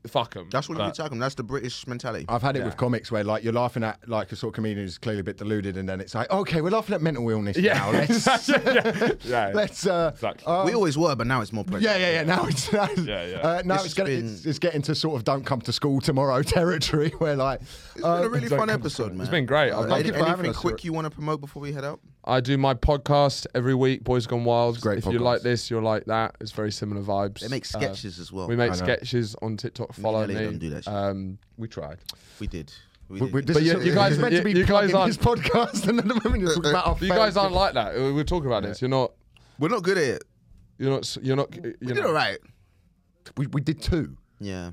[SPEAKER 4] fuck them.
[SPEAKER 1] That's what you talking. That's the British mentality.
[SPEAKER 2] I've had it with comics where like you're laughing at like a sort of comedian who's clearly a bit deluded, and then it's like, okay, we're laughing at mental illness
[SPEAKER 4] Yeah.
[SPEAKER 2] now. Let's,
[SPEAKER 4] yeah. yeah.
[SPEAKER 2] let's uh,
[SPEAKER 4] Exactly.
[SPEAKER 2] uh,
[SPEAKER 1] we always were, but now it's more pressure.
[SPEAKER 2] yeah, yeah, yeah. Now it's now, it's-
[SPEAKER 4] Yeah, yeah.
[SPEAKER 2] Uh, now it's,
[SPEAKER 1] This has
[SPEAKER 2] getting,
[SPEAKER 1] been-
[SPEAKER 2] it's, it's getting to sort of don't come to school tomorrow territory, where like
[SPEAKER 1] It's
[SPEAKER 2] uh,
[SPEAKER 1] been a really fun episode, man.
[SPEAKER 4] It's been great. I've
[SPEAKER 1] Uh,
[SPEAKER 4] loved
[SPEAKER 1] any-
[SPEAKER 4] it.
[SPEAKER 2] for having
[SPEAKER 1] anything
[SPEAKER 2] us,
[SPEAKER 1] quick
[SPEAKER 2] sir.
[SPEAKER 1] you want to promote before we head out?
[SPEAKER 4] I do my podcast every week, Boys Gone Wild.
[SPEAKER 2] great
[SPEAKER 4] if you
[SPEAKER 2] podcast.
[SPEAKER 4] like this, you'll like that. It's very similar vibes.
[SPEAKER 1] They make
[SPEAKER 4] Uh,
[SPEAKER 1] sketches as well.
[SPEAKER 4] we
[SPEAKER 1] I
[SPEAKER 4] make
[SPEAKER 1] know.
[SPEAKER 4] sketches on TikTok. Follow
[SPEAKER 1] Nelly
[SPEAKER 4] me.
[SPEAKER 1] don't do that shit.
[SPEAKER 4] Um, we tried.
[SPEAKER 1] We did. We
[SPEAKER 2] We-
[SPEAKER 1] did.
[SPEAKER 2] we- this
[SPEAKER 4] But
[SPEAKER 2] is
[SPEAKER 4] you-
[SPEAKER 2] sort
[SPEAKER 4] you
[SPEAKER 2] of-
[SPEAKER 4] guys-
[SPEAKER 2] it's meant to be
[SPEAKER 4] you- you guys
[SPEAKER 2] plugging
[SPEAKER 4] aren't-
[SPEAKER 2] this podcast, and then the women just talk about our
[SPEAKER 4] You guys
[SPEAKER 2] failed-
[SPEAKER 4] aren't like that. We we talk about this. You're not.
[SPEAKER 1] We're not good at it.
[SPEAKER 4] You're not. s- You're not. You're
[SPEAKER 1] We
[SPEAKER 4] not-
[SPEAKER 1] did all right.
[SPEAKER 2] We, we did two.
[SPEAKER 1] Yeah.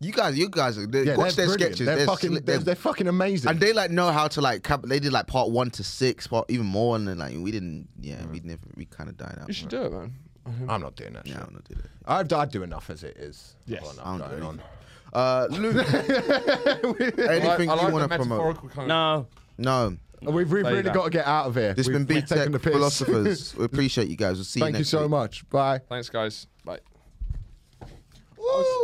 [SPEAKER 1] You guys, you guys, are- they,
[SPEAKER 2] Yeah,
[SPEAKER 1] watch
[SPEAKER 2] they're
[SPEAKER 1] their
[SPEAKER 2] brilliant.
[SPEAKER 1] sketches.
[SPEAKER 2] They're, fucking,
[SPEAKER 1] sli-
[SPEAKER 2] they're, they're fucking amazing.
[SPEAKER 1] and they like know how to like. Cap- they did like part one to six, part even more, and then like we didn't. Yeah, we
[SPEAKER 2] Mm.
[SPEAKER 1] never. We kind of died out.
[SPEAKER 4] You should do it, man.
[SPEAKER 2] I'm not doing that.
[SPEAKER 1] Yeah,
[SPEAKER 2] shit.
[SPEAKER 1] I'm not doing it.
[SPEAKER 2] I've, I do enough as it is.
[SPEAKER 4] Yes.
[SPEAKER 2] I've got
[SPEAKER 1] I
[SPEAKER 2] enough
[SPEAKER 1] don't
[SPEAKER 2] Oh, going
[SPEAKER 1] do
[SPEAKER 2] on.
[SPEAKER 1] Uh, Luke, anything
[SPEAKER 4] I like
[SPEAKER 1] you want
[SPEAKER 4] the
[SPEAKER 1] to promote?
[SPEAKER 4] metaphorical kind of-
[SPEAKER 3] No.
[SPEAKER 1] No,
[SPEAKER 2] We've, we've
[SPEAKER 4] Say
[SPEAKER 2] really
[SPEAKER 4] that.
[SPEAKER 2] got to get out of here.
[SPEAKER 1] this has
[SPEAKER 2] we've,
[SPEAKER 1] been
[SPEAKER 2] we've
[SPEAKER 1] Big Tech
[SPEAKER 2] taken the piss.
[SPEAKER 1] Philosophers. We appreciate you guys. We'll see you
[SPEAKER 2] Thank you
[SPEAKER 1] next
[SPEAKER 2] so
[SPEAKER 1] week.
[SPEAKER 2] much. Bye.
[SPEAKER 4] Thanks, guys. Bye.